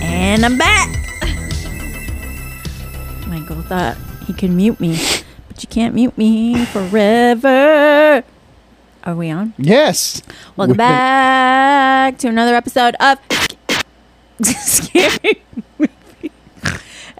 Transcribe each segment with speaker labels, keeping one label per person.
Speaker 1: And I'm back. Michael thought he could mute me, but you can't mute me forever. Are we on?
Speaker 2: Yes.
Speaker 1: Welcome
Speaker 2: We-
Speaker 1: back to another episode of Scary Movie.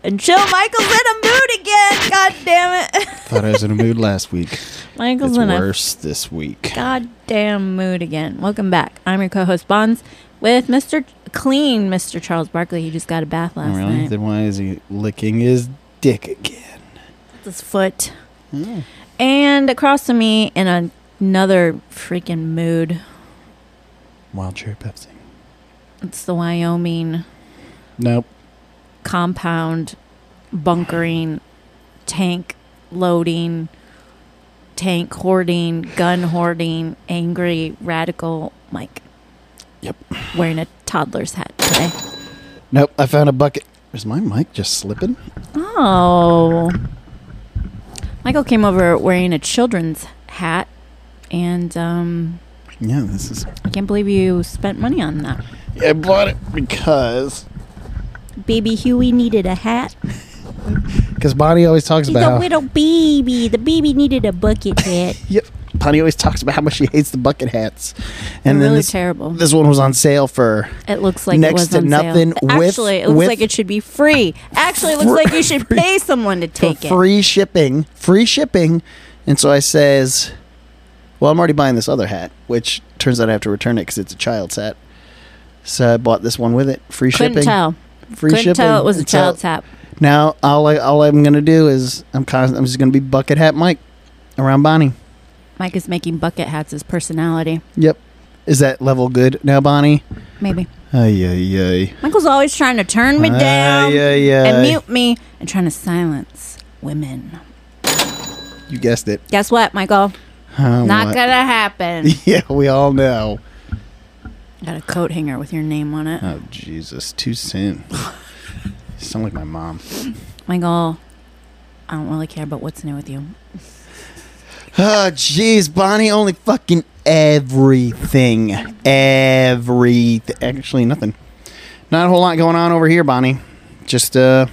Speaker 1: And chill, Michael's in a mood again. God damn it.
Speaker 2: Thought I was in a mood last week.
Speaker 1: Michael's
Speaker 2: It's
Speaker 1: in a
Speaker 2: worse this week.
Speaker 1: goddamn mood again. Welcome back. I'm your co-host Bonds with Mr. Clean, Mr. Charles Barkley. He just got a bath
Speaker 2: Oh,
Speaker 1: last
Speaker 2: really?
Speaker 1: night.
Speaker 2: Then why is he licking his dick again?
Speaker 1: That's his foot. Mm.
Speaker 2: Oh.
Speaker 1: And across from me in a- another freaking mood.
Speaker 2: Wild cherry Pepsi.
Speaker 1: It's the Wyoming
Speaker 2: Nope.
Speaker 1: compound bunkering tank loading tank hoarding gun hoarding angry radical Mike.
Speaker 2: Yep.
Speaker 1: Wearing a toddler's hat today.
Speaker 2: Nope. I found a bucket. Is my mic just slipping?
Speaker 1: Oh. Michael came over wearing a children's hat, and um,
Speaker 2: Yeah, this is.
Speaker 1: I can't believe you spent money on that.
Speaker 2: I bought it because
Speaker 1: Baby Huey needed a hat.
Speaker 2: because Bonnie always talks
Speaker 1: He's
Speaker 2: about
Speaker 1: a
Speaker 2: how,
Speaker 1: little baby. The baby needed a bucket hat.
Speaker 2: yep. Bonnie always talks about how much she hates the bucket hats,
Speaker 1: and
Speaker 2: and then
Speaker 1: really
Speaker 2: this,
Speaker 1: terrible.
Speaker 2: this one was on sale for
Speaker 1: it looks like
Speaker 2: next
Speaker 1: it was
Speaker 2: to
Speaker 1: on
Speaker 2: nothing
Speaker 1: Sale.
Speaker 2: with-
Speaker 1: Actually, it looks
Speaker 2: with-
Speaker 1: like it should be free. Actually, it looks like you should pay someone to
Speaker 2: for
Speaker 1: take it.
Speaker 2: free shipping, free shipping. And so I says, "Well, I'm already buying this other hat, which turns out I have to return it because it's a child's hat." So I bought this one with it, free
Speaker 1: Couldn't
Speaker 2: shipping,
Speaker 1: tell.
Speaker 2: free
Speaker 1: Couldn't
Speaker 2: shipping.
Speaker 1: tell it was a
Speaker 2: And so
Speaker 1: child's hat.
Speaker 2: Now all I, all I'm gonna do is I'm kind of, I'm just gonna be bucket hat Mike around Bonnie.
Speaker 1: Mike is making bucket hats his personality.
Speaker 2: Yep. Is that level good now, Bonnie?
Speaker 1: Maybe.
Speaker 2: Ay ay
Speaker 1: Michael's always trying to turn
Speaker 2: ay.
Speaker 1: me down
Speaker 2: Ay ay
Speaker 1: and
Speaker 2: ay.
Speaker 1: mute me and trying to silence women.
Speaker 2: You guessed it.
Speaker 1: Guess what, Michael?
Speaker 2: Oh,
Speaker 1: Not
Speaker 2: what?
Speaker 1: gonna happen.
Speaker 2: Yeah, we all know.
Speaker 1: Got a coat hanger with your name on it.
Speaker 2: Oh Jesus, too soon. sound like my mom.
Speaker 1: Michael, I don't really care about what's new with you.
Speaker 2: Oh, jeez, Bonnie, only fucking everything. Every Actually, nothing. Not a whole lot going on over here, Bonnie. Just uh,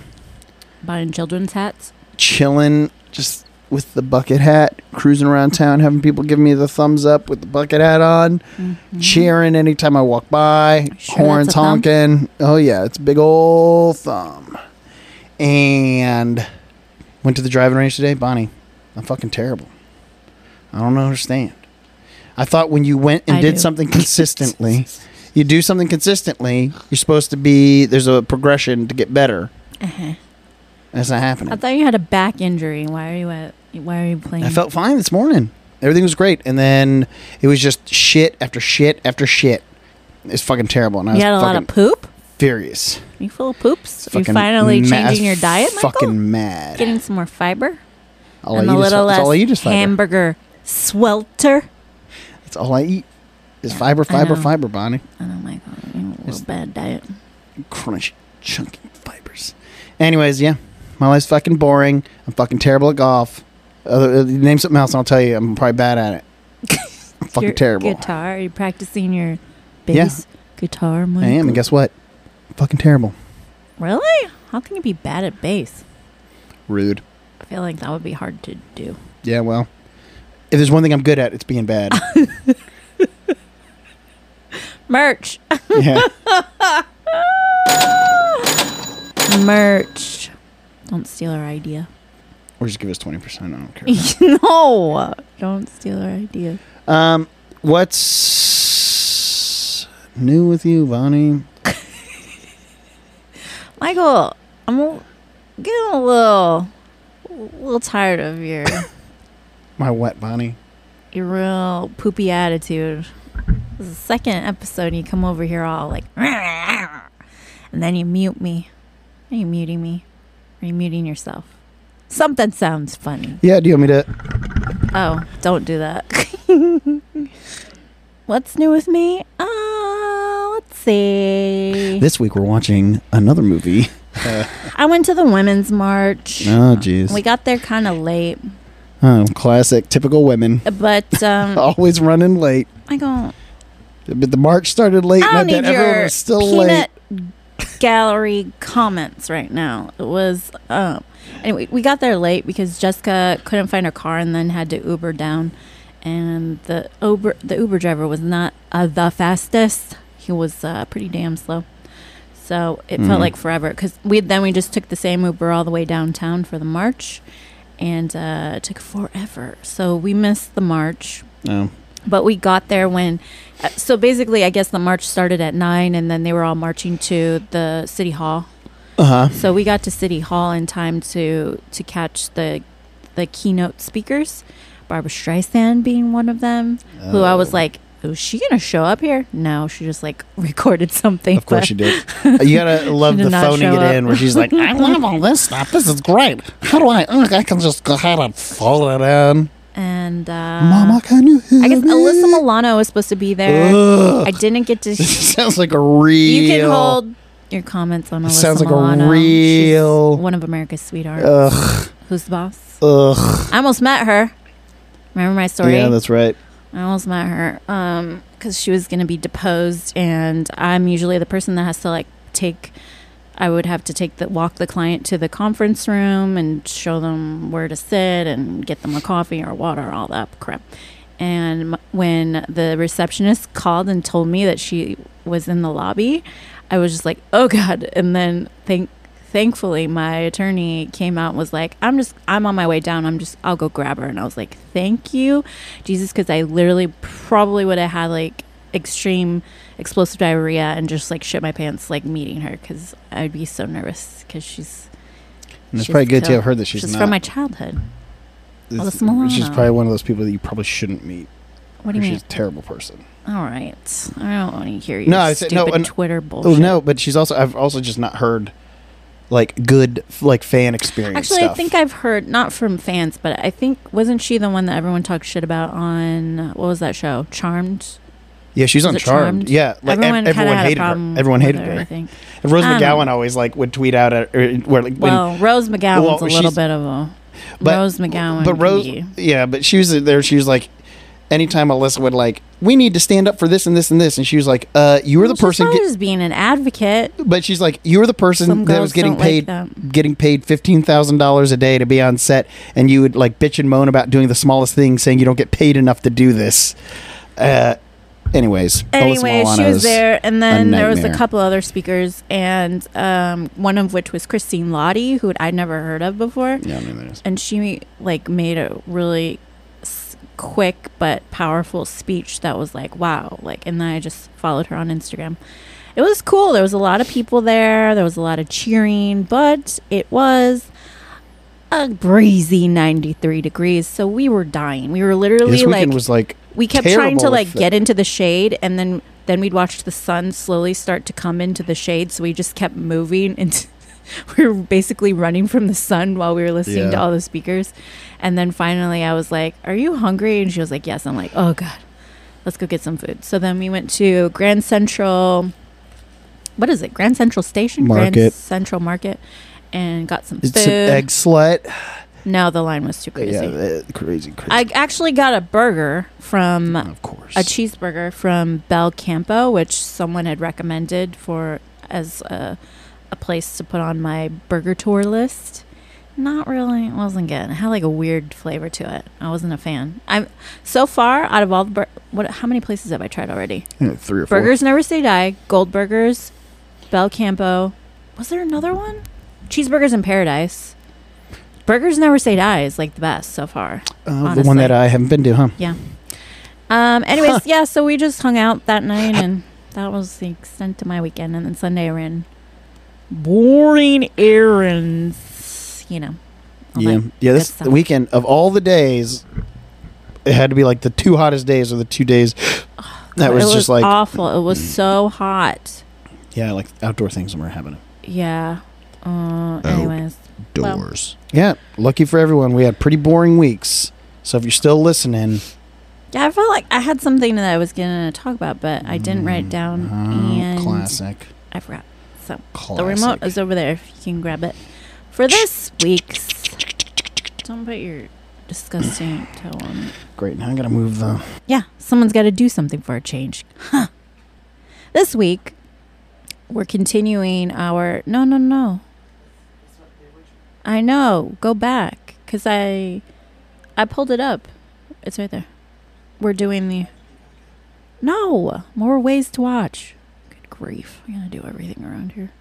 Speaker 1: Buying children's hats?
Speaker 2: chilling, just with the bucket hat, cruising around town, having people give me the thumbs up with the bucket hat on, Mm-hmm. cheering anytime I walk by,
Speaker 1: Mm-hmm. Sure
Speaker 2: horns
Speaker 1: that's a thumb?
Speaker 2: honking. Oh, yeah, it's a big old thumb. And went to the driving range today, Bonnie. I'm fucking terrible. I don't understand. I thought when you went and
Speaker 1: I
Speaker 2: did
Speaker 1: do.
Speaker 2: something consistently, you do something consistently, you're supposed to be there's a progression to get better.
Speaker 1: Uh-huh.
Speaker 2: That's not happening.
Speaker 1: I thought you had a back injury. Why are you at, why are you playing?
Speaker 2: I felt fine this morning. Everything was great, and then it was just shit after shit after shit. It's fucking terrible, and I
Speaker 1: you
Speaker 2: was
Speaker 1: had a lot
Speaker 2: fucking
Speaker 1: of poop?
Speaker 2: furious.
Speaker 1: You full of poops? Are you
Speaker 2: Fucking
Speaker 1: finally
Speaker 2: ma- I was
Speaker 1: changing your diet, Michael?
Speaker 2: Fucking mad.
Speaker 1: Getting some more fiber?
Speaker 2: all
Speaker 1: and
Speaker 2: I
Speaker 1: a
Speaker 2: eat is,
Speaker 1: little
Speaker 2: that's
Speaker 1: less
Speaker 2: all I eat is fiber.
Speaker 1: hamburger swelter?
Speaker 2: That's all I eat is fiber,
Speaker 1: I
Speaker 2: fiber,
Speaker 1: know.
Speaker 2: fiber, Bonnie.
Speaker 1: I don't like a little
Speaker 2: It's-
Speaker 1: bad diet.
Speaker 2: crunchy, chunky fibers. Anyways, yeah, my life's fucking boring. I'm fucking terrible at golf. Other, uh, name something else, and I'll tell you, I'm probably bad at it. I'm fucking
Speaker 1: Your
Speaker 2: terrible.
Speaker 1: Guitar? Are you practicing your
Speaker 2: Yeah.
Speaker 1: bass guitar?
Speaker 2: I am,
Speaker 1: Michael?
Speaker 2: and guess what? I'm fucking terrible.
Speaker 1: Really? How can you be bad at bass?
Speaker 2: Rude.
Speaker 1: I feel like that would be hard to do.
Speaker 2: Yeah, well, if there's one thing I'm good at, it's being bad.
Speaker 1: Merch.
Speaker 2: yeah,
Speaker 1: Merch. Don't steal our idea.
Speaker 2: or just give us twenty percent. I don't care.
Speaker 1: no. Don't steal our idea.
Speaker 2: Um, what's new with you, Bonnie?
Speaker 1: Michael, I'm a- getting a little little tired of your
Speaker 2: My wet Bonnie.
Speaker 1: your real poopy attitude. This is the second episode and you come over here all like and then you mute me. Are you muting me? Are you muting yourself? Something sounds funny.
Speaker 2: Yeah, do you want me to?
Speaker 1: Oh, don't do that. What's new with me? Uh, let's see.
Speaker 2: This week we're watching another movie.
Speaker 1: I went to the women's march.
Speaker 2: Oh, jeez.
Speaker 1: We got there kind of late,
Speaker 2: Oh, classic, typical women.
Speaker 1: but um,
Speaker 2: Always running late.
Speaker 1: I go.
Speaker 2: But the march started late.
Speaker 1: I
Speaker 2: and
Speaker 1: don't need
Speaker 2: bet everyone
Speaker 1: your
Speaker 2: was still
Speaker 1: peanut gallery comments right now. It was um anyway, we got there late because Jessica couldn't find her car and then had to Uber down and the Uber the Uber driver was not uh, the fastest. He was uh, pretty damn slow. So it
Speaker 2: Mhm.
Speaker 1: felt like forever because we then we just took the same Uber all the way downtown for the march, and uh, it took forever. So we missed the march,
Speaker 2: No.
Speaker 1: but we got there when uh, so basically i guess the march started at nine and then they were all marching to the city hall
Speaker 2: Uh huh.
Speaker 1: so we got to city hall in time to to catch the the keynote speakers barbara streisand being one of them who i
Speaker 2: Oh.
Speaker 1: was like is she gonna show up here no she just like recorded something
Speaker 2: Of course
Speaker 1: but-
Speaker 2: she did. You gotta love
Speaker 1: did
Speaker 2: the
Speaker 1: not
Speaker 2: phoning
Speaker 1: show
Speaker 2: it
Speaker 1: up.
Speaker 2: in where she's like, "I love all this stuff. This is great. How do I? Ugh, I can just go ahead and fold it in."
Speaker 1: and uh
Speaker 2: Mama, can you hear
Speaker 1: i guess
Speaker 2: me?
Speaker 1: alyssa milano was supposed to be there
Speaker 2: Ugh.
Speaker 1: i didn't get to
Speaker 2: sounds like a real.
Speaker 1: you can hold your comments on Alyssa
Speaker 2: sounds like a
Speaker 1: Milano. She's
Speaker 2: real-
Speaker 1: one of America's sweethearts.
Speaker 2: Ugh.
Speaker 1: Who's the boss?
Speaker 2: Ugh.
Speaker 1: I almost met her. Remember my story?
Speaker 2: Yeah, that's right.
Speaker 1: I almost met her because she was going to be deposed, and I'm usually the person that has to like take. I would have to take the walk the client to the conference room and show them where to sit and get them a coffee or water, all that crap. And m- when the receptionist called and told me that she was in the lobby, I was just like, "Oh God!" And then thank, thankfully, my attorney came out and was like, "I'm just, I'm on my way down. I'm just, I'll go grab her." And I was like, "Thank you, Jesus," because I literally probably would have had like extreme explosive diarrhea and just like shit my pants like meeting her because I'd be so nervous because she's
Speaker 2: And it's
Speaker 1: She's
Speaker 2: probably good to
Speaker 1: cool.
Speaker 2: have heard that she's,
Speaker 1: she's
Speaker 2: not.
Speaker 1: from my childhood.
Speaker 2: it's-
Speaker 1: Alyssa Milano.
Speaker 2: She's probably one of those people that you probably shouldn't meet.
Speaker 1: What do you
Speaker 2: she's
Speaker 1: mean?
Speaker 2: a terrible person.
Speaker 1: All right, I don't want to hear you.
Speaker 2: No,
Speaker 1: No,
Speaker 2: I said-
Speaker 1: stupid
Speaker 2: no, and-
Speaker 1: Twitter
Speaker 2: Oh
Speaker 1: bullshit.
Speaker 2: no, but she's also I've also just not heard like good f- like fan experience.
Speaker 1: Actually, I
Speaker 2: stuff.
Speaker 1: think I've heard not from fans, but I think wasn't she the one that everyone talked shit about on what was that show? Charmed.
Speaker 2: yeah, she's
Speaker 1: was
Speaker 2: on
Speaker 1: it
Speaker 2: Charmed.
Speaker 1: Charmed?
Speaker 2: Yeah, like ev-
Speaker 1: everyone
Speaker 2: everyone,
Speaker 1: kinda had
Speaker 2: hated
Speaker 1: a problem.
Speaker 2: her. Everyone
Speaker 1: with
Speaker 2: hated
Speaker 1: I
Speaker 2: her.
Speaker 1: think.
Speaker 2: And Rose
Speaker 1: I don't
Speaker 2: McGowan
Speaker 1: know.
Speaker 2: always like would tweet out at or, where like when
Speaker 1: Well, Rose McGowan's
Speaker 2: well,
Speaker 1: a little
Speaker 2: she's-
Speaker 1: bit of a
Speaker 2: but-
Speaker 1: Rose McGowan.
Speaker 2: but Rose yeah, but she was there. She was like. Anytime Alyssa would like, we need to stand up for this and this and this, and she was like, "Uh, you were the person."
Speaker 1: She's
Speaker 2: Get,
Speaker 1: probably just being an advocate.
Speaker 2: but she's like, "You were the person
Speaker 1: Some
Speaker 2: that
Speaker 1: girls
Speaker 2: was getting
Speaker 1: don't like
Speaker 2: paid
Speaker 1: them.
Speaker 2: getting paid fifteen thousand dollars a day to be on set, and you would like bitch and moan about doing the smallest thing, saying you don't get paid enough to do this. Uh, anyways, Alyssa
Speaker 1: anyway, she
Speaker 2: Milano's-
Speaker 1: was there, and then there was a
Speaker 2: nightmare.
Speaker 1: couple other speakers, and um, one of which was Christine Lottie, who I'd never heard of before,
Speaker 2: Yeah, I mean, there's-
Speaker 1: and she like made a really s- quick but powerful speech that was like, wow, like, and then I just followed her on Instagram. It was cool. There was a lot of people there. There was a lot of cheering, but it was a breezy 93 degrees. So we were dying. We were literally
Speaker 2: this
Speaker 1: like
Speaker 2: weekend was like
Speaker 1: we kept trying to
Speaker 2: terrible
Speaker 1: like
Speaker 2: with the-
Speaker 1: get into the shade and then then we'd watch the sun slowly start to come into the shade so we just kept moving and we were basically running from the sun while we were listening to
Speaker 2: Yeah.
Speaker 1: all the speakers and then finally i was like are you hungry and she was like yes i'm like oh god let's go get some food so then we went to grand central what is it grand central station grand
Speaker 2: Market.
Speaker 1: central market and got some
Speaker 2: it's
Speaker 1: food
Speaker 2: an egg slut.
Speaker 1: no the line was too crazy
Speaker 2: Yeah, uh, crazy, crazy.
Speaker 1: i actually got a burger from
Speaker 2: of course.
Speaker 1: a cheeseburger from Bel Campo, which someone had recommended for as a, a place to put on my burger tour list. Not really, it wasn't good. It had like a weird flavor to it. I wasn't a fan. I'm so far out of all the bur- what? How many places have I tried already?
Speaker 2: Yeah, three or
Speaker 1: Burgers Never Say Die, Gold Burgers, Bel Campo. Was there another one? Cheeseburgers in Paradise. Burgers Never Say Die is like the best so far.
Speaker 2: four. Uh, the one
Speaker 1: honestly.
Speaker 2: that I haven't been to, huh?
Speaker 1: Um. Anyways, yeah. So we just hung out that night, and that was the extent of my weekend. And then Sunday, I ran boring errands. You know. all
Speaker 2: yeah,
Speaker 1: Oh that.
Speaker 2: yeah.
Speaker 1: good
Speaker 2: This
Speaker 1: stuff.
Speaker 2: weekend of all the days, it had to be like the two hottest days or the two days that
Speaker 1: It
Speaker 2: was, just like Mm.
Speaker 1: awful. It was so hot.
Speaker 2: yeah, like outdoor things were happening.
Speaker 1: Yeah. Uh,
Speaker 2: Oh.
Speaker 1: anyways, Well-
Speaker 3: doors.
Speaker 2: Yeah, lucky for everyone, we had pretty boring weeks. So if you're still listening,
Speaker 1: yeah, I felt like I had something that I was gonna talk about, but I didn't write it down,
Speaker 2: Mm,
Speaker 1: and
Speaker 2: classic,
Speaker 1: I forgot. So
Speaker 2: classic.
Speaker 1: the remote is over there. If you can grab it for this week's. Don't put your disgusting toe on it.
Speaker 2: Great. Now I gotta move the.
Speaker 1: Yeah, someone's got to do something for a change. Huh. This week, we're continuing our no no no. I know. Go back because I I pulled it up. It's right there. We're doing the no more ways to watch. Good grief! I'm gonna do everything around here.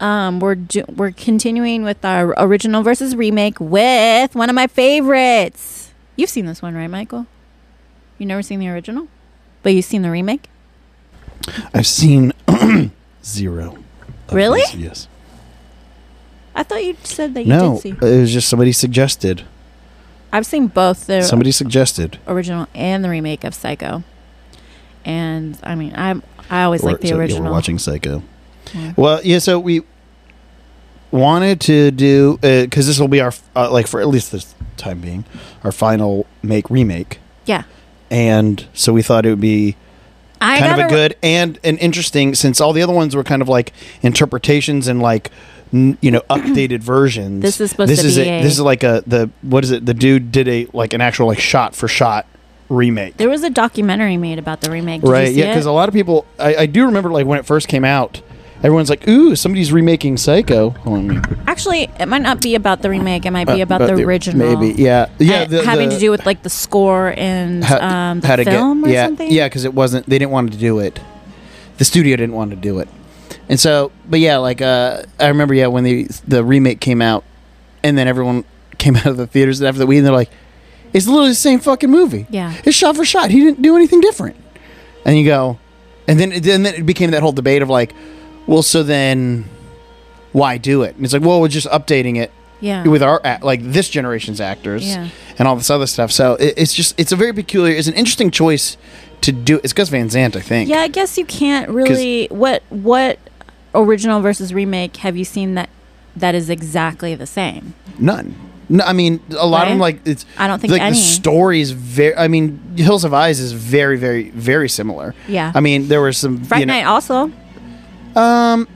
Speaker 1: Um, we're do- we're continuing with our original versus remake with one of my favorites. You've seen this one, right, Michael? You never seen the original, but you've seen the remake.
Speaker 2: I've seen zero. of
Speaker 1: Really?
Speaker 2: these, Yes.
Speaker 1: I thought you said that you
Speaker 2: no,
Speaker 1: did see.
Speaker 2: it was just somebody suggested.
Speaker 1: I've seen both the
Speaker 2: Somebody suggested.
Speaker 1: original and the remake of Psycho. And I mean, I am I always like the
Speaker 2: so, yeah,
Speaker 1: original.
Speaker 2: we're watching Psycho.
Speaker 1: Yeah.
Speaker 2: Well, yeah. So we wanted to do because this will be our f- uh, like for at least this time being our final make remake.
Speaker 1: Yeah.
Speaker 2: And so we thought it would be
Speaker 1: I
Speaker 2: kind of
Speaker 1: gotta-
Speaker 2: a good and an interesting since all the other ones were kind of like interpretations and like n- you know updated versions.
Speaker 1: This is supposed
Speaker 2: this
Speaker 1: to
Speaker 2: is
Speaker 1: be
Speaker 2: a,
Speaker 1: a-
Speaker 2: this is like a the what is it? The dude did a like an actual like shot for shot remake.
Speaker 1: There was a documentary made about the remake. Did
Speaker 2: Right.
Speaker 1: You see
Speaker 2: Yeah. Because
Speaker 1: it?
Speaker 2: a lot of people, I, I do remember like when it first came out, everyone's like, "Ooh, somebody's remaking Psycho." Hold on, let me-
Speaker 1: actually, it might not be about the remake. It might be
Speaker 2: uh,
Speaker 1: about the original.
Speaker 2: Maybe. Yeah. Yeah.
Speaker 1: Uh, having to do with like the score and
Speaker 2: ho-
Speaker 1: um, the
Speaker 2: how to get-
Speaker 1: film or
Speaker 2: yeah,
Speaker 1: something.
Speaker 2: Yeah. Because it wasn't. They didn't want to do it. The studio didn't want to do it. And so, but yeah, like uh, I remember, yeah, when the the remake came out, and then everyone came out of the theaters after the week, and they're like, "It's literally the same fucking movie."
Speaker 1: Yeah.
Speaker 2: It's shot for shot. He didn't do anything different. And you go, and then then then it became that whole debate of like, well, so then why do it? And it's like, well, we're just updating it
Speaker 1: Yeah.
Speaker 2: with our act- like this generation's actors
Speaker 1: Uh-huh. Yeah.
Speaker 2: and all this other stuff. So it, it's just it's a very peculiar. It's an interesting choice to do. It's Gus Van Sant, I think.
Speaker 1: Yeah, I guess you can't really. What what original versus remake have you seen that that is exactly the same?
Speaker 2: None. No, I mean, a lot of them
Speaker 1: Right?
Speaker 2: like it's.
Speaker 1: I don't think
Speaker 2: like
Speaker 1: any.
Speaker 2: the story is very. I mean, Hills of Eyes is very, very, very similar.
Speaker 1: Yeah.
Speaker 2: I mean, there were some.
Speaker 1: Fright
Speaker 2: you know- um,
Speaker 1: Night also.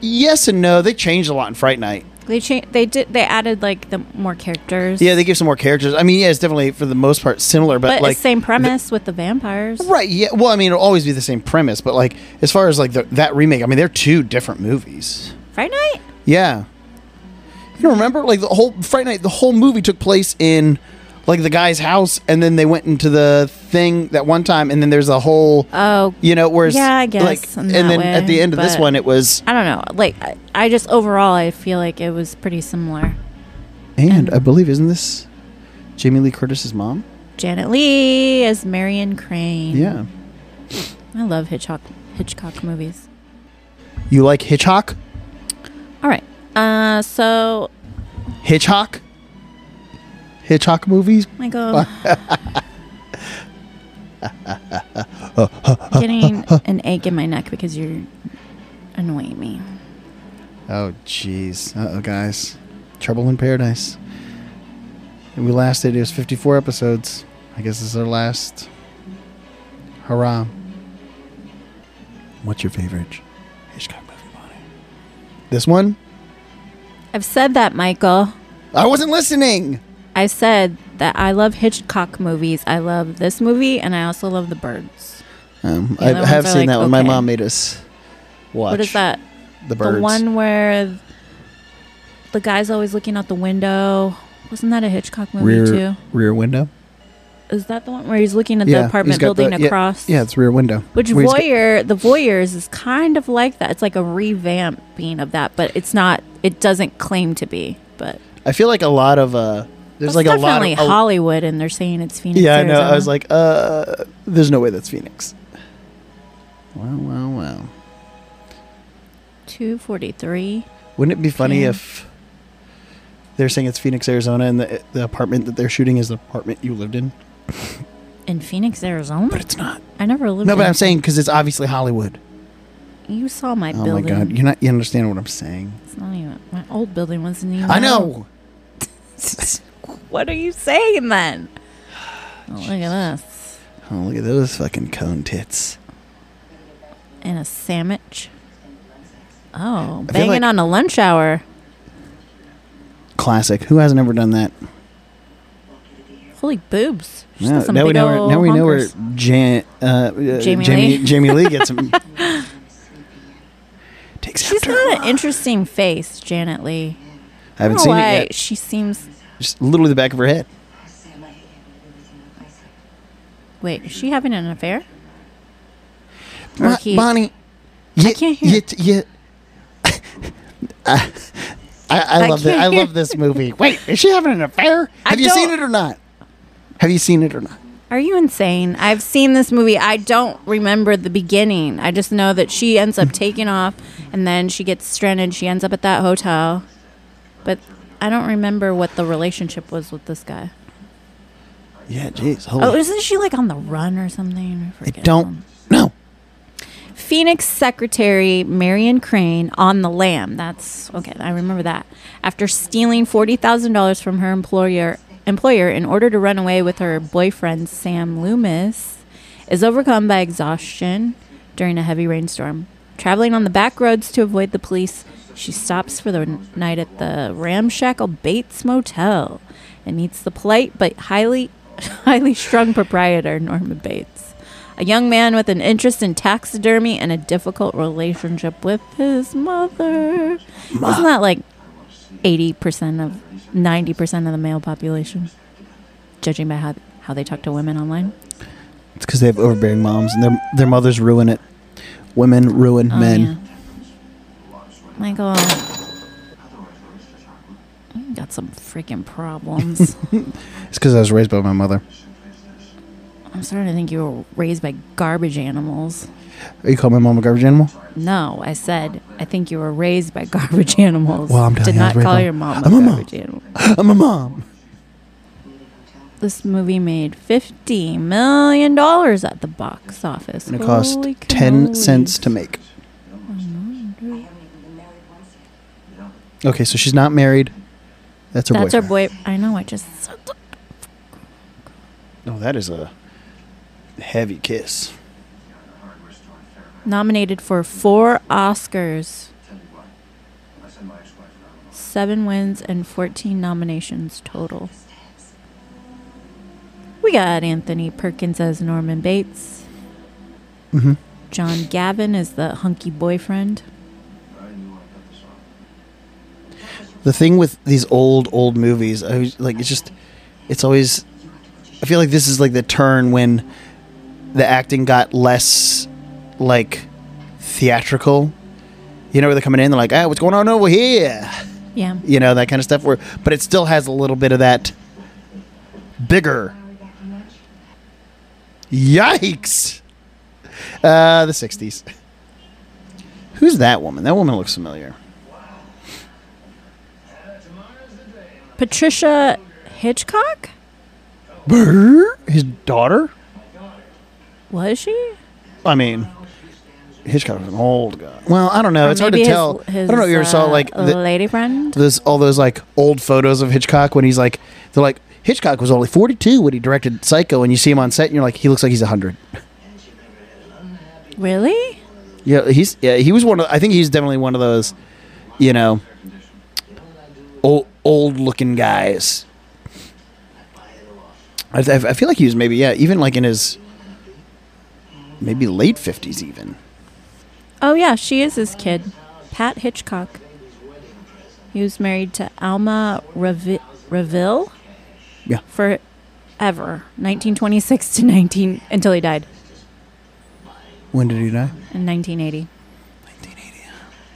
Speaker 2: Yes and no. They changed a lot in Fright Night.
Speaker 1: They changed. They did. They added like the more characters.
Speaker 2: Yeah, they give some more characters. I mean, yeah, it's definitely for the most part similar, but,
Speaker 1: but
Speaker 2: like
Speaker 1: it's same premise with the vampires.
Speaker 2: right. Yeah, well, I mean, it'll always be the same premise, but like as far as like the, that remake, I mean, they're two different movies.
Speaker 1: Fright Night.
Speaker 2: Yeah, you don't remember like the whole Friday Night, the whole movie took place in like the guy's house, and then they went into the thing that one time, and then there's a whole
Speaker 1: Oh,
Speaker 2: you know, whereas
Speaker 1: Yeah, I guess,
Speaker 2: like,
Speaker 1: in
Speaker 2: and
Speaker 1: that
Speaker 2: then at
Speaker 1: way,
Speaker 2: the end of this
Speaker 1: but-
Speaker 2: one, it was
Speaker 1: I don't know. Like I, I just overall, I feel like it was pretty similar.
Speaker 2: and I believe isn't this Jamie Lee Curtis's mom?
Speaker 1: Janet Lee as Marion Crane.
Speaker 2: Yeah,
Speaker 1: I love Hitchcock Hitchcock movies.
Speaker 2: you like Hitchcock?
Speaker 1: All right. Uh, so
Speaker 2: Hitchcock? Hitchcock movies?
Speaker 1: Michael. getting an ache in my neck because you're annoying me.
Speaker 2: Oh, jeez. Uh oh, guys. Trouble in Paradise. And we lasted, it was 54 episodes. I guess this is our last. Hurrah. What's your favorite Hitchcock movie, Bonnie? This one?
Speaker 1: I've said that, Michael.
Speaker 2: I wasn't listening!
Speaker 1: I said that I love Hitchcock movies. I love this movie, and I also love The Birds.
Speaker 2: Um,
Speaker 1: The
Speaker 2: I
Speaker 1: other ones
Speaker 2: have
Speaker 1: are
Speaker 2: seen
Speaker 1: like,
Speaker 2: that one. My
Speaker 1: okay.
Speaker 2: mom made us watch.
Speaker 1: What is that?
Speaker 2: The Birds.
Speaker 1: The one where th- the guy's always looking out the window. Wasn't that a Hitchcock movie
Speaker 2: rear,
Speaker 1: too?
Speaker 2: rear Window?
Speaker 1: Is that the one where he's looking at the
Speaker 2: he's
Speaker 1: apartment
Speaker 2: got
Speaker 1: building
Speaker 2: the- yeah,
Speaker 1: across?
Speaker 2: Yeah, it's Rear Window.
Speaker 1: Which
Speaker 2: Where he's got-
Speaker 1: voyeur? the voyeurs is kind of like that. It's like a revamping of that, but it's not. It doesn't claim to be. But
Speaker 2: I feel like a lot of uh there's
Speaker 1: it's
Speaker 2: like a lot
Speaker 1: definitely
Speaker 2: of a-
Speaker 1: Hollywood, and they're saying it's Phoenix.
Speaker 2: Yeah, I know. I was
Speaker 1: Arizona.
Speaker 2: like, uh there's no way that's Phoenix. Wow, wow, wow.
Speaker 1: two forty three.
Speaker 2: Wouldn't it be funny
Speaker 1: Yeah.
Speaker 2: if they're saying it's Phoenix, Arizona and the the apartment that they're shooting is the apartment you lived in?
Speaker 1: In Phoenix, Arizona?
Speaker 2: But it's not.
Speaker 1: I never lived
Speaker 2: No, but
Speaker 1: in-
Speaker 2: I'm saying cuz it's obviously Hollywood.
Speaker 1: You saw my
Speaker 2: Oh my
Speaker 1: building.
Speaker 2: god. You're not you understand what I'm saying.
Speaker 1: It's not even. My old building wasn't even.
Speaker 2: I know.
Speaker 1: what are you saying then? Oh, look at this.
Speaker 2: Oh, look at those fucking cone tits.
Speaker 1: And a sandwich. Oh,
Speaker 2: I feel
Speaker 1: banging
Speaker 2: like-
Speaker 1: on a lunch hour.
Speaker 2: Classic. Who hasn't ever done that?
Speaker 1: Holy boobs. She's
Speaker 2: Now,
Speaker 1: got some
Speaker 2: now we
Speaker 1: big
Speaker 2: know. Where,
Speaker 1: ol'
Speaker 2: now we know where
Speaker 1: honkers.
Speaker 2: Jan, uh, uh,
Speaker 1: Jamie
Speaker 2: Jamie,
Speaker 1: Lee.
Speaker 2: Jamie Lee gets them.
Speaker 1: She's got an interesting face, Janet Lee.
Speaker 2: I haven't seen it yet.
Speaker 1: She seems.
Speaker 2: Just literally the back of her head.
Speaker 1: Wait, is she having an affair?
Speaker 2: Bo-
Speaker 1: Marquis.
Speaker 2: Bonnie, you,
Speaker 1: can't hear.
Speaker 2: You, you, I, I, I
Speaker 1: I
Speaker 2: love this. I
Speaker 1: can't
Speaker 2: love this movie. Wait, is she having an affair?
Speaker 1: I
Speaker 2: Have you seen
Speaker 1: don't-
Speaker 2: it or not? Have you seen it or not?
Speaker 1: Are you insane? I've seen this movie. I don't remember the beginning. I just know that she ends up taking off and then she gets stranded. She ends up at that hotel. But I don't remember what the relationship was with this guy.
Speaker 2: Yeah, jeez.
Speaker 1: Oh,
Speaker 2: Holy.
Speaker 1: isn't she like on the run or something?
Speaker 2: I
Speaker 1: forget.
Speaker 2: don't. No.
Speaker 1: Phoenix secretary Marion Crane on the lam. That's okay. I remember that. After stealing forty thousand dollars from her employer employer in order to run away with her boyfriend Sam Loomis, is overcome by exhaustion during a heavy rainstorm. Traveling on the back roads to avoid the police, she stops for the n- night at the ramshackle Bates Motel and meets the polite but highly highly strung proprietor Norman Bates a young man with an interest in taxidermy and a difficult relationship with his mother. Isn't that like 80% of 90% of the male population? Judging by how, how they talk to women online.
Speaker 2: It's because they have overbearing moms, and their their mothers ruin it. Women ruin
Speaker 1: Oh,
Speaker 2: men.
Speaker 1: yeah. Michael. you Got some freaking problems.
Speaker 2: It's because I was raised by my mother.
Speaker 1: I'm starting to think you were raised by garbage animals.
Speaker 2: You call my mom a garbage animal?
Speaker 1: No, I said I think you were raised by garbage animals.
Speaker 2: Well, I'm telling
Speaker 1: Did
Speaker 2: you, I
Speaker 1: not
Speaker 2: was raised
Speaker 1: call
Speaker 2: by-
Speaker 1: your mom a
Speaker 2: I'm a mom.
Speaker 1: garbage animal.
Speaker 2: I'm a mom.
Speaker 1: This movie made fifty million dollars at the box office.
Speaker 2: And it cost
Speaker 1: Holy
Speaker 2: ten
Speaker 1: cannoli.
Speaker 2: cents to make. Okay, so she's not married. That's her
Speaker 1: That's
Speaker 2: boyfriend.
Speaker 1: our boy. I know. I just said that.
Speaker 2: No, that is a heavy kiss.
Speaker 1: nominated for four Oscars, seven wins, and fourteen nominations total. We got Anthony Perkins as Norman Bates.
Speaker 2: hmm
Speaker 1: John Gavin is the hunky boyfriend.
Speaker 2: The thing with these old, old movies, I was, like it's just, it's always. I feel like this is like the turn when the acting got less like theatrical. You know, where they're coming in, they're like, "Ah, what's going on over here?"
Speaker 1: Yeah.
Speaker 2: You know, that kind of stuff. Where, but it still has a little bit of that bigger. Yikes! Uh, the '60s. Who's that woman? That woman looks familiar.
Speaker 1: Patricia Hitchcock?
Speaker 2: Brr, His daughter?
Speaker 1: Was she?
Speaker 2: I mean, Hitchcock was an old guy. Well, I don't know.
Speaker 1: Or
Speaker 2: It's hard to
Speaker 1: maybe his-
Speaker 2: tell. I don't know.
Speaker 1: his,
Speaker 2: You ever saw
Speaker 1: uh,
Speaker 2: like the,
Speaker 1: lady friend?
Speaker 2: those all those like old photos of Hitchcock when he's like they're like Hitchcock was only forty two when he directed Psycho, and you see him on set, and you're like, he looks like he's hundred.
Speaker 1: Really?
Speaker 2: Yeah, he's yeah, he was one of. I think he's definitely one of those, you know, old old looking guys. I, I I feel like he was maybe yeah, even like in his maybe late fifties even.
Speaker 1: Oh yeah, she is his kid, Pat Hitchcock. He was married to Alma Revi- Reville.
Speaker 2: Yeah.
Speaker 1: Forever, 1926 to 19 until he died
Speaker 2: When did he die?
Speaker 1: in 1980.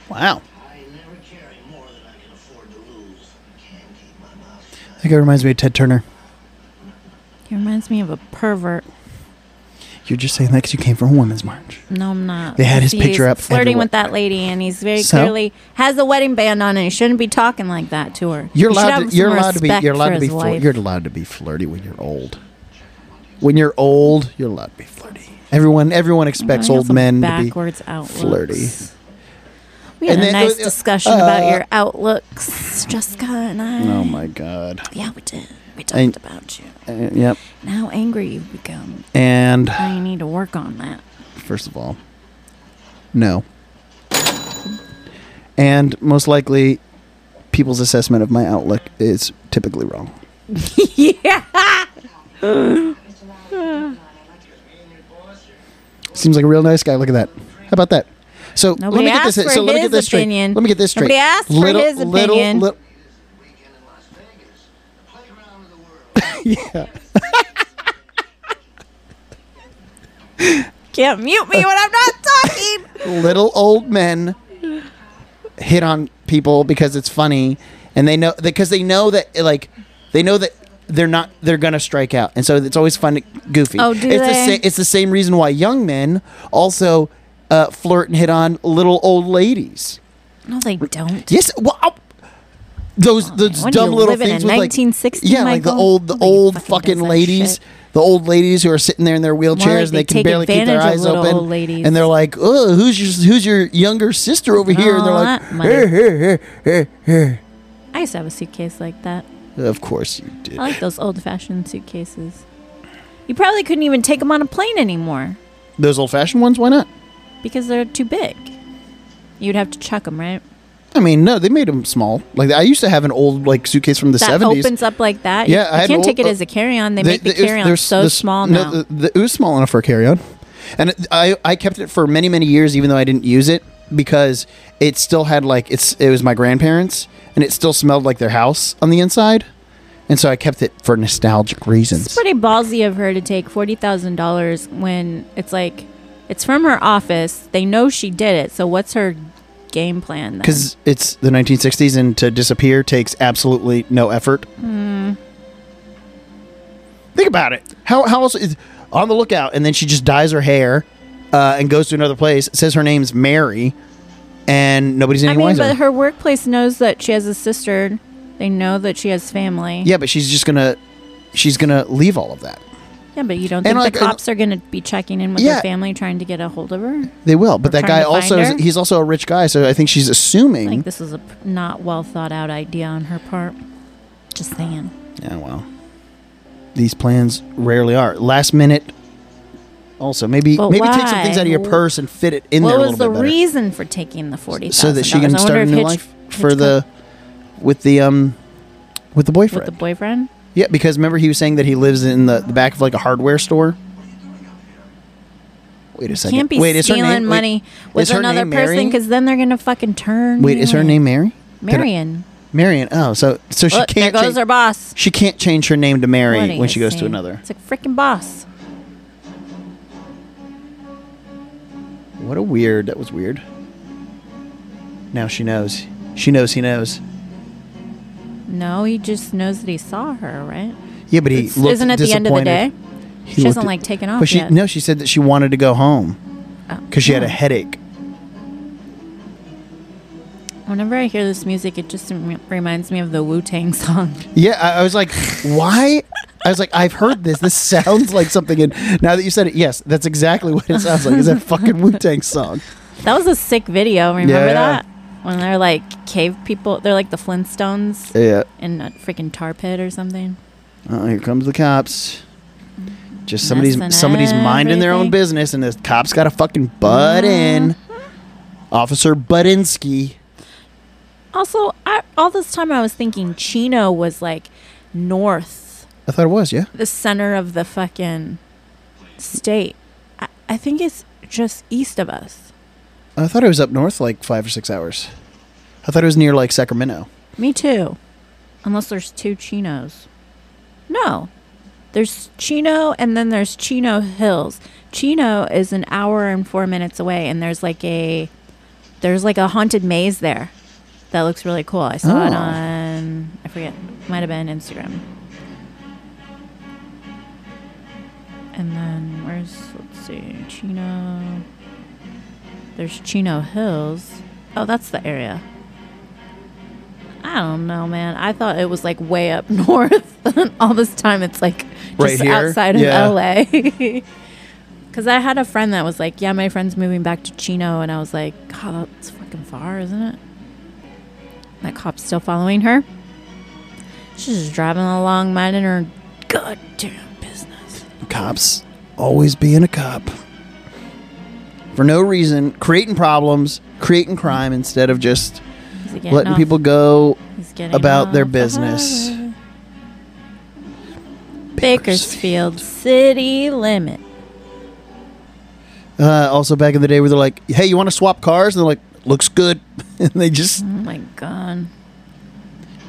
Speaker 2: Wow. That guy reminds me of Ted Turner.
Speaker 1: He reminds me of a pervert.
Speaker 2: You're just saying that because you came from a women's march.
Speaker 1: No, I'm not.
Speaker 2: They had his
Speaker 1: He's
Speaker 2: picture up
Speaker 1: flirting with
Speaker 2: everywhere.
Speaker 1: that lady, and he's very
Speaker 2: So?
Speaker 1: clearly has a wedding band on, and he shouldn't be talking like that to her.
Speaker 2: You're
Speaker 1: He should
Speaker 2: allowed.
Speaker 1: have
Speaker 2: To, you're
Speaker 1: some
Speaker 2: allowed to be.
Speaker 1: respect
Speaker 2: You're allowed
Speaker 1: for
Speaker 2: to be.
Speaker 1: his
Speaker 2: Flir-
Speaker 1: wife.
Speaker 2: you're allowed to be flirty when you're old. When you're old, you're allowed to be flirty. Everyone, everyone expects
Speaker 1: Well, I got
Speaker 2: old
Speaker 1: some
Speaker 2: men to be.
Speaker 1: backwards outlooks.
Speaker 2: flirty.
Speaker 1: We had
Speaker 2: And
Speaker 1: a
Speaker 2: then-
Speaker 1: nice
Speaker 2: uh,
Speaker 1: discussion about
Speaker 2: uh,
Speaker 1: your outlooks, Jessica and I.
Speaker 2: Oh my god.
Speaker 1: Yeah, we did. We talked
Speaker 2: And-
Speaker 1: about you.
Speaker 2: Uh, yep.
Speaker 1: And how angry you've become.
Speaker 2: And
Speaker 1: Now you need to work on that.
Speaker 2: first of all, no. And most likely, people's assessment of my outlook is typically wrong.
Speaker 1: yeah.
Speaker 2: Seems like a real nice guy. Look at that. How about that? So
Speaker 1: Nobody
Speaker 2: let me get
Speaker 1: asked
Speaker 2: this.
Speaker 1: for
Speaker 2: so let me
Speaker 1: his
Speaker 2: get this straight.
Speaker 1: opinion.
Speaker 2: Let me get this straight.
Speaker 1: Nobody asked for
Speaker 2: little,
Speaker 1: his
Speaker 2: little,
Speaker 1: opinion.
Speaker 2: Little,
Speaker 3: weekend in Las Vegas, the playground of the world.
Speaker 1: Can't mute me when I'm not talking.
Speaker 2: little old men hit on people because it's funny and they know because they know that like they know that they're not they're gonna strike out and so it's always fun to goofy
Speaker 1: Oh, do
Speaker 2: it's
Speaker 1: they?
Speaker 2: the sa- it's the same reason why young men also uh, flirt and hit on little old ladies
Speaker 1: No, they don't.
Speaker 2: yes well ow. those those
Speaker 1: Oh, man, when
Speaker 2: dumb
Speaker 1: you
Speaker 2: little
Speaker 1: live in
Speaker 2: things
Speaker 1: a
Speaker 2: with
Speaker 1: 1960,
Speaker 2: like yeah like the
Speaker 1: Michael?
Speaker 2: old the
Speaker 1: Nobody
Speaker 2: old
Speaker 1: fucking
Speaker 2: fucking
Speaker 1: does that
Speaker 2: ladies
Speaker 1: shit.
Speaker 2: the old ladies who are sitting there in their wheelchairs
Speaker 1: like
Speaker 2: and
Speaker 1: they
Speaker 2: they can
Speaker 1: take
Speaker 2: barely keep their
Speaker 1: advantage of
Speaker 2: eyes
Speaker 1: little
Speaker 2: open
Speaker 1: old ladies.
Speaker 2: and they're like oh who's your who's your younger sister over here and they're
Speaker 1: No,
Speaker 2: like
Speaker 1: that money.
Speaker 2: "Eh, eh, eh, eh, eh."
Speaker 1: I used to have a suitcase like that.
Speaker 2: of course you did
Speaker 1: I like those old-fashioned suitcases. You probably couldn't even take them on a plane anymore
Speaker 2: those old fashioned ones why not
Speaker 1: because they're too big. You'd have to chuck them, right?
Speaker 2: I mean no they made them small like I used to have an old like suitcase from the
Speaker 1: that
Speaker 2: 70s
Speaker 1: opens up like that. You-
Speaker 2: Yeah, I
Speaker 1: you
Speaker 2: had
Speaker 1: can't
Speaker 2: old-
Speaker 1: take it as a carry-on. They, make the,
Speaker 2: it was-
Speaker 1: carry-on
Speaker 2: there's-
Speaker 1: so
Speaker 2: there's-
Speaker 1: small
Speaker 2: no,
Speaker 1: now.
Speaker 2: the- the- it was small enough for a carry-on, and it, I I kept it for many many years, even though I didn't use it because it still had like it's it was my grandparents, and it still smelled like their house on the inside, and so I kept it for nostalgic
Speaker 1: It's
Speaker 2: reasons.
Speaker 1: pretty ballsy of her to take forty thousand dollars when it's like it's from her office. They know she did it. So what's her game plan? then?
Speaker 2: Because it's the 1960s, and to disappear takes absolutely no effort. Hmm. Think about it. How how else is on the lookout, and then she just dyes her hair uh, and goes to another place. Says her name's Mary, and nobody's any
Speaker 1: I mean,
Speaker 2: wiser.
Speaker 1: but her workplace knows that she has a sister. They know that she has family.
Speaker 2: yeah, but she's just gonna she's gonna leave all of that.
Speaker 1: Yeah, but you don't
Speaker 2: And
Speaker 1: think
Speaker 2: like,
Speaker 1: the
Speaker 2: uh,
Speaker 1: cops are going to be checking in with
Speaker 2: Yeah. Mm-hmm.
Speaker 1: her family trying to get a hold of her?
Speaker 2: They will, but
Speaker 1: We're
Speaker 2: that
Speaker 1: trying
Speaker 2: guy
Speaker 1: to find
Speaker 2: also is-
Speaker 1: her?
Speaker 2: he's also a rich guy, so I think she's assuming.
Speaker 1: Like this is a p- not well thought out idea on her part. Just saying.
Speaker 2: yeah, well, these plans rarely are last minute. Also, maybe
Speaker 1: But
Speaker 2: maybe take some
Speaker 1: why?
Speaker 2: things out of your purse and fit it in
Speaker 1: what
Speaker 2: there a
Speaker 1: was
Speaker 2: little
Speaker 1: the
Speaker 2: bit better,
Speaker 1: reason for taking the forty thousand?
Speaker 2: so that she can start a new life for the with the um with the
Speaker 1: with
Speaker 2: boyfriend.
Speaker 1: the boyfriend.
Speaker 2: yeah, because remember he was saying that he lives in the, the back of like a hardware store. Wait a 2nd
Speaker 1: Can't be
Speaker 2: Wait, is her
Speaker 1: stealing
Speaker 2: name, wait,
Speaker 1: money
Speaker 2: is
Speaker 1: with
Speaker 2: her
Speaker 1: another
Speaker 2: name
Speaker 1: person
Speaker 2: Mary?
Speaker 1: because then they're gonna fucking turn.
Speaker 2: Wait,
Speaker 1: you
Speaker 2: is her
Speaker 1: in.
Speaker 2: name Mary? Did I-
Speaker 1: Marion?
Speaker 2: Marion. Oh, so so she
Speaker 1: Look, there
Speaker 2: can't.
Speaker 1: goes
Speaker 2: cha-
Speaker 1: her boss.
Speaker 2: she can't change her name to
Speaker 1: What
Speaker 2: Mary
Speaker 1: do
Speaker 2: when
Speaker 1: you
Speaker 2: she goes
Speaker 1: say?
Speaker 2: to another.
Speaker 1: It's a freaking boss.
Speaker 2: What a weird. That was weird. Now she knows. She knows he knows.
Speaker 1: No, he just knows that he saw her, right?
Speaker 2: Yeah, but he
Speaker 1: It's-
Speaker 2: looked
Speaker 1: isn't it the end of the day?
Speaker 2: disappointed. He
Speaker 1: She
Speaker 2: looked
Speaker 1: hasn't
Speaker 2: at-
Speaker 1: like taken off
Speaker 2: But she
Speaker 1: yet.
Speaker 2: no. She said that she wanted to go home
Speaker 1: Oh,
Speaker 2: because she had
Speaker 1: no.
Speaker 2: a headache.
Speaker 1: Whenever I hear this music, it just rem- reminds me of the Wu Tang song.
Speaker 2: Yeah, I, I was like, why? I was like, I've heard this. This sounds like something. And now that you said it, yes, that's exactly what it sounds like. Is that fucking Wu Tang song?
Speaker 1: That was a sick video. Remember
Speaker 2: Yeah.
Speaker 1: that? When they're like cave people, they're like the Flintstones
Speaker 2: Yeah.
Speaker 1: in a freaking tar pit or something.
Speaker 2: Oh, here comes the cops. Just somebody's
Speaker 1: Messing
Speaker 2: somebody's minding their own
Speaker 1: everything. Uh-huh.
Speaker 2: business, and the cops got to fucking butt in. Officer Budinsky.
Speaker 1: Also, I, all this time I was thinking Chino was like north,
Speaker 2: I thought it was yeah.
Speaker 1: the center of the fucking state. I, I think it's just east of us.
Speaker 2: I thought it was up north, like five or six hours. I thought it was near like Sacramento.
Speaker 1: Me too. Unless there's two Chinos. No. There's Chino and then there's Chino Hills. Chino is an hour and 4 minutes away and there's like a there's like a haunted maze there. That looks really cool. I saw it
Speaker 2: Oh.
Speaker 1: on I forget. Might have been Instagram. And then where's let's see Chino There's Chino Hills. Oh, that's the area. I don't know, man. I thought it was like way up north. All this time, it's like just
Speaker 2: Right here?
Speaker 1: outside of
Speaker 2: Yeah.
Speaker 1: LA. Because I had a friend that was like, "Yeah, my friend's moving back to Chino," and I was like, "God, that's fucking far, isn't it?" That cop's still following her. She's just driving along, minding her goddamn business.
Speaker 2: Cops always being a cop for no reason, creating problems, creating crime instead of just
Speaker 1: He's getting
Speaker 2: letting
Speaker 1: off-
Speaker 2: people go
Speaker 1: he's getting
Speaker 2: about their
Speaker 1: off the
Speaker 2: business.
Speaker 1: highway. Oh Bakersfield city limit.
Speaker 2: Uh, also, back in the day, where they're like, "Hey, you want to swap cars?" And they're like, "Looks good," and they just
Speaker 1: Oh my god.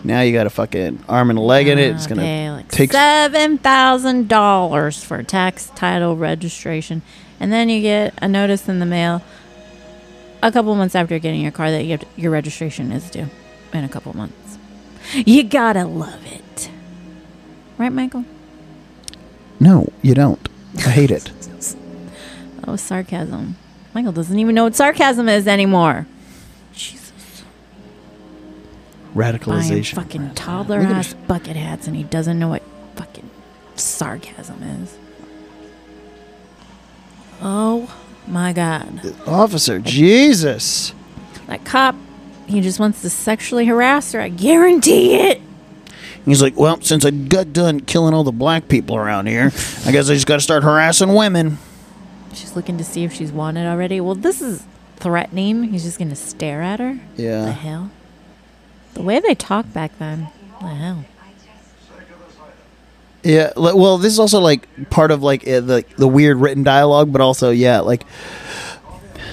Speaker 2: now you got to fucking arm and a leg in it. It's gonna
Speaker 1: pay like
Speaker 2: take
Speaker 1: seven thousand dollars for tax title registration, and then you get a notice in the mail a couple months after getting your car that you have to- your registration is due in a couple months. You gotta love it, right, Michael?
Speaker 2: no, you don't. I hate it.
Speaker 1: That was Oh, sarcasm. Michael doesn't even know what sarcasm is anymore. Jesus, buying
Speaker 2: Radicalization.
Speaker 1: fucking toddler
Speaker 2: Look at
Speaker 1: ass
Speaker 2: her.
Speaker 1: bucket hats, and he doesn't know what fucking sarcasm is. Oh my god.
Speaker 2: Officer, Jesus.
Speaker 1: That cop, he just wants to sexually harass her. I guarantee it.
Speaker 2: He's like, well, since I got done killing all the black people around here, I guess I just got to start harassing women.
Speaker 1: She's looking to see if she's wanted already. Well, this is threatening. He's just going to stare at her. The
Speaker 2: Yeah.
Speaker 1: hell? The way they talked back then. The hell?
Speaker 2: Yeah. li- Well, this is also like part of like uh, the the weird written dialogue, but also yeah, like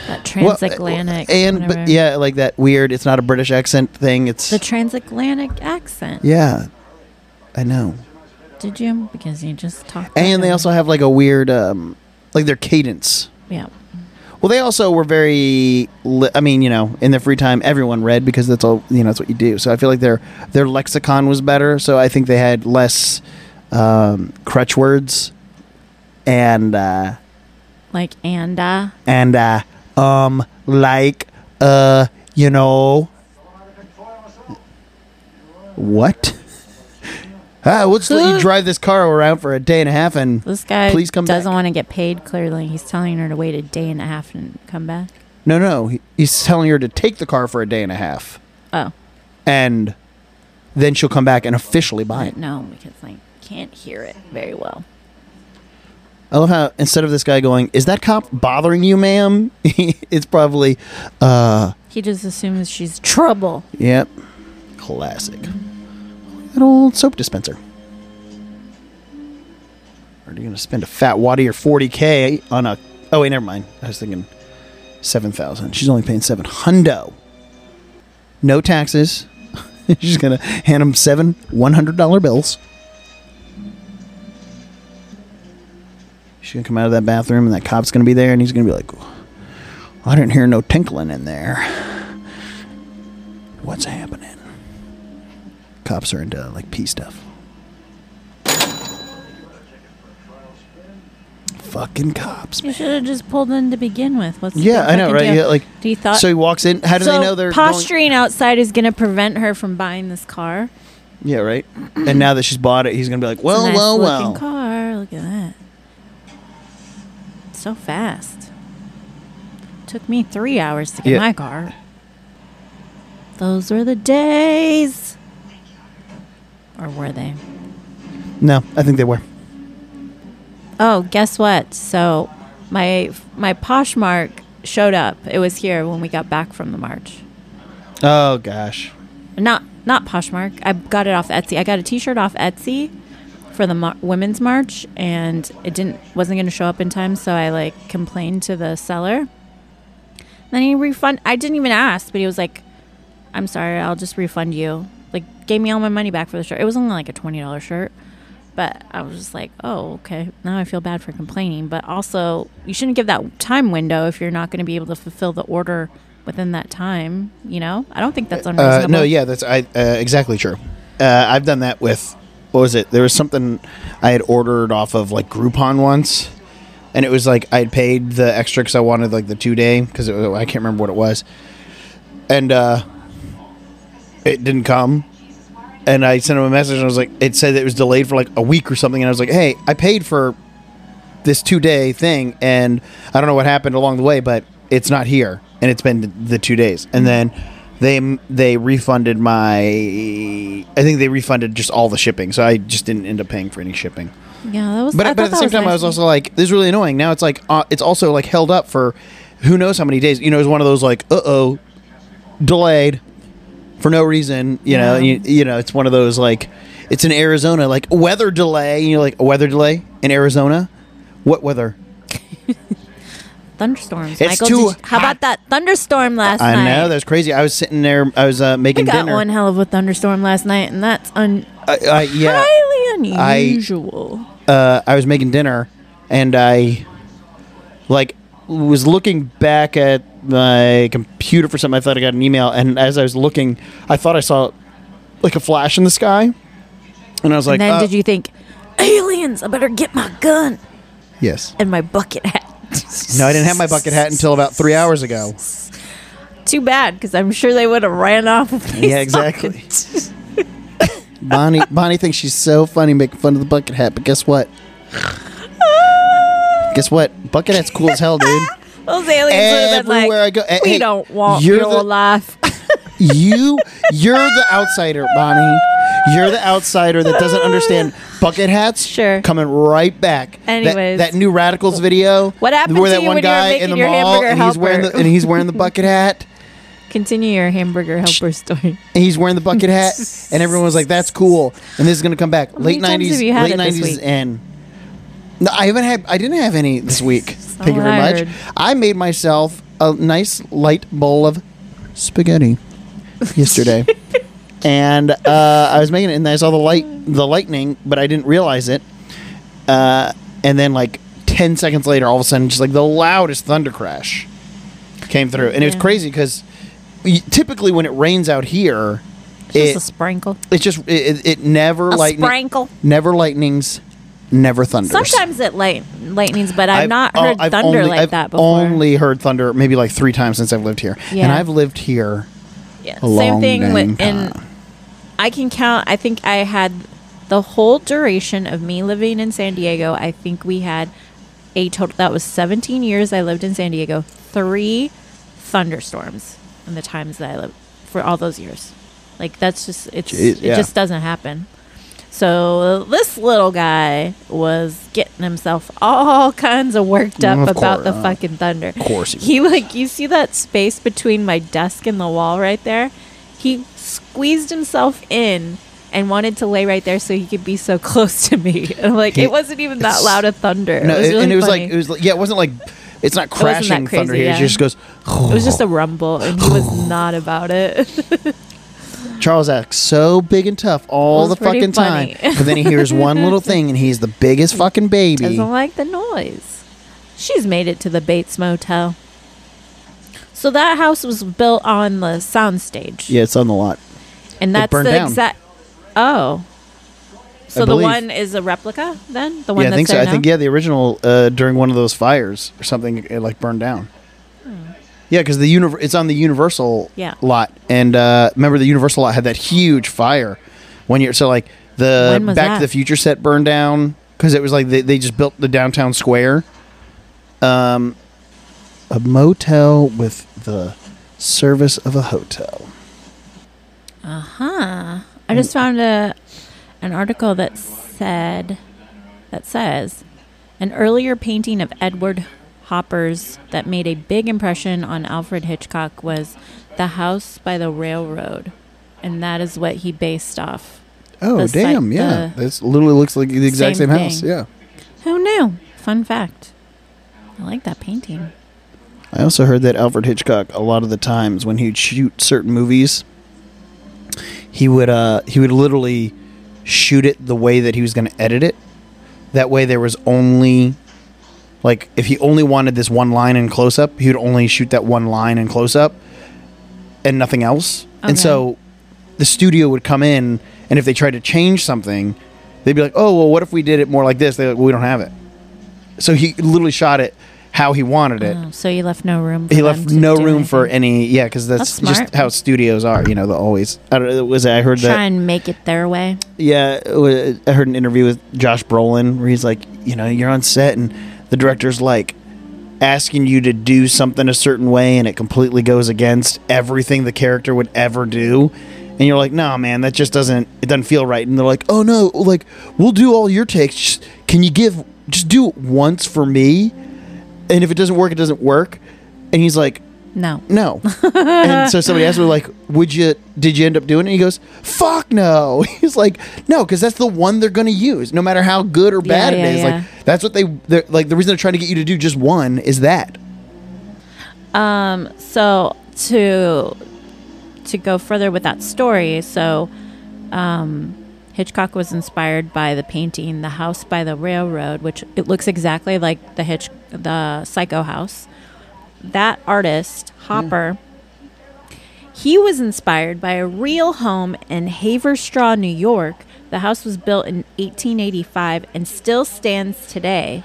Speaker 1: That
Speaker 2: well,
Speaker 1: transatlantic.
Speaker 2: and but
Speaker 1: whatever.
Speaker 2: yeah, like that weird. It's not a British accent thing. It's
Speaker 1: The transatlantic accent.
Speaker 2: yeah. I know.
Speaker 1: Did you? Because you just talked. back
Speaker 2: And they
Speaker 1: over-
Speaker 2: also have like a weird um like their cadence.
Speaker 1: Yeah.
Speaker 2: Well, they also were very. Li- I mean, you know, in their free time, everyone read because that's all you know. That's what you do. So I feel like their their lexicon was better. So I think they had less um, crutch words and uh,
Speaker 1: Like, and, uh,
Speaker 2: and uh, um like uh you know what. Ah, what's the, you drive this car around for a day and a half and
Speaker 1: this guy
Speaker 2: Please come
Speaker 1: doesn't
Speaker 2: back.
Speaker 1: want to get paid, clearly. He's telling her to wait a day and a half and come back.
Speaker 2: no no he, he's telling her to take the car for a day and a half
Speaker 1: Oh.
Speaker 2: and then she'll come back and officially buy it.
Speaker 1: But no, because I can't hear it very well.
Speaker 2: I love how instead of this guy going, "Is that cop bothering you, ma'am?" it's probably, uh,
Speaker 1: He just assumes she's trouble.
Speaker 2: yep, classic. That old soap dispenser. Are you gonna spend a fat wad of your forty k on a? Oh wait, never mind. I was thinking seven thousand. She's only paying seven hundo. No taxes. She's gonna hand him seven one hundred dollar bills. She's gonna come out of that bathroom, and that cop's gonna be there, and he's gonna be like, "I didn't hear no tinkling in there. What's happening?" Cops are into like pee stuff. Fucking cops.
Speaker 1: You should have just pulled in to begin with. What's the
Speaker 2: Yeah,
Speaker 1: big
Speaker 2: I know,
Speaker 1: fucking
Speaker 2: right?
Speaker 1: deal?
Speaker 2: Yeah, like
Speaker 1: do you thought
Speaker 2: so. He walks in. How do
Speaker 1: Uh, so
Speaker 2: they know they're going-
Speaker 1: posturing outside is going to prevent her from buying this car?
Speaker 2: Yeah, right. And now that she's bought it, he's gonna be like,
Speaker 1: It's a
Speaker 2: "Well,
Speaker 1: nice
Speaker 2: well,
Speaker 1: looking
Speaker 2: well."
Speaker 1: car. Look at that. So fast. Took me three hours to get
Speaker 2: Yeah.
Speaker 1: my car. Those were the days. Or were they?
Speaker 2: No, I think they were.
Speaker 1: Oh, guess what? So my my Poshmark showed up. It was here when we got back from the march.
Speaker 2: Oh gosh.
Speaker 1: Not not Poshmark. I got it off Etsy. I got a T-shirt off Etsy for the mar- women's march, and it didn't wasn't going to show up in time. So I like complained to the seller. Then he refund. I didn't even ask, but he was like, "I'm sorry, I'll just refund you." Like gave me all my money back for the shirt. It was only like a twenty dollar shirt, but I was just like, "Oh, okay." Now I feel bad for complaining, but also you shouldn't give that time window if you're not going to be able to fulfill the order within that time. You know, I don't think that's
Speaker 2: Uh,
Speaker 1: unreasonable.
Speaker 2: no, yeah, that's I uh, exactly true. Uh, I've done that with what was it? There was something I had ordered off of like Groupon once, and it was like I had paid the extra because I wanted like the two day because I can't remember what it was, and uh, it didn't come. And I sent him a message and I was like, it said it was delayed for like a week or something, and I was like, hey, I paid for this two day thing and I don't know what happened along the way, but it's not here and it's been the two days. And then they they refunded my I think they refunded just all the shipping, so I just didn't end up paying for any shipping.
Speaker 1: Yeah, that was. I
Speaker 2: But, but
Speaker 1: thought
Speaker 2: at the
Speaker 1: that
Speaker 2: same time, I was
Speaker 1: nice.
Speaker 2: also like, this is really annoying. Now it's like uh, it's also like held up for who knows how many days. You know, it's one of those like uh oh, delayed for no reason. You know,
Speaker 1: Yeah.
Speaker 2: you, you know, it's one of those like it's in Arizona, like weather delay. And you're like a weather delay in Arizona. What weather?
Speaker 1: thunderstorms.
Speaker 2: It's
Speaker 1: Michael,
Speaker 2: too
Speaker 1: Did you- how
Speaker 2: hot.
Speaker 1: about that thunderstorm last
Speaker 2: I
Speaker 1: night?
Speaker 2: know that's crazy. I was sitting there. I was uh,
Speaker 1: We
Speaker 2: making
Speaker 1: got
Speaker 2: dinner.
Speaker 1: one hell of a thunderstorm last night, and that's un-
Speaker 2: Uh, uh, yeah,
Speaker 1: highly
Speaker 2: I-
Speaker 1: unusual.
Speaker 2: uh, I was making dinner, and I like was looking back at my computer for something. I thought I got an email, and as I was looking, I thought I saw like a flash in the sky, and I was like,
Speaker 1: and then
Speaker 2: uh,
Speaker 1: did you think, aliens? I better get my gun
Speaker 2: Yes.
Speaker 1: and my bucket hat.
Speaker 2: No, I didn't have my bucket hat until about three hours ago.
Speaker 1: Too bad, because I'm sure they would have ran off. If they
Speaker 2: Yeah,
Speaker 1: saw
Speaker 2: exactly.
Speaker 1: it.
Speaker 2: Bonnie Bonnie thinks she's so funny making fun of the bucket hat, but guess what? guess what? Bucket hat's cool as hell, dude.
Speaker 1: Those aliens would have been like,
Speaker 2: Everywhere I go- eh,
Speaker 1: we
Speaker 2: hey,
Speaker 1: don't want
Speaker 2: you're
Speaker 1: real
Speaker 2: the-
Speaker 1: life.
Speaker 2: You you're the outsider, Bonnie. You're the outsider that doesn't understand bucket hats.
Speaker 1: Sure.
Speaker 2: Coming right back. That-
Speaker 1: Anyways.
Speaker 2: That, new radicals video.
Speaker 1: What happened
Speaker 2: where
Speaker 1: to
Speaker 2: that
Speaker 1: you
Speaker 2: one
Speaker 1: when you were
Speaker 2: guy
Speaker 1: making
Speaker 2: in the
Speaker 1: your
Speaker 2: mall
Speaker 1: hamburger
Speaker 2: and he's wearing the
Speaker 1: helper?
Speaker 2: and he's wearing the bucket hat.
Speaker 1: Continue your hamburger helper story.
Speaker 2: and he's wearing the bucket hat, and everyone was like, "That's cool." And this is gonna come back.
Speaker 1: many
Speaker 2: late
Speaker 1: times
Speaker 2: nineties,
Speaker 1: have you had
Speaker 2: late
Speaker 1: it this
Speaker 2: nineties,
Speaker 1: week?
Speaker 2: and no, I haven't had. I didn't have any this week. Thank you
Speaker 1: all
Speaker 2: very
Speaker 1: I
Speaker 2: much.
Speaker 1: heard.
Speaker 2: I made myself a nice light bowl of spaghetti yesterday, and uh, I was making it, and I saw the light, the lightning, but I didn't realize it. Uh, and then, like ten seconds later, all of a sudden, just like the loudest thunder crash came through, and it was
Speaker 1: Yeah.
Speaker 2: crazy because typically when it rains out here,
Speaker 1: Just
Speaker 2: it,
Speaker 1: a sprinkle.
Speaker 2: it's just it, it, it never
Speaker 1: A
Speaker 2: lightning,
Speaker 1: sprinkle.
Speaker 2: never lightnings, never thunders.
Speaker 1: Sometimes it light lightnings, but I've, not
Speaker 2: oh,
Speaker 1: heard
Speaker 2: I've
Speaker 1: thunder
Speaker 2: only-
Speaker 1: like
Speaker 2: I've
Speaker 1: that before.
Speaker 2: Only heard thunder maybe like three times since I've lived here, and
Speaker 1: Yeah.
Speaker 2: I've lived here.
Speaker 1: Yeah,
Speaker 2: a
Speaker 1: same
Speaker 2: long
Speaker 1: thing with
Speaker 2: dang
Speaker 1: in
Speaker 2: time.
Speaker 1: I can count I think I had the whole duration of me living in San Diego, I think we had a total that was 17 years I lived in San Diego, 3 thunderstorms in the times that I lived for all those years. Like that's just it's
Speaker 2: Jeez,
Speaker 1: it
Speaker 2: yeah.
Speaker 1: just doesn't happen. So this little guy was getting himself all kinds of worked up
Speaker 2: Of
Speaker 1: about the
Speaker 2: course.
Speaker 1: fucking thunder. Of
Speaker 2: course he was.
Speaker 1: he like you see that space between my desk and the wall right there. He squeezed himself in and wanted to lay right there so he could be so close to me. And I'm like
Speaker 2: He-
Speaker 1: it wasn't even that
Speaker 2: it's-
Speaker 1: loud a thunder.
Speaker 2: No,
Speaker 1: it was
Speaker 2: it-
Speaker 1: really
Speaker 2: and it was
Speaker 1: funny.
Speaker 2: like it was like, yeah, it wasn't like it's
Speaker 1: wasn't that
Speaker 2: not crashing thunder
Speaker 1: crazy,
Speaker 2: here. It
Speaker 1: yeah.
Speaker 2: just goes.
Speaker 1: it was just a rumble, and he was not about it.
Speaker 2: Charles acts so big and tough all
Speaker 1: It
Speaker 2: the
Speaker 1: was pretty
Speaker 2: fucking time,
Speaker 1: funny.
Speaker 2: but then he hears one little thing, and he's the biggest fucking baby.
Speaker 1: Doesn't like the noise. She's made it to the Bates Motel. So that house was built on the soundstage.
Speaker 2: Yeah, it's on the lot.
Speaker 1: And that's
Speaker 2: burned
Speaker 1: the
Speaker 2: down.
Speaker 1: exact. Oh. So the
Speaker 2: believe.
Speaker 1: one is a replica then? The one
Speaker 2: Yeah, I
Speaker 1: that's
Speaker 2: think so.
Speaker 1: there
Speaker 2: I
Speaker 1: now?
Speaker 2: think yeah, the original uh, during one of those fires or something, it like burned down. Yeah, because the univer- it's on the Universal
Speaker 1: Hmm. Yeah.
Speaker 2: lot, and uh, remember the Universal lot had that huge fire one year. So like the
Speaker 1: When was
Speaker 2: Back to
Speaker 1: that?
Speaker 2: the Future set burned down because it was like they, they just built the downtown square, um, a motel with the service of a hotel.
Speaker 1: Huh. Uh-huh. I just found a an article that said that says an earlier painting of Edward Hopper's that made a big impression on Alfred Hitchcock was The House by the Railroad. And that is what he based off.
Speaker 2: Oh
Speaker 1: The site-
Speaker 2: damn! yeah,
Speaker 1: the
Speaker 2: this literally looks like the exact same,
Speaker 1: same
Speaker 2: house.
Speaker 1: thing.
Speaker 2: Yeah.
Speaker 1: Who knew? Fun fact. I like that painting.
Speaker 2: I also heard that Alfred Hitchcock, a lot of the times when he'd shoot certain movies, he would uh, he would literally shoot it the way that he was going to edit it. That way, there was only like if he only wanted this one line in close up, he would only shoot that one line in close up and nothing else. And
Speaker 1: Okay.
Speaker 2: so the studio would come in, and if they tried to change something, they'd be like, "Oh, well, what if we did it more like this?" They're like, well, "We don't have it." So he literally shot it how he wanted it
Speaker 1: Oh, so you left no room for
Speaker 2: he
Speaker 1: them
Speaker 2: left
Speaker 1: to
Speaker 2: no
Speaker 1: do
Speaker 2: room for
Speaker 1: anything.
Speaker 2: any yeah because that's,
Speaker 1: That's smart.
Speaker 2: just how studios are you know the always i don't know was it- i heard
Speaker 1: Try
Speaker 2: that
Speaker 1: and make it their way.
Speaker 2: yeah it wa- i heard an interview with josh brolin where he's like you know you're on set and the director's like asking you to do something a certain way and it completely goes against everything the character would ever do and you're like no man that just doesn't it doesn't feel right and they're like oh no like we'll do all your takes just, can you give just do it once for me and if it doesn't work it doesn't work and he's like
Speaker 1: No.
Speaker 2: no. and so somebody asked me, like, would you, did you end up doing it? And he goes, fuck no. He's like, no, because that's the one they're going to use, no matter how good or
Speaker 1: Yeah,
Speaker 2: bad
Speaker 1: yeah,
Speaker 2: it is.
Speaker 1: yeah.
Speaker 2: Like, that's what they, they're, like, the reason they're trying to get you to do just one is that.
Speaker 1: Um, so to to go further with that story, so um, Hitchcock was inspired by the painting "The House by the Railroad," which it looks exactly like the Hitch the Psycho House. That artist Hopper. He was inspired by a real home in Haverstraw, New York. The house was built in 1885 and still stands today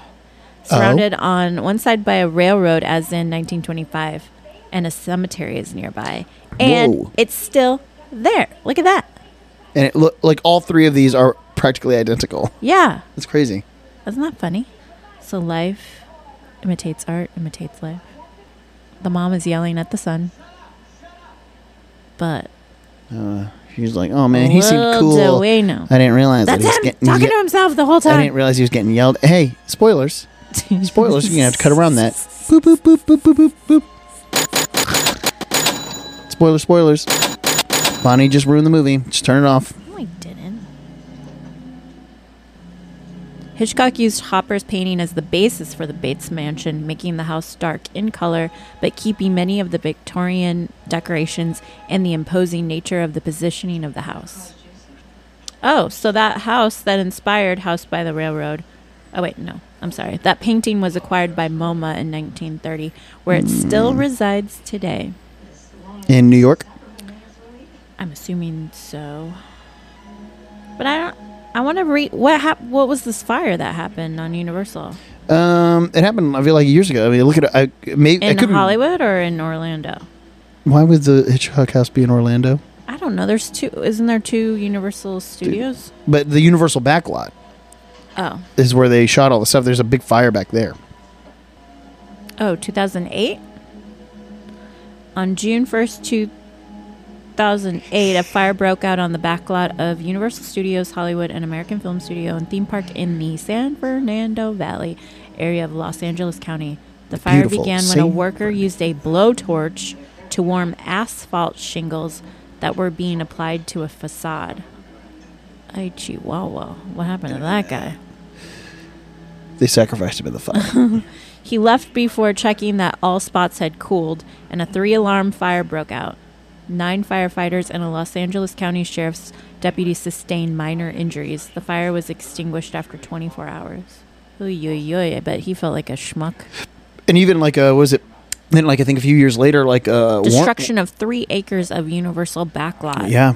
Speaker 1: surrounded on one side by a railroad, as in 1925, and a cemetery is nearby. And
Speaker 2: Whoa.
Speaker 1: it's still there. Look at that.
Speaker 2: And it look like all three of these are practically identical.
Speaker 1: Yeah.
Speaker 2: That's crazy.
Speaker 1: Isn't that funny? So life imitates art, imitates life. The mom is yelling at the son. But
Speaker 2: Uh, she's like, oh man, he seemed
Speaker 1: little
Speaker 2: cool.
Speaker 1: do we know.
Speaker 2: I didn't realize
Speaker 1: That's
Speaker 2: that he was
Speaker 1: him
Speaker 2: getting.
Speaker 1: talking
Speaker 2: ye-
Speaker 1: to himself the whole
Speaker 2: I
Speaker 1: time.
Speaker 2: didn't realize he was getting yelled. Hey, spoilers! Spoilers! You're gonna have to cut around that. Boop boop boop boop boop boop boop. Spoiler! Spoilers! Bonnie just ruined the movie. Just turn it off.
Speaker 1: No, I didn't. Hitchcock used Hopper's painting as the basis for the Bates Mansion, making the house dark in color, but keeping many of the Victorian decorations and the imposing nature of the positioning of the house. Oh, so that house that inspired House by the Railroad. Oh, wait, no. I'm sorry. That painting was acquired by MoMA in 1930, where it still resides today.
Speaker 2: In New York,
Speaker 1: I'm assuming so. But I don't. I want to read what hap- What was this fire that happened on Universal
Speaker 2: um, it happened. I feel like years ago. I mean, look at it. I maybe
Speaker 1: in
Speaker 2: could
Speaker 1: Hollywood or in Orlando?
Speaker 2: Why would the Hitchcock House be in Orlando?
Speaker 1: I don't know. There's two. Isn't there two Universal Studios?
Speaker 2: But the Universal backlot
Speaker 1: Oh,
Speaker 2: is where they shot all the stuff. There's a big fire back there.
Speaker 1: oh, 2008. On June 1st, 2008, a fire broke out on the backlot of Universal Studios Hollywood and American Film Studio and theme park in the San Fernando Valley area of Los Angeles County. The fire
Speaker 2: beautiful
Speaker 1: began when a
Speaker 2: San
Speaker 1: worker used a blowtorch to warm asphalt shingles that were being applied to a facade. Ay, chihuahua. What happened to that guy?
Speaker 2: They sacrificed him in the fire.
Speaker 1: He left before checking that all spots had cooled, and a three alarm fire broke out. Nine firefighters and a Los Angeles County Sheriff's deputy sustained minor injuries. The fire was extinguished after 24 hours. Oy, oy, oy. I bet he felt like a schmuck.
Speaker 2: and even like uh, what was it? Then like I think a few years later, like uh, Warren-
Speaker 1: Destruction of three acres of Universal backlot.
Speaker 2: Yeah,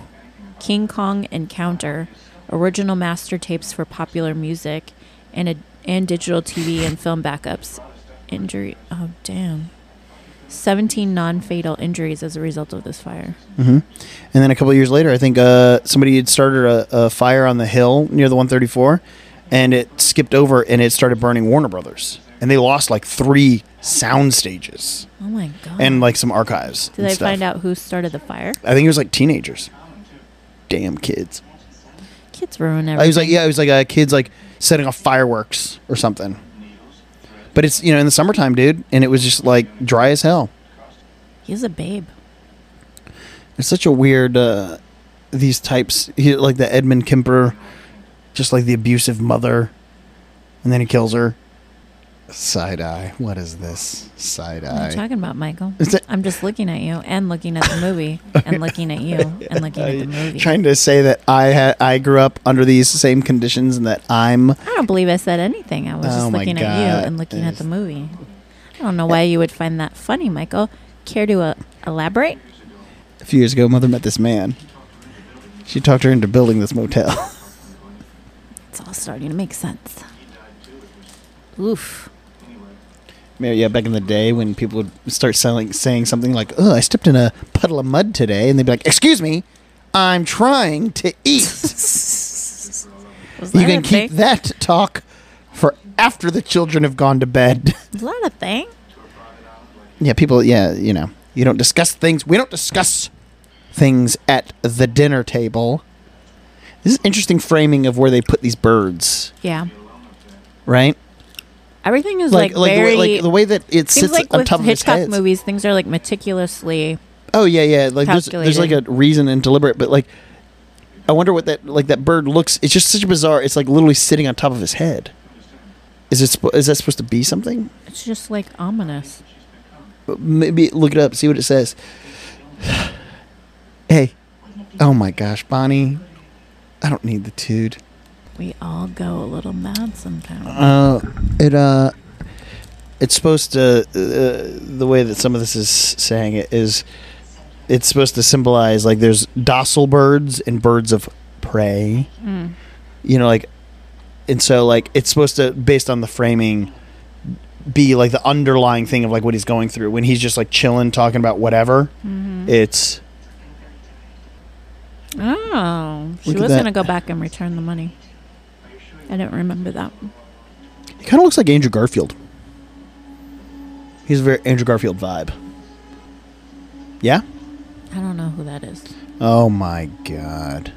Speaker 1: King Kong Encounter, original master tapes for popular music, and a, and digital TV and film backups. Injury. Oh damn. 17 non-fatal injuries as a result of this fire.
Speaker 2: Mm-hmm. and then a couple of years later, I think uh, somebody had started a, a fire on the hill near the 134, and it skipped over and it started burning Warner Brothers, and they lost like three sound stages
Speaker 1: Oh my god.
Speaker 2: and like some archives.
Speaker 1: did
Speaker 2: and
Speaker 1: they
Speaker 2: stuff.
Speaker 1: find out who started the fire?
Speaker 2: I think it was like teenagers. Damn kids.
Speaker 1: Kids ruin
Speaker 2: I
Speaker 1: everything.
Speaker 2: was like, yeah, it was like uh, kids like setting off fireworks or something. But it's you know in the summertime, dude, and it was just like dry as hell.
Speaker 1: He's a babe.
Speaker 2: It's such a weird uh, these types he, like the Edmund Kemper, just like the abusive mother, and then he kills her. Side eye. What is this side
Speaker 1: What are you
Speaker 2: eye?
Speaker 1: talking about, Michael?
Speaker 2: Is it-
Speaker 1: I'm just looking at you and looking at the movie and looking at you and looking at the movie.
Speaker 2: Trying to say that I had I grew up under these same conditions and that I'm
Speaker 1: I don't believe I said anything. I was
Speaker 2: Oh
Speaker 1: just
Speaker 2: my
Speaker 1: looking at
Speaker 2: God.
Speaker 1: you and looking at
Speaker 2: Yes.
Speaker 1: the movie. I don't know why you would find that funny, Michael. Care to uh, elaborate?
Speaker 2: a few years ago. Mother met this man. She talked her into building this motel.
Speaker 1: It's all starting to make sense. Oof.
Speaker 2: Yeah, yeah, back in the day when people would start selling, saying something like, "Oh, I stepped in a puddle of mud today," and they'd be like, "Excuse me, I'm trying to eat."
Speaker 1: Was
Speaker 2: you
Speaker 1: that
Speaker 2: can
Speaker 1: a
Speaker 2: keep
Speaker 1: thing?
Speaker 2: that talk for after the children have gone to bed.
Speaker 1: Was that a thing?
Speaker 2: yeah, people. Yeah, you know, you don't discuss things. We don't discuss things at the dinner table. This is interesting framing of where they put these birds,
Speaker 1: Yeah.
Speaker 2: right?
Speaker 1: Everything is like,
Speaker 2: Like, like,
Speaker 1: very.
Speaker 2: the, way, like the way that it
Speaker 1: seems
Speaker 2: sits
Speaker 1: like
Speaker 2: on
Speaker 1: with
Speaker 2: top of his
Speaker 1: Hitchcock
Speaker 2: head.
Speaker 1: movies, things are like meticulously.
Speaker 2: Oh yeah, yeah. Like there's, there's like a
Speaker 1: Calculated.
Speaker 2: reason and deliberate, but like I wonder what that like that bird looks. It's just such a bizarre. It's like literally sitting on top of his head. Is it? sp- Is that supposed to be something?
Speaker 1: It's just like ominous.
Speaker 2: Maybe look it up, see what it says. hey, oh my gosh, Bonnie, I don't need the toot.
Speaker 1: We all go a little mad sometimes.
Speaker 2: Uh, it uh, it's supposed to uh, the way that some of this is saying it is, it's supposed to symbolize like there's docile birds and birds of prey.
Speaker 1: Mm.
Speaker 2: You know, like, and so like it's supposed to based on the framing, be like the underlying thing of like what he's going through when he's just like chilling talking about whatever. It's
Speaker 1: Oh, she
Speaker 2: Look at
Speaker 1: was
Speaker 2: that.
Speaker 1: going to go back and return the money. I don't remember that.
Speaker 2: He kind of looks like Andrew Garfield. He's a very Andrew Garfield vibe. Yeah?
Speaker 1: I don't know who that is.
Speaker 2: Oh my god.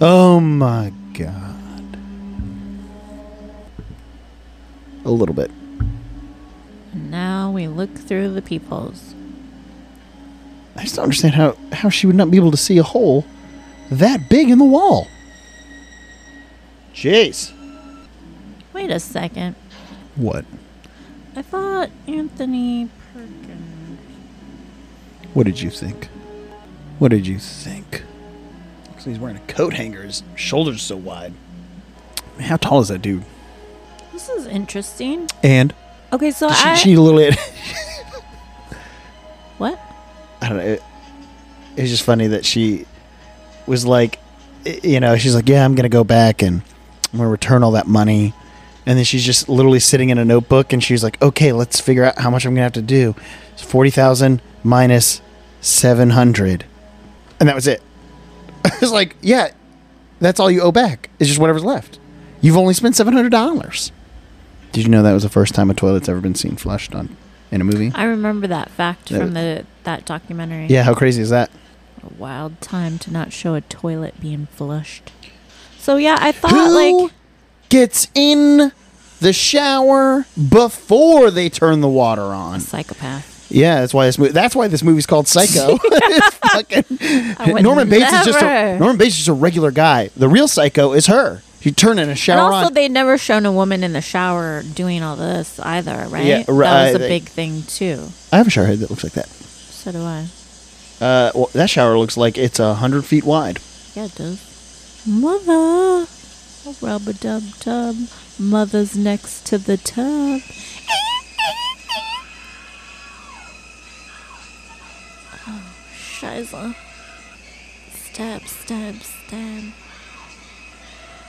Speaker 2: Oh my god. A little bit.
Speaker 1: And now we look through the peepholes.
Speaker 2: I just don't understand how, how she would not be able to see a hole that big in the wall. Jeez.
Speaker 1: Wait a second.
Speaker 2: What?
Speaker 1: I thought Anthony Perkins.
Speaker 2: What did you think? What did you think? Looks like he's wearing a coat hanger. His shoulders are so wide. Man, how tall is that dude?
Speaker 1: This is interesting.
Speaker 2: And
Speaker 1: Okay, so
Speaker 2: she,
Speaker 1: I.
Speaker 2: she literally.
Speaker 1: what?
Speaker 2: I don't know. It, it's just funny that she was like, i- you know, she's like, yeah, I'm gonna go back and I'm gonna return all that money, and then she's just literally sitting in a notebook and she's like, okay, let's figure out how much I'm gonna have to do. It's forty thousand minus seven hundred, and that was it. it's like, yeah, that's all you owe back. It's just whatever's left. You've only spent seven hundred dollars. Did you know that was the first time a toilet's ever been seen flushed on in a movie?
Speaker 1: I remember that fact
Speaker 2: That
Speaker 1: from the that documentary.
Speaker 2: Yeah, how crazy is that?
Speaker 1: A wild time to not show a toilet being flushed. So yeah, I thought
Speaker 2: Who
Speaker 1: like
Speaker 2: gets in the shower before they turn the water on?
Speaker 1: psychopath.
Speaker 2: Yeah, that's why this movie. That's why this movie's called Psycho. It's fucking,
Speaker 1: would
Speaker 2: Norman Bates is just a,
Speaker 1: never.
Speaker 2: Norman Bates is just a regular guy. The real psycho is her. She turned in a
Speaker 1: And
Speaker 2: shower
Speaker 1: also,
Speaker 2: on.
Speaker 1: they never shown a woman in the shower doing all this either, right?
Speaker 2: Yeah,
Speaker 1: That
Speaker 2: right,
Speaker 1: was a
Speaker 2: they-
Speaker 1: big thing too.
Speaker 2: I have a shower head that looks like that.
Speaker 1: So do I.
Speaker 2: Uh, well, that shower looks like it's a hundred feet wide.
Speaker 1: Yeah, it does. Mother, rub a dub dub. Mother's next to the tub. Oh, Scheiße. Stab, stab, stab.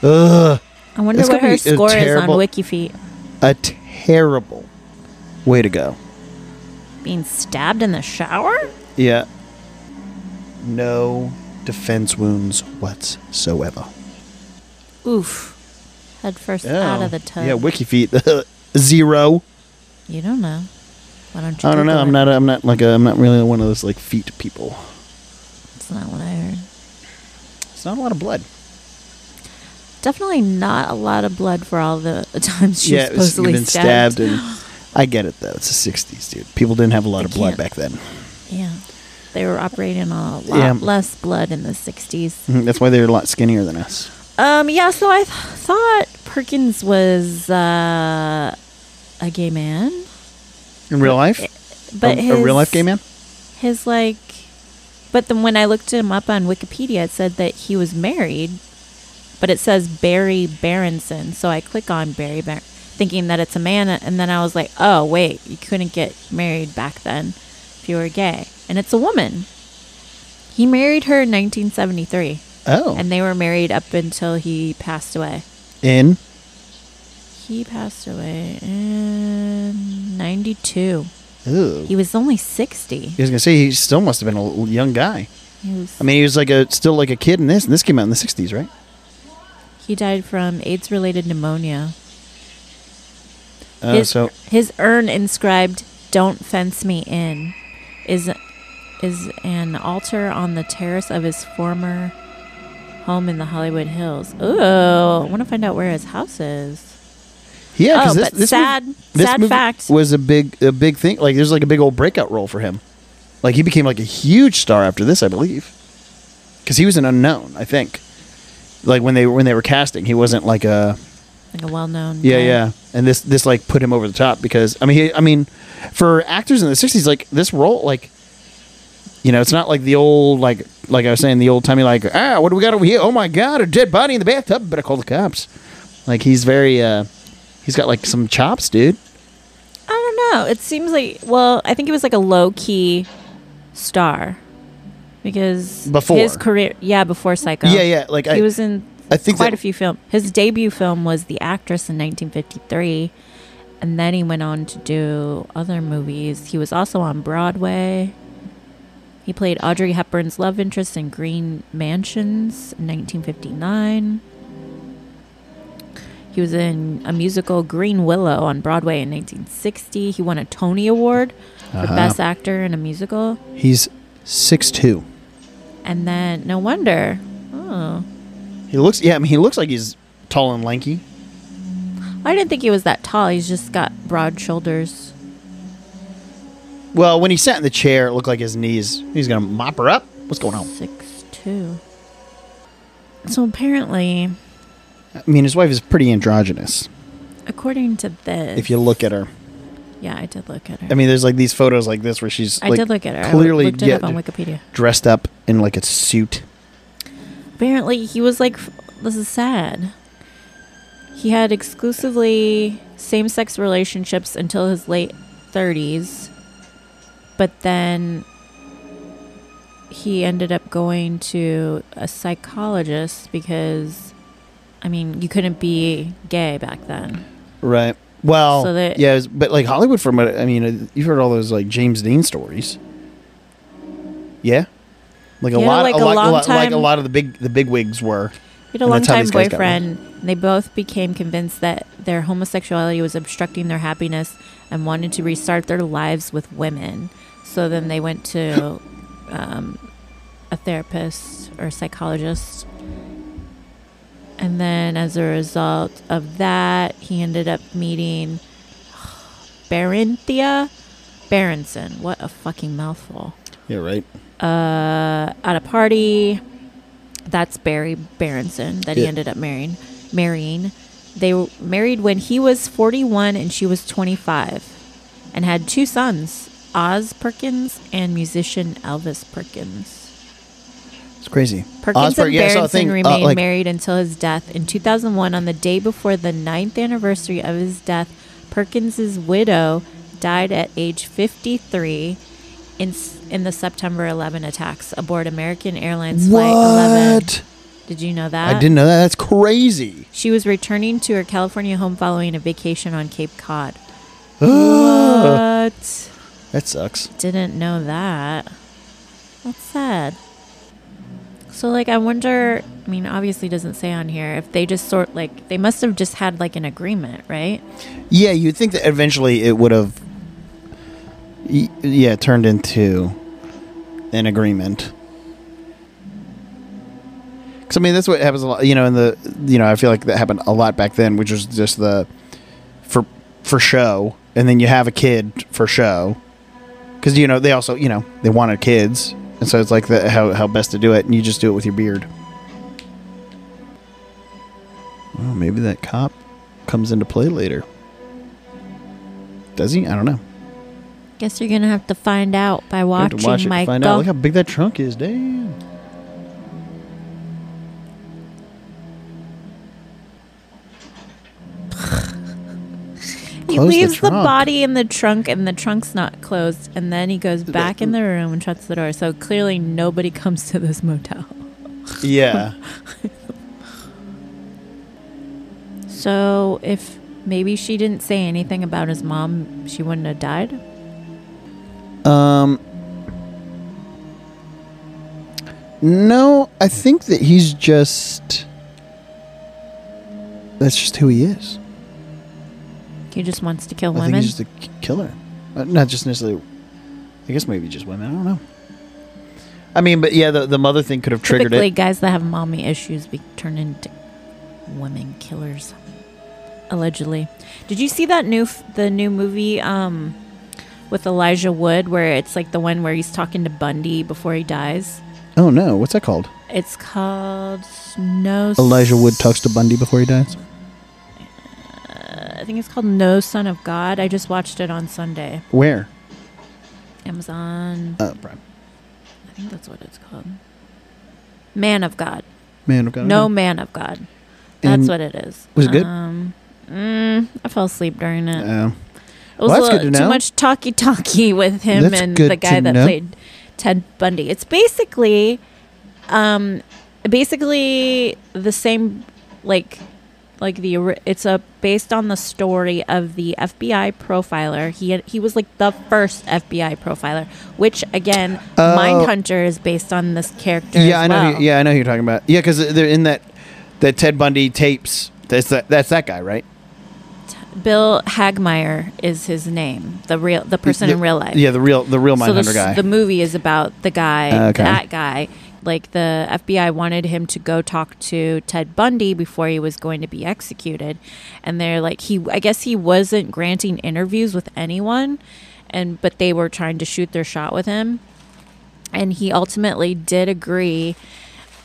Speaker 2: Ugh,
Speaker 1: I wonder
Speaker 2: That's
Speaker 1: what her
Speaker 2: gonna be a
Speaker 1: score is on
Speaker 2: terrible-
Speaker 1: WikiFeet.
Speaker 2: a terrible way to go.
Speaker 1: Being stabbed in the shower?
Speaker 2: Yeah. No defense wounds whatsoever.
Speaker 1: Oof. Head first out of the tub.
Speaker 2: Yeah, wiki feet zero.
Speaker 1: you don't know. Why don't you?
Speaker 2: I don't know.
Speaker 1: Google
Speaker 2: I'm
Speaker 1: it?
Speaker 2: not. I'm not like. A, I'm not really one of those like feet people.
Speaker 1: That's not what I heard.
Speaker 2: It's not a lot of blood.
Speaker 1: Definitely not a lot of blood for all the times she
Speaker 2: yeah,
Speaker 1: was supposedly
Speaker 2: been
Speaker 1: stabbed.
Speaker 2: stabbed. and I get it though. It's the '60s, dude. People didn't have a lot
Speaker 1: They
Speaker 2: of blood
Speaker 1: can't.
Speaker 2: back then.
Speaker 1: Yeah, they were operating on a lot
Speaker 2: Yeah.
Speaker 1: less blood in the '60s.
Speaker 2: Mhm, That's why they're a lot skinnier than us.
Speaker 1: Um, yeah. So I th- thought Perkins was uh, a gay man,
Speaker 2: In real life,
Speaker 1: but
Speaker 2: a,
Speaker 1: his,
Speaker 2: Um, a real life gay man.
Speaker 1: His like, but then when I looked him up on Wikipedia, it said that he was married, but it says Barry Berenson. So I click on Barry Bar- thinking that it's a man, and then I was like, oh wait, you couldn't get married back then if you were gay, and it's a woman. He married her in 1973,
Speaker 2: Oh,
Speaker 1: and they were married up until he passed away.
Speaker 2: in
Speaker 1: He passed away in 92.
Speaker 2: ooh.
Speaker 1: He was only 60.
Speaker 2: He was gonna say he still must have been a l- young guy.
Speaker 1: He was
Speaker 2: I mean, he was like a still like a kid in this, and this came out in the '60s, right?
Speaker 1: He died from AIDS related pneumonia.
Speaker 2: Uh,
Speaker 1: his,
Speaker 2: so
Speaker 1: his urn inscribed "Don't fence me in" is is an altar on the terrace of his former home in the Hollywood Hills. Ooh, I want to find out where his house is.
Speaker 2: Yeah,
Speaker 1: Oh,
Speaker 2: because this,
Speaker 1: but
Speaker 2: this
Speaker 1: sad-
Speaker 2: movie, this
Speaker 1: sad
Speaker 2: movie
Speaker 1: fact.
Speaker 2: was a big, a big thing. Like, there's like a big old breakout role for him. Like, he became like a huge star after this, I believe, because he was an unknown. I think, like when they when they were casting, he wasn't like a
Speaker 1: Like a well known.
Speaker 2: yeah yeah. and this this like put him over the top because I mean he, I mean for actors in the '60s like this role like you know it's not like the old like like I was saying the old timey like ah what do we got over here oh my god a dead body in the bathtub better call the cops like he's very uh he's got like some chops dude
Speaker 1: I don't know. It seems like well, I think it was like a low key star because
Speaker 2: Before.
Speaker 1: his career, yeah, before Psycho.
Speaker 2: Yeah, yeah, like,
Speaker 1: he
Speaker 2: I-
Speaker 1: was in.
Speaker 2: I think
Speaker 1: quite
Speaker 2: that-
Speaker 1: a few film. His debut film was The Actress in 1953, and then he went on to do other movies. He was also on Broadway. He played Audrey Hepburn's love interest in Green Mansions in 1959. He was in a musical Green Willow on Broadway in 1960. He won a Tony Award for
Speaker 2: Uh-huh.
Speaker 1: Best Actor in a Musical.
Speaker 2: he's six two
Speaker 1: And then, no wonder. Oh.
Speaker 2: he looks yeah I mean he looks like he's tall and lanky
Speaker 1: I didn't think he was that tall. He's just got broad shoulders.
Speaker 2: well when he sat in the chair it looked like his knees he's gonna mop her up what's going on
Speaker 1: Six two. So apparently,
Speaker 2: I mean his wife is pretty androgynous
Speaker 1: according to this,
Speaker 2: if you look at her
Speaker 1: yeah, I did look at her.
Speaker 2: I mean, there's like these photos like this where she's.
Speaker 1: I
Speaker 2: like,
Speaker 1: did look at her. I
Speaker 2: Clearly,
Speaker 1: looked it
Speaker 2: yeah,
Speaker 1: up on Wikipedia.
Speaker 2: dressed up in like a suit.
Speaker 1: Apparently, he was like, f- this is sad. He had exclusively same sex relationships until his late 30s, but then he ended up going to a psychologist because, I mean, you couldn't be gay back then.
Speaker 2: Right. Well,
Speaker 1: So that-
Speaker 2: yeah, it was- but like Hollywood from I mean, uh, you've heard all those like James Dean stories. Yeah. Like a
Speaker 1: Yeah,
Speaker 2: lot,
Speaker 1: like a
Speaker 2: a lot,
Speaker 1: long
Speaker 2: lot- like a
Speaker 1: time-
Speaker 2: lot of the big, the big wigs were.
Speaker 1: He had a
Speaker 2: And
Speaker 1: long
Speaker 2: that's how
Speaker 1: time
Speaker 2: these guys got
Speaker 1: boyfriend, and they both became convinced that their homosexuality was obstructing their happiness and wanted to restart their lives with women. So then they went to um, a therapist or psychologist. And then as a result of that, he ended up meeting Barinthia Berenson. What a fucking mouthful
Speaker 2: Yeah. Right.
Speaker 1: uh, at a party. That's Barry Berenson that he
Speaker 2: Yeah.
Speaker 1: ended up marrying. Marrying, they were married when he was 41 and she was 25, and had two sons, Oz Perkins and musician Elvis Perkins.
Speaker 2: It's crazy.
Speaker 1: Perkins
Speaker 2: Osborne-
Speaker 1: and
Speaker 2: yeah, I saw a
Speaker 1: Berenson
Speaker 2: thing, uh,
Speaker 1: remained
Speaker 2: like-
Speaker 1: married until his death in 2001. On the day before the ninth anniversary of his death, Perkins's widow died at age 53 in s- in the September 11 attacks aboard American Airlines Flight 11.
Speaker 2: What?
Speaker 1: Did you know that?
Speaker 2: I didn't know that. That's crazy.
Speaker 1: She was returning to her California home following a vacation on Cape Cod.
Speaker 2: Uh.
Speaker 1: what?
Speaker 2: That sucks.
Speaker 1: Didn't know that. That's sad. So like I wonder, I mean obviously it doesn't say on here if they just sort like they must have just had like an agreement, right?
Speaker 2: Yeah, you'd think that eventually it would have. y- Yeah, turned into an agreement. Because I mean, that's what happens a lot. You know, in the you know, I feel like that happened a lot back then, which was just the for for show, and then you have a kid for show. Because you know they also you know they wanted kids, and so it's like the, how how best to do it, and you just do it with your beard. Well, maybe that cop comes into play later. Does he? I don't know.
Speaker 1: Guess you're going to have to find out by
Speaker 2: We have to
Speaker 1: watching
Speaker 2: watch it to
Speaker 1: Michael.
Speaker 2: find out. Look how big that trunk is. Damn.
Speaker 1: He
Speaker 2: Close the
Speaker 1: leaves the,
Speaker 2: trunk.
Speaker 1: body in the trunk and the trunk's not closed. And then he goes back in the room and shuts the door. So clearly nobody comes to this motel.
Speaker 2: Yeah.
Speaker 1: So if maybe she didn't say anything about his mom, she wouldn't have died?
Speaker 2: um. No, I think that he's just. That's just who he is.
Speaker 1: He just wants to kill
Speaker 2: I think
Speaker 1: women.
Speaker 2: he's just a k- killer. Uh, not just necessarily. I guess maybe just women. I don't know. I mean, but yeah, the, the mother thing could have triggered
Speaker 1: Typically,
Speaker 2: it.
Speaker 1: guys that have mommy issues be turn into women killers, allegedly. Did you see that new f- the new movie um, with Elijah Wood where it's like the one where he's talking to Bundy before he dies?
Speaker 2: Oh no, what's that called?
Speaker 1: It's called Snow.
Speaker 2: Elijah Wood talks to Bundy before he dies.
Speaker 1: uh, think it's called No Son of God. I just watched it on Sunday.
Speaker 2: Where?
Speaker 1: Amazon.
Speaker 2: Uh, Prime.
Speaker 1: I think that's what it's called. Man of God.
Speaker 2: Man of God.
Speaker 1: No Man of God. That's
Speaker 2: And
Speaker 1: what it is.
Speaker 2: was it good?
Speaker 1: Um, mm, I fell asleep during it.
Speaker 2: Uh,
Speaker 1: It was
Speaker 2: Well, that's
Speaker 1: a
Speaker 2: good
Speaker 1: little
Speaker 2: to
Speaker 1: too
Speaker 2: know.
Speaker 1: much talkie talkie with him
Speaker 2: That's
Speaker 1: and
Speaker 2: good
Speaker 1: the guy
Speaker 2: to
Speaker 1: that
Speaker 2: know.
Speaker 1: played Ted Bundy. It's basically, um, basically the same, like, like the ori- it's a based on the story of the FBI profiler. He had, he was like the first FBI profiler, which again,
Speaker 2: Oh.
Speaker 1: Mindhunter is based on this character.
Speaker 2: yeah,
Speaker 1: as
Speaker 2: I know.
Speaker 1: well.
Speaker 2: who- yeah, I know who you're talking about. Yeah, because they're in that that Ted Bundy tapes. That's that. That's that guy, right?
Speaker 1: Bill Hagmeyer is his name. The real the person in
Speaker 2: The-
Speaker 1: real life.
Speaker 2: Yeah, the real the real
Speaker 1: so the,
Speaker 2: Mindhunter
Speaker 1: s-
Speaker 2: guy.
Speaker 1: the movie is about the guy,
Speaker 2: Uh, okay.
Speaker 1: that guy. Like the FBI wanted him to go talk to Ted Bundy before he was going to be executed, and they're like he. I guess he wasn't granting interviews with anyone, and but they were trying to shoot their shot with him, and he ultimately did agree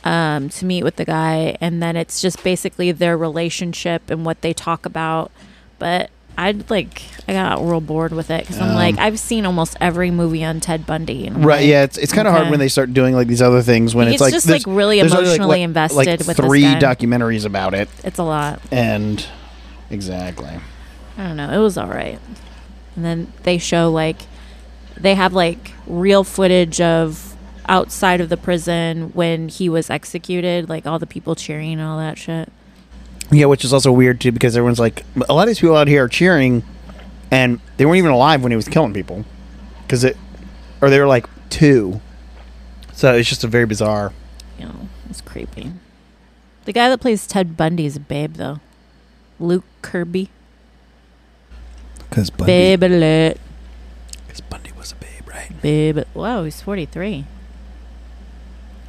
Speaker 1: um, to meet with the guy, and then it's just basically their relationship and what they talk about. But I would like I got real bored with it because
Speaker 2: Oh,
Speaker 1: I'm like I've seen almost every movie on Ted Bundy. And I'm
Speaker 2: Right,
Speaker 1: like,
Speaker 2: yeah, it's, it's kind of hard
Speaker 1: Okay.
Speaker 2: when they start doing like these other things when
Speaker 1: It's
Speaker 2: it's, like
Speaker 1: just,
Speaker 2: there's-
Speaker 1: like, really
Speaker 2: there's only,
Speaker 1: emotionally
Speaker 2: what-
Speaker 1: invested
Speaker 2: like
Speaker 1: with this
Speaker 2: three
Speaker 1: guy.
Speaker 2: documentaries about it,
Speaker 1: it's a lot.
Speaker 2: and exactly.
Speaker 1: I don't know. It was all right. And then they show like they have like real footage of outside of the prison when he was executed, like all the people cheering and all that shit.
Speaker 2: Yeah, which is also weird too because everyone's like, a lot of these people out here are cheering, and they weren't even alive when he was killing people, because it, or they were like two, so it's just a very bizarre.
Speaker 1: You know, it's creepy. The guy that plays Ted Bundy is a babe though. Luke Kirby.
Speaker 2: Because Bundy,
Speaker 1: Babe alert.
Speaker 2: because Bundy was a babe, right?
Speaker 1: Babe. Wow, he's 43.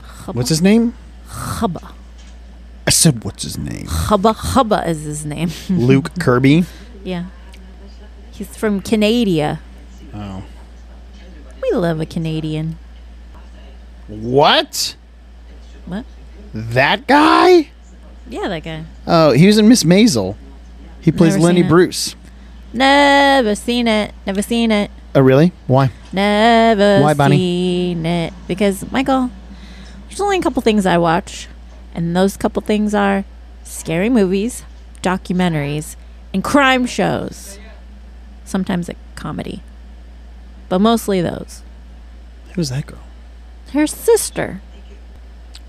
Speaker 1: Hubba,
Speaker 2: What's his name?
Speaker 1: Hubba.
Speaker 2: I said, what's his name?
Speaker 1: Hubba Hubba is his name.
Speaker 2: Luke Kirby.
Speaker 1: yeah. He's from Canada.
Speaker 2: Oh,
Speaker 1: We love a Canadian.
Speaker 2: what?
Speaker 1: What?
Speaker 2: That guy?
Speaker 1: Yeah, that guy.
Speaker 2: Oh, he was in Miss Maisel. He plays
Speaker 1: Never
Speaker 2: Lenny
Speaker 1: seen it.
Speaker 2: Bruce.
Speaker 1: Never seen it. Never seen it.
Speaker 2: Oh, really? Why?
Speaker 1: Never
Speaker 2: Why, Bonnie?
Speaker 1: seen it. Because, Michael, there's only a couple things I watch, and those couple things are scary movies, documentaries, and crime shows. Sometimes a comedy, but mostly those.
Speaker 2: Who's that girl?
Speaker 1: Her sister.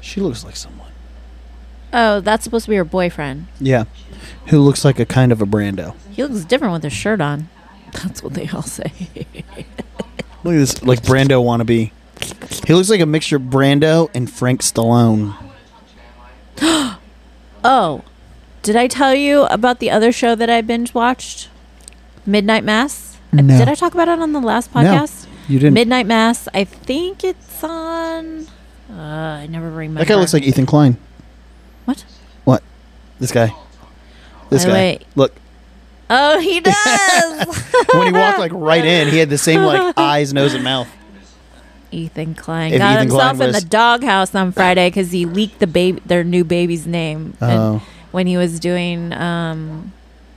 Speaker 2: She looks like someone.
Speaker 1: Oh, that's supposed to be her boyfriend.
Speaker 2: Yeah. Who looks like a kind of a Brando.
Speaker 1: He looks different with his shirt on. That's what they all say.
Speaker 2: Look at this. Like Brando wannabe. He looks like a mixture of Brando and Frank Stallone.
Speaker 1: Oh, did I tell you about the other show that I binge watched? Midnight Mass? Uh,
Speaker 2: No.
Speaker 1: Did I talk about it on the last podcast?
Speaker 2: You didn't.
Speaker 1: Midnight Mass, I think it's on. Uh, I never remember.
Speaker 2: that guy looks like Ethan Klein.
Speaker 1: What?
Speaker 2: What? This guy. This
Speaker 1: By
Speaker 2: guy.
Speaker 1: the way-
Speaker 2: Look.
Speaker 1: Oh, he does!
Speaker 2: When he walked like right in, he had the same like eyes, nose, and mouth.
Speaker 1: Ethan Klein
Speaker 2: If
Speaker 1: got
Speaker 2: Ethan
Speaker 1: himself
Speaker 2: Klein
Speaker 1: in
Speaker 2: was-
Speaker 1: the doghouse on Friday because he leaked the baby, their new baby's name,
Speaker 2: Oh.
Speaker 1: and when he was doing um,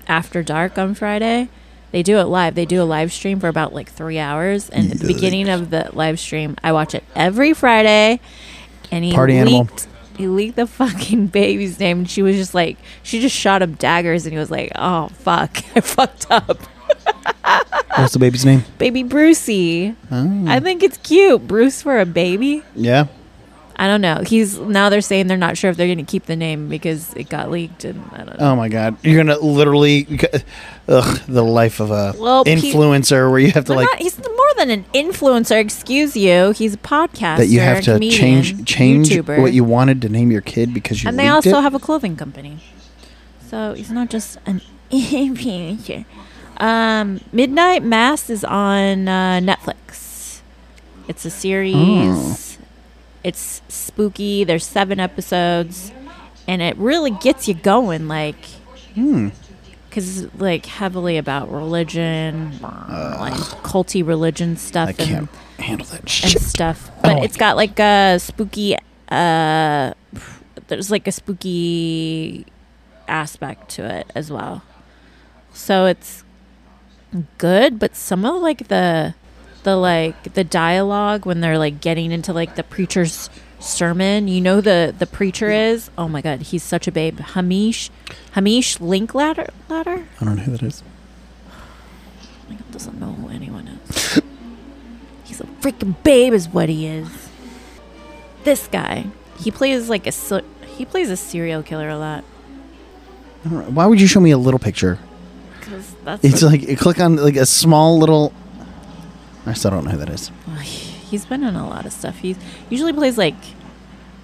Speaker 1: After Dark on Friday. They do it live. They do a live stream for about like three hours, and at the beginning of the live stream, I watch it every Friday. And he
Speaker 2: Party
Speaker 1: leaked,
Speaker 2: animal.
Speaker 1: He leaked the fucking baby's name, and she was just like, she just shot him daggers, and he was like, "Oh fuck, I fucked up,
Speaker 2: What's the baby's name?
Speaker 1: baby Brucey."
Speaker 2: Oh.
Speaker 1: I think it's cute, Bruce for a baby.
Speaker 2: Yeah.
Speaker 1: I don't know. He's now they're saying they're not sure if they're going to keep the name because it got leaked, and I don't know.
Speaker 2: Oh my God! You're gonna literally, ugh, the life of a
Speaker 1: Well, pe-
Speaker 2: influencer where you have to
Speaker 1: I'm
Speaker 2: like
Speaker 1: not- he's more than an influencer. Excuse you. He's a podcaster.
Speaker 2: that you have to
Speaker 1: comedian,
Speaker 2: change change
Speaker 1: YouTuber.
Speaker 2: what you wanted to name your kid because you
Speaker 1: And they
Speaker 2: leaked
Speaker 1: also
Speaker 2: it?
Speaker 1: have a clothing company, so he's not just an influencer. Um, Midnight Mass is on uh, Netflix. It's a series.
Speaker 2: Oh.
Speaker 1: It's spooky. There's seven episodes, and it really gets you going. Like.
Speaker 2: Hmm.
Speaker 1: because like heavily about religion, like culty religion stuff
Speaker 2: I
Speaker 1: and,
Speaker 2: can't handle that
Speaker 1: and
Speaker 2: shit.
Speaker 1: stuff. But
Speaker 2: Oh,
Speaker 1: it's got like a spooky. Uh, there's like a spooky aspect to it as well. so it's good but some of like the the like the dialogue when they're like getting into like the preacher's sermon you know the the preacher is oh my god he's such a babe hamish hamish linklater ladder
Speaker 2: I don't know who that is.
Speaker 1: doesn't know who anyone is he's a freaking babe is what he is this guy he plays like a se- he plays a serial killer a lot
Speaker 2: I don't know. Why would you show me a little picture?
Speaker 1: because that's
Speaker 2: It's
Speaker 1: what-
Speaker 2: like you click on like a small little. I still don't know who that is.
Speaker 1: He's been in a lot of stuff. He usually plays like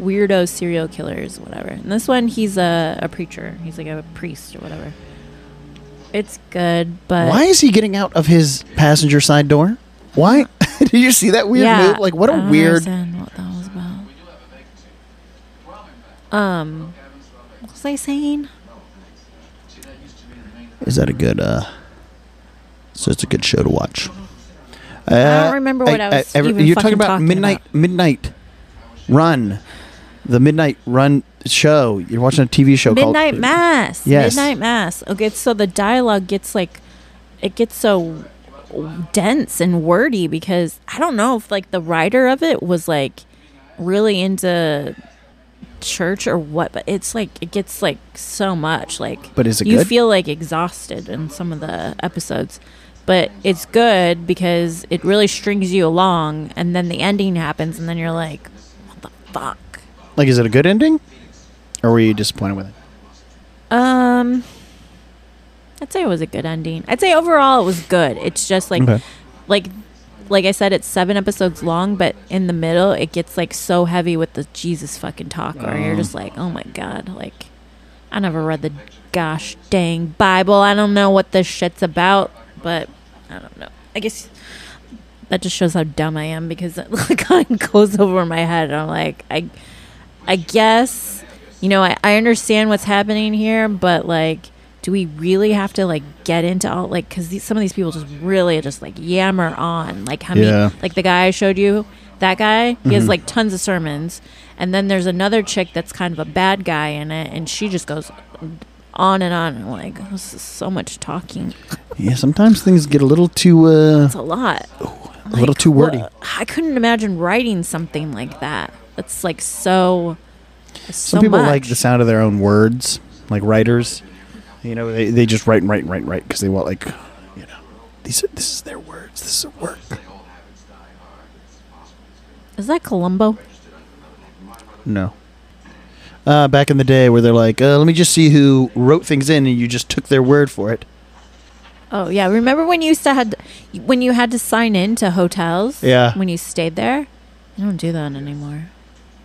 Speaker 1: weirdo serial killers, whatever. And this one, he's a, a preacher. He's like a priest or whatever. It's good, but
Speaker 2: Why is he getting out of his passenger side door? Why? Did you see that weird
Speaker 1: Uh, yeah,
Speaker 2: move? Like what a
Speaker 1: I don't
Speaker 2: weird.
Speaker 1: understand what that was about. Um, what was I saying?
Speaker 2: Is that a good? uh So it's a good show to watch.
Speaker 1: I don't
Speaker 2: Uh,
Speaker 1: remember what I, was.
Speaker 2: every-
Speaker 1: even
Speaker 2: you're talking
Speaker 1: fucking
Speaker 2: about midnight midnight run, the midnight run show. You're watching a TV show
Speaker 1: Midnight
Speaker 2: called
Speaker 1: Mass.
Speaker 2: Yes.
Speaker 1: Midnight Mass. Okay, so the dialogue gets like, it gets so dense and wordy because I don't know if like the writer of it was like really into church or what, but it's like it gets like so much like.
Speaker 2: But is it
Speaker 1: you
Speaker 2: good?
Speaker 1: feel like exhausted in some of the episodes, but it's good because it really strings you along, and then the ending happens, and then you're like, what the fuck.
Speaker 2: Like, is it a good ending? Or were you disappointed with it?
Speaker 1: Um, I'd say it was a good ending. I'd say overall it was good. It's just like,
Speaker 2: Okay.
Speaker 1: like, like I said, it's seven episodes long, but in the middle it gets like so heavy with the Jesus fucking talk, or you're just like, oh my god, like, I never read the gosh dang Bible. I don't know what this shit's about, but I don't know. I guess that just shows how dumb I am because that like goes over my head. And I'm like, I, I guess, you know, I, I understand what's happening here, but like, do we really have to like get into all like because these, some of these people just really just like yammer on like how many
Speaker 2: Yeah.
Speaker 1: like the guy I showed you that guy he has like tons of sermons and then there's another chick that's kind of a bad guy in it and she just goes on and on and I'm like oh, this is so much talking
Speaker 2: Yeah, sometimes things get a little too uh,
Speaker 1: it's a lot
Speaker 2: a little too wordy.
Speaker 1: Well, I couldn't imagine writing something like that. That's like so. so
Speaker 2: Some people
Speaker 1: much.
Speaker 2: like the sound of their own words, like writers. You know, they, they just write and write and write and write because they want like, you know, these are, this is their words. This is their work.
Speaker 1: Is that Columbo?
Speaker 2: No. Uh, back in the day where they're like, uh, let me just see who wrote things in, and you just took their word for it.
Speaker 1: Oh yeah, remember when you used to had when you had to sign in to hotels?
Speaker 2: Yeah.
Speaker 1: When you stayed there, I don't do that anymore.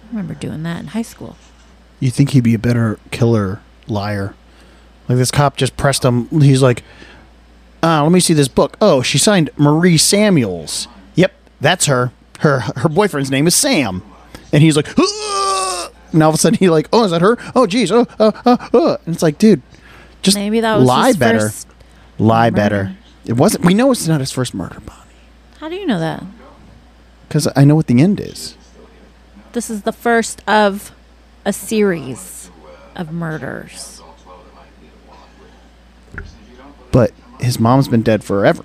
Speaker 1: I remember doing that in high school.
Speaker 2: You think he'd be a better killer liar? Like this cop just pressed him. He's like, uh, let me see this book. Oh, she signed Marie Samuels. Yep, that's her. Her her boyfriend's name is Sam. And he's like, "Ugh!" and all of a sudden he like, oh, is that her? Oh, geez. Oh, uh, uh, uh. And it's like, dude, just
Speaker 1: Maybe that was
Speaker 2: lie
Speaker 1: his
Speaker 2: better.
Speaker 1: first-
Speaker 2: lie
Speaker 1: murder.
Speaker 2: better. It wasn't. We know it's not his first murder, Bonnie,
Speaker 1: How do you know that?
Speaker 2: because I know what the end is.
Speaker 1: This is the first of a series of murders.
Speaker 2: But his mom's been dead forever.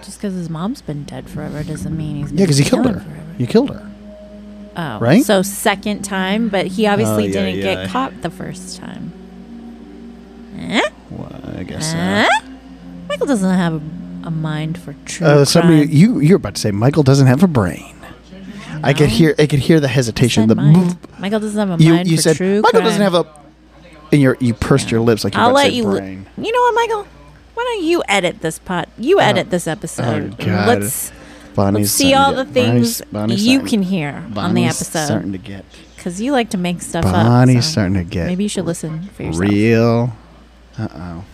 Speaker 1: Just because his mom's been dead forever doesn't mean he's
Speaker 2: Yeah, because he
Speaker 1: been
Speaker 2: killed
Speaker 1: killing
Speaker 2: her.
Speaker 1: forever.
Speaker 2: You killed her.
Speaker 1: Oh,
Speaker 2: Right?
Speaker 1: So second time, but he obviously
Speaker 2: Oh, yeah,
Speaker 1: didn't
Speaker 2: yeah.
Speaker 1: get caught the first time. Eh?
Speaker 2: Well, I guess. uh,
Speaker 1: Eh? Michael doesn't have a, a mind for true
Speaker 2: Uh, somebody,
Speaker 1: crime.
Speaker 2: you you're about to say Michael doesn't have a brain. I could hear I could hear the
Speaker 1: I said
Speaker 2: hesitation. The
Speaker 1: mind.
Speaker 2: boop.
Speaker 1: Michael doesn't have a
Speaker 2: you
Speaker 1: mind
Speaker 2: you
Speaker 1: for
Speaker 2: said
Speaker 1: true
Speaker 2: Michael doesn't have a, and you you pursed your lips like you're
Speaker 1: I'll
Speaker 2: about to
Speaker 1: let
Speaker 2: say
Speaker 1: you.
Speaker 2: brain.
Speaker 1: You know what, Michael? Why don't you edit this pot? You edit this episode.
Speaker 2: oh, God.
Speaker 1: Let's
Speaker 2: Bonnie's
Speaker 1: see all
Speaker 2: starting
Speaker 1: the
Speaker 2: to get- Bonnie's-
Speaker 1: things
Speaker 2: Bonnie's
Speaker 1: you
Speaker 2: starting-
Speaker 1: can hear on the
Speaker 2: Bonnie's
Speaker 1: episode
Speaker 2: starting to get
Speaker 1: because you like to make stuff up.
Speaker 2: Bonnie's
Speaker 1: so
Speaker 2: starting to get
Speaker 1: Maybe you should listen for yourself.
Speaker 2: real. Uh oh.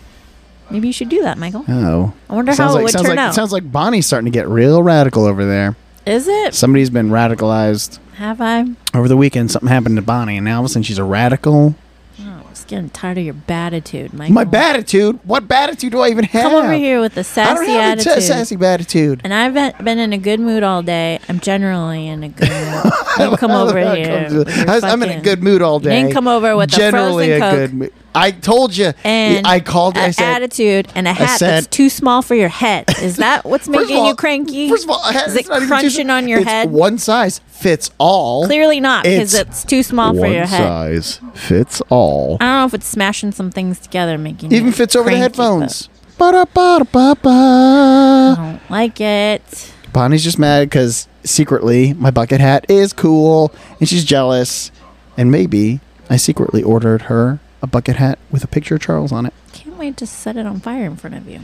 Speaker 1: Maybe you should do that, Michael.
Speaker 2: Oh.
Speaker 1: I wonder how
Speaker 2: sounds
Speaker 1: it
Speaker 2: like
Speaker 1: would
Speaker 2: sounds
Speaker 1: turn
Speaker 2: like
Speaker 1: out.
Speaker 2: sounds like Bonnie's starting to get real radical over there.
Speaker 1: Is it?
Speaker 2: Somebody's been radicalized
Speaker 1: Have I? Oh,
Speaker 2: over the weekend. Something happened to Bonnie, and now all of a sudden she's a radical.
Speaker 1: Oh, I'm just getting tired of your batitude, Michael.
Speaker 2: My batitude. What batitude do I even have?
Speaker 1: Come over here with a
Speaker 2: I
Speaker 1: sassy
Speaker 2: don't have a
Speaker 1: attitude.
Speaker 2: t- sassy attitude.
Speaker 1: And I've been, been in a good mood all day. I'm generally in a good mood. You come over
Speaker 2: I
Speaker 1: here.
Speaker 2: come to-
Speaker 1: with your
Speaker 2: I was- I'm in a
Speaker 1: fucking-
Speaker 2: good mood all
Speaker 1: You
Speaker 2: day.
Speaker 1: didn't come over with a
Speaker 2: Generally
Speaker 1: frozen
Speaker 2: a
Speaker 1: Coke.
Speaker 2: good mood. I told you.
Speaker 1: and
Speaker 2: I called.
Speaker 1: an
Speaker 2: I said.
Speaker 1: attitude and a hat that's
Speaker 2: said-
Speaker 1: too small for your head. Is that what's
Speaker 2: First of
Speaker 1: making you
Speaker 2: all-
Speaker 1: cranky?
Speaker 2: First of all, a hat
Speaker 1: is
Speaker 2: is
Speaker 1: it
Speaker 2: not even too-
Speaker 1: crunching on your
Speaker 2: it's
Speaker 1: head?
Speaker 2: One size fits all.
Speaker 1: Clearly not, because
Speaker 2: It's
Speaker 1: it's, too small for
Speaker 4: One
Speaker 1: your head.
Speaker 4: size fits all.
Speaker 1: I don't know if it's smashing some things together, making
Speaker 2: Even
Speaker 1: you
Speaker 2: fits over the
Speaker 1: cranky,
Speaker 2: headphones. Ba-da-ba-da-ba-ba.
Speaker 1: but I don't like it.
Speaker 2: Bonnie's just mad because secretly my bucket hat is cool and she's jealous. And maybe I secretly ordered her a bucket hat with a picture of Charles on it.
Speaker 1: Can't wait to set it on fire in front of you.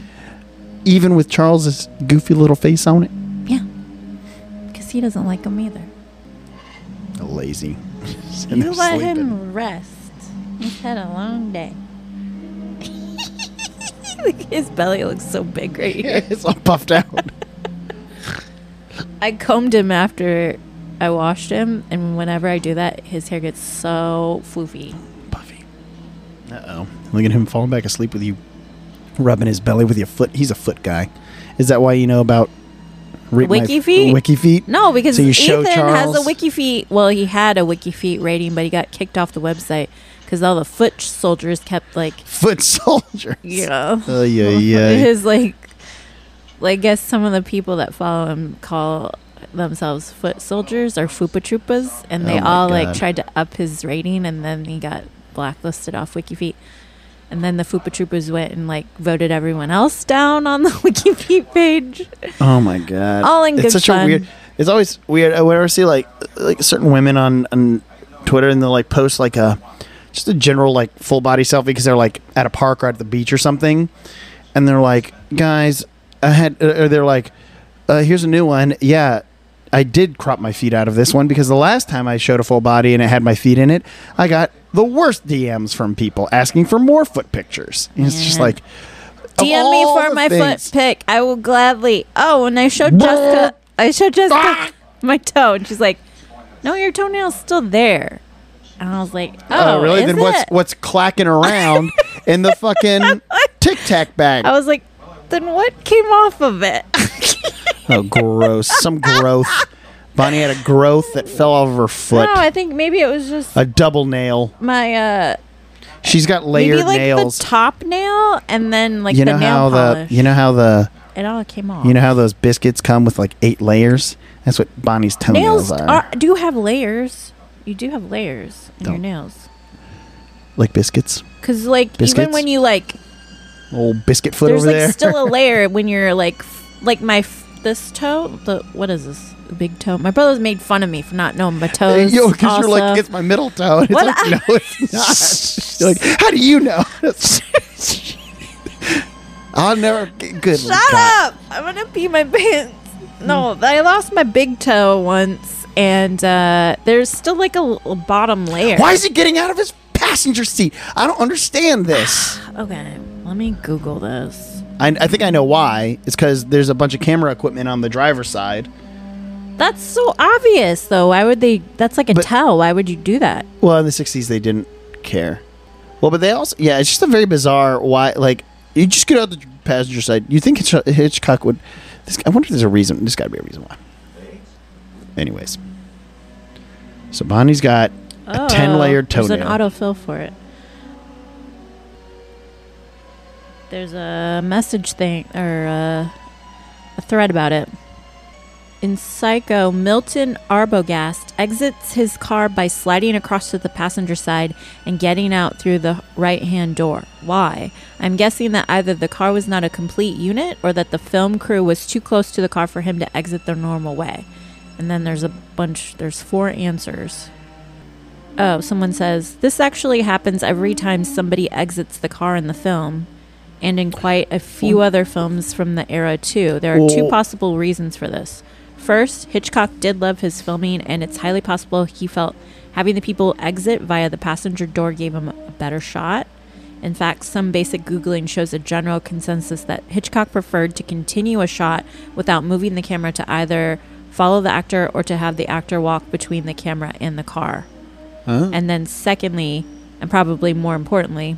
Speaker 2: Even with Charles's goofy little face on it.
Speaker 1: Yeah, because he doesn't like them either.
Speaker 2: Lazy. Sitting
Speaker 1: You
Speaker 2: there
Speaker 1: let
Speaker 2: sleeping.
Speaker 1: him rest. He's had a long day. His belly looks so big right here.
Speaker 2: it's all puffed out.
Speaker 1: I combed him after I washed him, and whenever I do that, his hair gets so floofy.
Speaker 2: Puffy. Uh oh. Look at him falling back asleep with you, rubbing his belly with your foot. He's a foot guy. Is that why you know about Read My
Speaker 1: Wiki
Speaker 2: F-
Speaker 1: feet?
Speaker 2: Wiki feet?
Speaker 1: No, because
Speaker 2: So you show
Speaker 1: Ethan has a
Speaker 2: Charles-
Speaker 1: wiki feet. Well, he had a wiki feet rating, but he got kicked off the website because all the foot soldiers kept like,
Speaker 2: Foot soldier.
Speaker 1: you know,
Speaker 2: Oh yeah, yeah.
Speaker 1: his like, like I guess some of the people that follow him call themselves foot soldiers or fupa troopas, and they
Speaker 2: Oh my
Speaker 1: all like
Speaker 2: God.
Speaker 1: tried to up his rating, and then he got blacklisted off wiki feet. And then the Fupa Troopas went and like voted everyone else down on the Wiki Feet page.
Speaker 2: Oh my god.
Speaker 1: All in
Speaker 2: it's
Speaker 1: good
Speaker 2: such
Speaker 1: fun.
Speaker 2: a weird. It's always weird. I whenever I see like like certain women on on Twitter and they'll like post like a just a general like full body selfie because they're like at a park or at the beach or something, and they're like, guys, I had. Or they're like, uh, here's a new one. Yeah. I did crop my feet out of this one because the last time I showed a full body and it had my feet in it, I got the worst DMs from people asking for more foot pictures. And it's just
Speaker 1: Yeah.
Speaker 2: like, of
Speaker 1: DM me
Speaker 2: all
Speaker 1: for
Speaker 2: the
Speaker 1: my
Speaker 2: things-
Speaker 1: foot pic. I will gladly. Oh, and I showed Jessica. I showed Jessica my toe, and she's like, "No, your toenail's still there." And I was like, "Oh,
Speaker 2: Oh, really?
Speaker 1: Is
Speaker 2: Then
Speaker 1: it?
Speaker 2: what's what's clacking around in the fucking Tic Tac bag?
Speaker 1: I was like, "Then what came off of it?"
Speaker 2: Oh, gross! Some growth. Bonnie had a growth that fell off of her foot.
Speaker 1: no, I think maybe it was just
Speaker 2: a double nail.
Speaker 1: my uh,
Speaker 2: She's got layered
Speaker 1: maybe like
Speaker 2: nails.
Speaker 1: the top nail, and then like
Speaker 2: you
Speaker 1: the
Speaker 2: know
Speaker 1: nail
Speaker 2: how
Speaker 1: polish.
Speaker 2: the you know how the
Speaker 1: it all came off.
Speaker 2: you know how those biscuits come with like eight layers. That's what Bonnie's toenails
Speaker 1: nails
Speaker 2: are.
Speaker 1: are, do have layers. You do have layers in your
Speaker 2: Don't.
Speaker 1: nails,
Speaker 2: like biscuits.
Speaker 1: because like even
Speaker 2: Biscuits?
Speaker 1: when you like
Speaker 2: Old biscuit foot
Speaker 1: There's
Speaker 2: over
Speaker 1: like
Speaker 2: there.
Speaker 1: still a layer when you're like, f- like my f- this toe. The what is this? The big toe. My brother's made fun of me for not knowing my toes.
Speaker 2: Yo, because you're like,
Speaker 1: also.
Speaker 2: it's my middle toe. And it's
Speaker 1: What
Speaker 2: like, no, it's not. You're like, how do you know? I'll never. Good.
Speaker 1: shut up! I'm gonna pee my pants. No, I lost my big toe once, and uh, there's still like a, l- bottom layer.
Speaker 2: Why is he getting out of his passenger seat? I don't understand this.
Speaker 1: Okay, let me Google this.
Speaker 2: I, I think I know why. It's because there's a bunch of camera equipment on the driver's side.
Speaker 1: That's so obvious, though. Why would they? That's like a
Speaker 2: But-
Speaker 1: toe. Why would you do that?
Speaker 2: Well, in the 60s, they didn't care. Well, but they also. Yeah, it's just a very bizarre why. Like, you just get out the passenger side. You think Hitch- Hitchcock would. This, I wonder if there's a reason. There's got to be a reason why. Anyways. So Bonnie's got a 10 layered
Speaker 1: Oh, there's
Speaker 2: toenail.
Speaker 1: an autofill for it. There's a message thing or a, a thread about it. In Psycho, Milton Arbogast exits his car by sliding across to the passenger side and getting out through the right hand door. Why? I'm guessing that either the car was not a complete unit or that the film crew was too close to the car for him to exit the normal way. And then there's a bunch, there's four answers. Oh, someone says, This actually happens every time somebody exits the car in the film, and in quite a few other films from the era, too. There are two
Speaker 2: Well-
Speaker 1: possible reasons for this. First, Hitchcock did love his filming, and it's highly possible he felt having the people exit via the passenger door gave him a better shot. In fact, some basic Googling shows a general consensus that Hitchcock preferred to continue a shot without moving the camera to either follow the actor or to have the actor walk between the camera and the car. Mm-hmm. And then, secondly, and probably more importantly,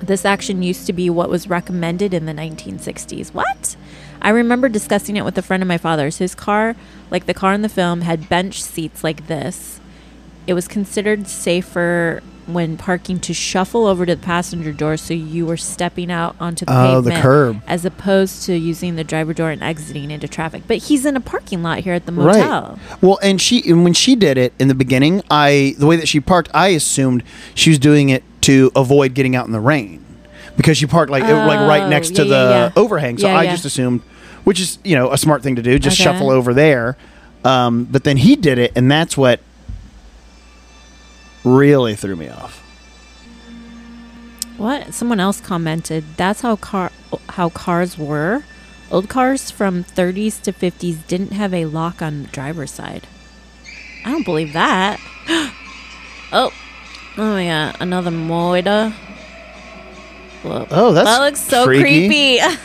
Speaker 1: this action used to be what was recommended in the 1960s. What? I remember discussing it with a friend of my father's. His car, like the car in the film, had bench seats like this. It was considered safer when parking to shuffle over to the passenger door so you were stepping out onto the
Speaker 2: Oh, the
Speaker 1: pavement
Speaker 2: curb.
Speaker 1: as opposed to using the driver door and exiting into traffic. But he's in a parking lot here at the
Speaker 2: Right.
Speaker 1: motel.
Speaker 2: Well, and she and when she did it in the beginning, I the way that she parked, I assumed she was doing it to avoid getting out in the rain because she parked like it- like right
Speaker 1: Oh,
Speaker 2: next to
Speaker 1: yeah,
Speaker 2: the
Speaker 1: yeah, yeah.
Speaker 2: overhang. So
Speaker 1: Yeah,
Speaker 2: I
Speaker 1: yeah.
Speaker 2: just assumed, which is you know a smart thing to do, just
Speaker 1: Okay.
Speaker 2: shuffle over there. Um, but then he did it, and that's what really threw me off.
Speaker 1: What? Someone else commented. That's how car how cars were. Old cars from 30s to 50s didn't have a lock on the driver's side. I don't believe that. oh, oh my god, another moida. Whoa.
Speaker 2: Oh, that's
Speaker 1: that looks so
Speaker 2: freaky.
Speaker 1: creepy.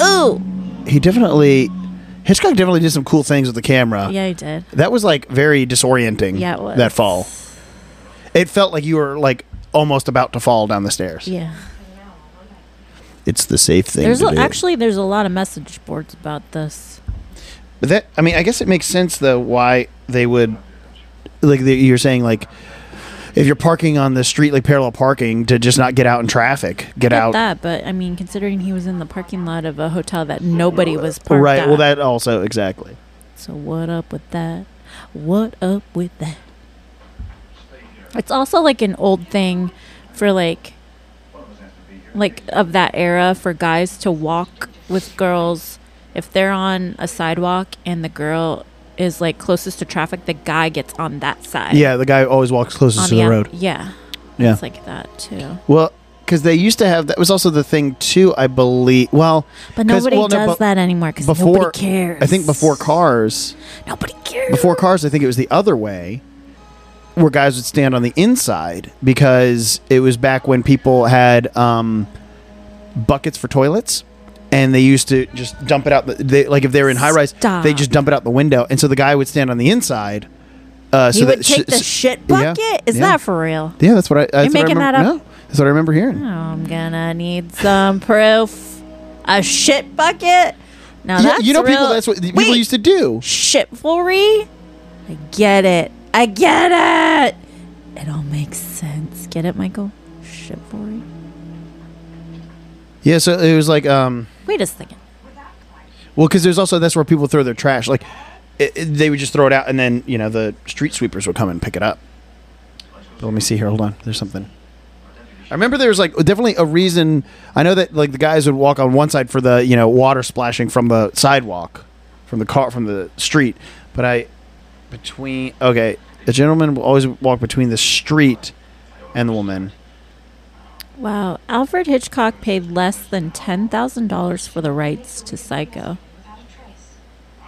Speaker 1: Ooh,
Speaker 2: He definitely Hitchcock definitely did some cool things with the camera.
Speaker 1: yeah, I did.
Speaker 2: That was like very disorienting.
Speaker 1: Yeah, it was.
Speaker 2: that fall. It felt like you were like almost about to fall down the stairs.
Speaker 1: Yeah,
Speaker 2: It's the safe thing
Speaker 1: there's
Speaker 2: to
Speaker 1: a,
Speaker 2: do.
Speaker 1: actually there's a lot of message boards about this.
Speaker 2: but that I mean, I guess it makes sense though why they would like the, you're saying like if you're parking on the street like parallel parking to just not get out in traffic, get
Speaker 1: Get
Speaker 2: out
Speaker 1: that, but I mean, considering he was in the parking lot of a hotel that nobody was parked
Speaker 2: right. Well,
Speaker 1: at.
Speaker 2: that also exactly.
Speaker 1: So what up with that? What up with that? It's also like an old thing for like like of that era for guys to walk with girls if they're on a sidewalk and the girl is like closest to traffic the guy gets on that side
Speaker 2: Yeah, the guy always walks closest
Speaker 1: on
Speaker 2: to the
Speaker 1: out-
Speaker 2: road.
Speaker 1: yeah
Speaker 2: Yeah.
Speaker 1: it's like that too
Speaker 2: Well, because they used to have that was also the thing too. I believe. Well,
Speaker 1: but
Speaker 2: 'Cause-
Speaker 1: nobody
Speaker 2: well, no,
Speaker 1: does
Speaker 2: but
Speaker 1: that anymore because
Speaker 2: before
Speaker 1: nobody cares
Speaker 2: I think before cars.
Speaker 1: nobody cares
Speaker 2: before cars i think it was the other way where guys would stand on the inside because it was back when people had um, buckets for toilets and they used to just dump it out the, they, like if they were in high rise
Speaker 1: Stop.
Speaker 2: they just dump it out the window and so the guy would stand on the inside uh, so
Speaker 1: you
Speaker 2: that
Speaker 1: would take
Speaker 2: sh-
Speaker 1: the
Speaker 2: s-
Speaker 1: shit
Speaker 2: yeah,
Speaker 1: bucket is
Speaker 2: yeah.
Speaker 1: that for real
Speaker 2: yeah that's what i that's what I
Speaker 1: making
Speaker 2: remember,
Speaker 1: that up?
Speaker 2: no that's what i remember hearing
Speaker 1: I'm gonna need some proof. A shit bucket? Now
Speaker 2: yeah,
Speaker 1: Oh, that's
Speaker 2: you know people
Speaker 1: real-
Speaker 2: that's what people
Speaker 1: Wait,
Speaker 2: used to do
Speaker 1: shitfulry. I get it. I get it. It all makes sense. Get it, Michael? Shitfulry.
Speaker 2: yeah so it was like um
Speaker 1: Wait a second.
Speaker 2: Well, because there's also that's where people throw their trash. Like it, it- they would just throw it out, and then you know the street sweepers would come and pick it up. But let me see here. Hold on. There's something. I remember there was like definitely a reason. I know that like the guys would walk on one side for the you know water splashing from the sidewalk, from the car from the street. But I between okay, a gentleman will always walk between the street and the woman.
Speaker 1: Wow. Alfred Hitchcock paid less than $10,000 for the rights to Psycho.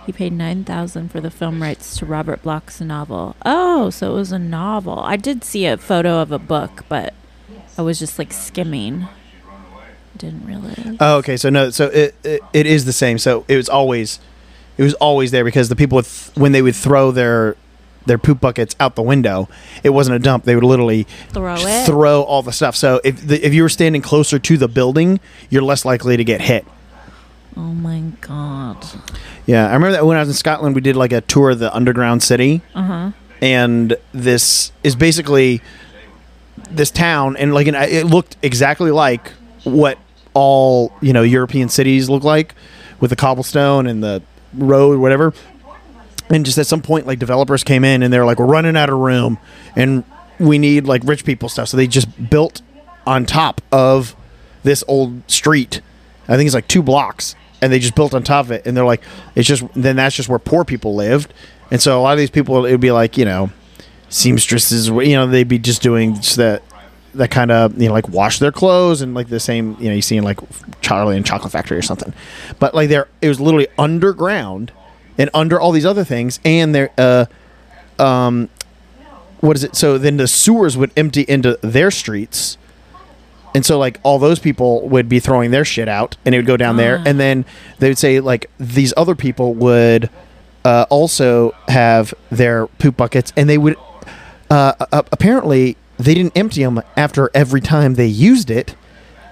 Speaker 1: He paid 9000 for the film rights to Robert Bloch's novel. Oh, so it was a novel. I did see a photo of a book, but I was just like skimming. Didn't realize.
Speaker 2: Oh, okay. So no, so it, it it is the same. So it was always it was always there because the people would th- when they would throw their their poop buckets out the window, it wasn't a dump. They would literally
Speaker 1: Throw
Speaker 2: just
Speaker 1: it.
Speaker 2: throw all the stuff. So if the, if you were standing closer to the building, you're less likely to get hit.
Speaker 1: oh my god.
Speaker 2: Yeah, I remember that when I was in Scotland, we did like a tour of the underground city,
Speaker 1: Uh-huh.
Speaker 2: and this is basically this town, and like an, it looked exactly like what all you know European cities look like, with the cobblestone and the road, whatever. And just at some point, like developers came in and they're like, "We're running out of room, and we need like rich people stuff." So they just built on top of this old street. I think it's like two blocks, and they just built on top of it. And they're like, "It's just then that's just where poor people lived." And so a lot of these people, it'd be like you know, seamstresses. You know, they'd be just doing just that that kind of you know like wash their clothes and like the same you know you see in like Charlie and Chocolate Factory or something, but like there it was literally underground and under all these other things and there uh um what is it so then the sewers would empty into their streets and so like all those people would be throwing their shit out and it would go down there and then they would say like these other people would uh, also have their poop buckets and they would uh, uh, apparently they didn't empty them after every time they used it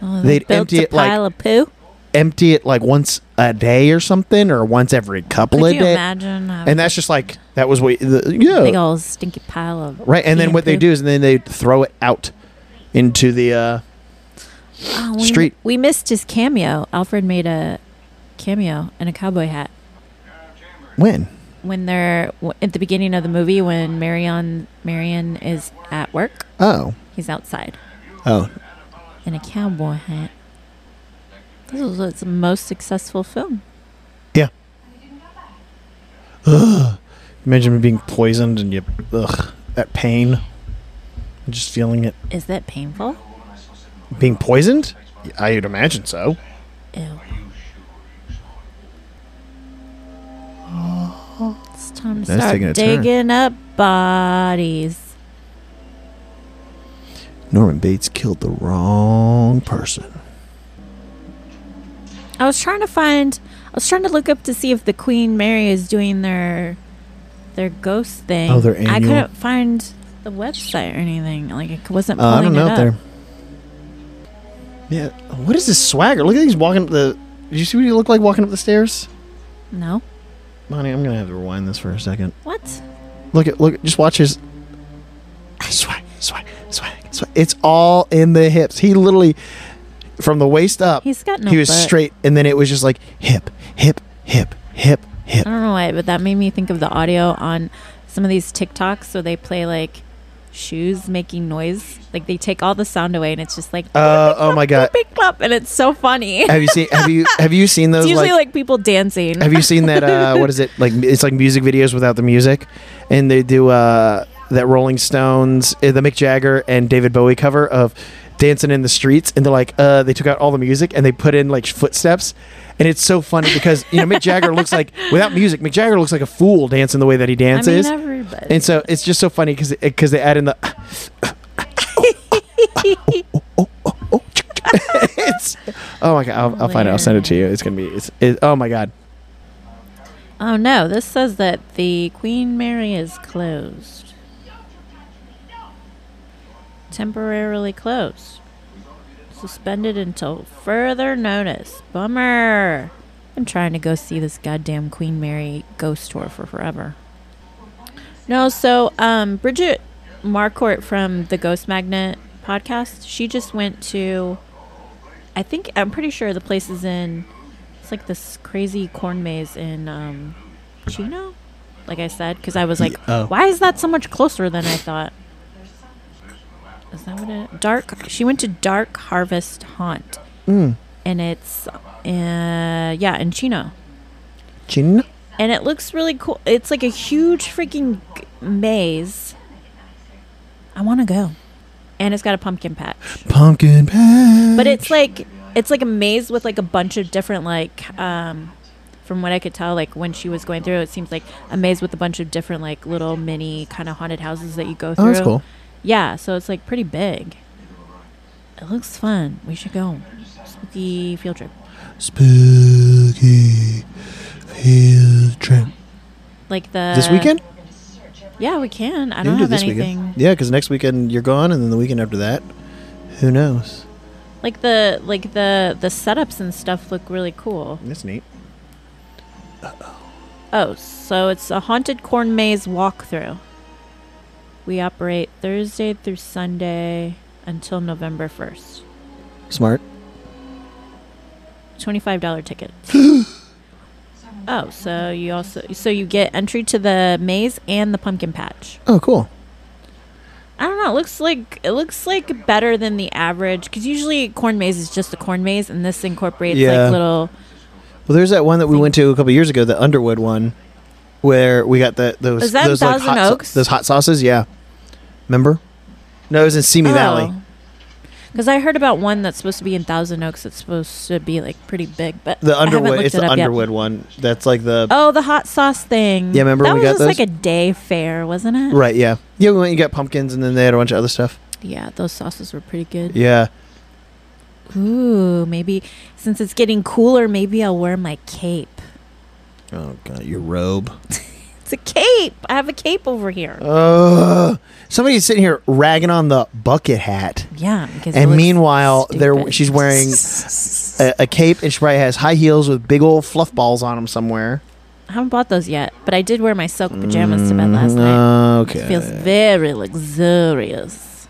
Speaker 1: Oh,
Speaker 2: They'd
Speaker 1: built
Speaker 2: empty
Speaker 1: a
Speaker 2: it like-
Speaker 1: pile of poo.
Speaker 2: empty it like once a day or something, or once every couple
Speaker 1: Could
Speaker 2: of
Speaker 1: you
Speaker 2: days.
Speaker 1: imagine? having
Speaker 2: And that's just like that oh. was what the,
Speaker 1: a big
Speaker 2: yeah
Speaker 1: old stinky pile of
Speaker 2: right. And then
Speaker 1: pee
Speaker 2: what they
Speaker 1: poop.
Speaker 2: do is then they throw it out into the uh,
Speaker 1: Oh, we,
Speaker 2: Street.
Speaker 1: We missed his cameo. Alfred made a cameo in a cowboy hat
Speaker 2: when
Speaker 1: when they're w- at the beginning of the movie when Marion Marion is at work.
Speaker 2: oh
Speaker 1: He's outside
Speaker 2: oh
Speaker 1: in a cowboy hat. This was its most successful film.
Speaker 2: yeah. Ugh. Imagine me being poisoned and you ugh that pain. I'm just feeling it.
Speaker 1: Is that painful?
Speaker 2: Being poisoned? I would imagine so.
Speaker 1: Ew. It's time to
Speaker 4: That's
Speaker 1: start
Speaker 4: taking a turn.
Speaker 1: digging up bodies.
Speaker 4: Norman Bates killed the wrong person.
Speaker 1: I was trying to find. I was trying to look up to see if the Queen Mary is doing their their ghost thing.
Speaker 2: Oh, their
Speaker 1: I
Speaker 2: annual-
Speaker 1: couldn't find the website or anything. Like it wasn't.
Speaker 2: Uh,
Speaker 1: Pulling
Speaker 2: I don't
Speaker 1: it
Speaker 2: know if
Speaker 1: up.
Speaker 2: they're. Yeah, what is this swagger? Look at these walking up the. Did you see what he looked like walking up the stairs?
Speaker 1: No.
Speaker 2: Bonnie, I'm gonna have to rewind this for a second.
Speaker 1: What?
Speaker 2: Look at look. Just watch his. Swag, swag, swag, swag. It's all in the hips. He literally, from the waist up,
Speaker 1: He's got no
Speaker 2: he was
Speaker 1: butt.
Speaker 2: straight, and then it was just like hip, hip, hip, hip, hip.
Speaker 1: I don't know why, but that made me think of the audio on some of these TikToks. So they play like shoes making noise. Like they take all the sound away, and it's just like
Speaker 2: Uh, oh my God.
Speaker 1: big clap, and it's so funny.
Speaker 2: Have you seen? Have you have you seen those?
Speaker 1: It's usually
Speaker 2: like,
Speaker 1: like, people dancing.
Speaker 2: Have you seen that? Uh, what is it like? It's like music videos without the music, and they do uh, that Rolling Stones, uh, the Mick Jagger and David Bowie cover of "Dancing in the Streets," and they're like, uh, they took out all the music and they put in like footsteps, and it's so funny because you know Mick Jagger looks like without music, Mick Jagger looks like a fool dancing the way that he
Speaker 1: I mean,
Speaker 2: dances,
Speaker 1: everybody.
Speaker 2: and so it's just so funny because because they add in the. it's oh my god! I'll, I'll find it. I'll send it to you. It's gonna be it's it, oh my god.
Speaker 1: Oh no, this says that the Queen Mary is closed. Temporarily closed. Suspended until further notice. Bummer. I'm trying to go see this goddamn Queen Mary ghost tour for forever. No, so um Bridget Marcourt from the Ghost Magnet podcast, she just went to I think I'm pretty sure the place is in it's like this crazy corn maze in um, Chino, like I said, because I was like,
Speaker 2: oh.
Speaker 1: why is that so much closer than I thought? Is that what it? Dark. She went to Dark Harvest Haunt,
Speaker 2: Mm.
Speaker 1: and it's uh, yeah in Chino,
Speaker 2: Chin.
Speaker 1: and it looks really cool. It's like a huge freaking g- maze. I want to go, and it's got a pumpkin patch.
Speaker 2: Pumpkin patch.
Speaker 1: but it's like it's like a maze with like a bunch of different like um from what i could tell like when she was going through it seems like a maze with a bunch of different like little mini kind of haunted houses that you go through
Speaker 2: oh, that's cool.
Speaker 1: yeah so it's like pretty big it looks fun we should go spooky field trip
Speaker 2: Spooky field trip.
Speaker 1: like the
Speaker 2: this weekend?
Speaker 1: yeah we can Uh, i don't
Speaker 2: You can do
Speaker 1: have
Speaker 2: this
Speaker 1: anything
Speaker 2: Weekend. Yeah, because next weekend you're gone, and then the weekend after that, who knows?
Speaker 1: like the like the the setups and stuff look really cool
Speaker 2: That's neat.
Speaker 1: Oh, so it's a haunted corn maze walkthrough. We operate Thursday through Sunday until November 1st.
Speaker 2: Smart.
Speaker 1: $25 ticket. oh, so you also so you get entry to the maze and the pumpkin patch.
Speaker 2: Oh, cool.
Speaker 1: I don't know, it looks like it looks like better than the average cuz usually corn maze is just a corn maze and this incorporates
Speaker 2: Yeah.
Speaker 1: like little
Speaker 2: Well, there's that one that we went to a couple years ago, the Underwood one, where we got the those
Speaker 1: Is that in
Speaker 2: those like
Speaker 1: Thousand
Speaker 2: hot sau-
Speaker 1: Oaks?
Speaker 2: those hot sauces. Yeah, remember? No, it was in
Speaker 1: Oh.
Speaker 2: Simi Valley.
Speaker 1: Because I heard about one that's supposed to be in Thousand Oaks. That's supposed to be like pretty big, but
Speaker 2: The
Speaker 1: I haven't
Speaker 2: Underwood.
Speaker 1: looked
Speaker 2: It's
Speaker 1: it
Speaker 2: the
Speaker 1: up yet.
Speaker 2: Underwood one. That's like the
Speaker 1: Oh, the hot sauce thing.
Speaker 2: Yeah, remember
Speaker 1: that
Speaker 2: we
Speaker 1: was
Speaker 2: got
Speaker 1: just
Speaker 2: those?
Speaker 1: like a day fair, wasn't it?
Speaker 2: right. Yeah, yeah. We went and got pumpkins, and then they had a bunch of other stuff.
Speaker 1: Yeah, those sauces were pretty good.
Speaker 2: Yeah.
Speaker 1: Ooh, maybe since it's getting cooler, maybe I'll wear my cape.
Speaker 2: Oh god, your robe.
Speaker 1: It's a cape. I have a cape over here.
Speaker 2: Uh, somebody's sitting here ragging on the bucket hat.
Speaker 1: yeah. Because it
Speaker 2: And
Speaker 1: looks
Speaker 2: meanwhile, there
Speaker 1: stupid.
Speaker 2: she's wearing a, a cape, and she probably has high heels with big old fluff balls on them somewhere.
Speaker 1: I haven't bought those yet, but I did wear my silk pajamas to
Speaker 2: Mm,
Speaker 1: bed last night.
Speaker 2: Okay.
Speaker 1: Feels very luxurious.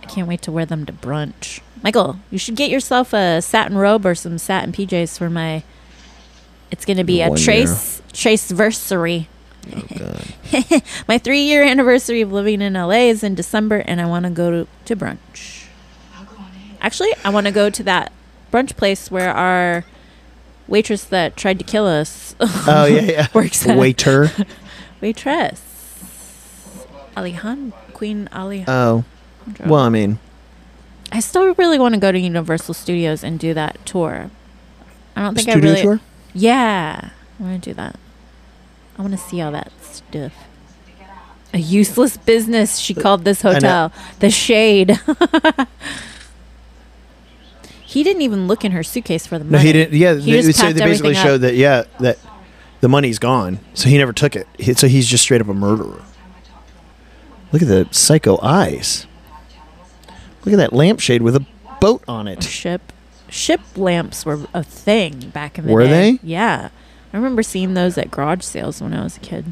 Speaker 1: I can't wait to wear them to brunch. Michael, you should get yourself a satin robe or some satin PJs for my. It's gonna be a
Speaker 2: One year.
Speaker 1: trace trace versary. my three year anniversary of living in LA is in December, and I want to go to, to brunch. Actually, I want to go to that brunch place where our waitress that tried to kill us
Speaker 2: oh yeah, yeah.
Speaker 1: works at.
Speaker 2: Waiter.
Speaker 1: Waitress. Alihan Queen Alejandra.
Speaker 2: Oh, well, I mean,
Speaker 1: I still really want to go to Universal Studios and do that tour. I don't think I
Speaker 2: studio
Speaker 1: really.
Speaker 2: tour.
Speaker 1: Yeah, I want to do that. I want to see all that stuff. A useless business, she called this
Speaker 2: know.
Speaker 1: hotel. The Shade. he didn't even look in her suitcase for the money.
Speaker 2: No, he didn't. Yeah,
Speaker 1: He
Speaker 2: they,
Speaker 1: just
Speaker 2: so
Speaker 1: packed
Speaker 2: they basically
Speaker 1: everything up.
Speaker 2: showed that. Yeah, that the money's gone, so he never took it. He- So he's just straight up a murderer. Look at the psycho eyes. Look at that lampshade with a boat on it.
Speaker 1: Ship, ship lamps were a thing back in the
Speaker 2: Were
Speaker 1: day.
Speaker 2: they?
Speaker 1: Yeah, I remember seeing those at garage sales when I was a kid.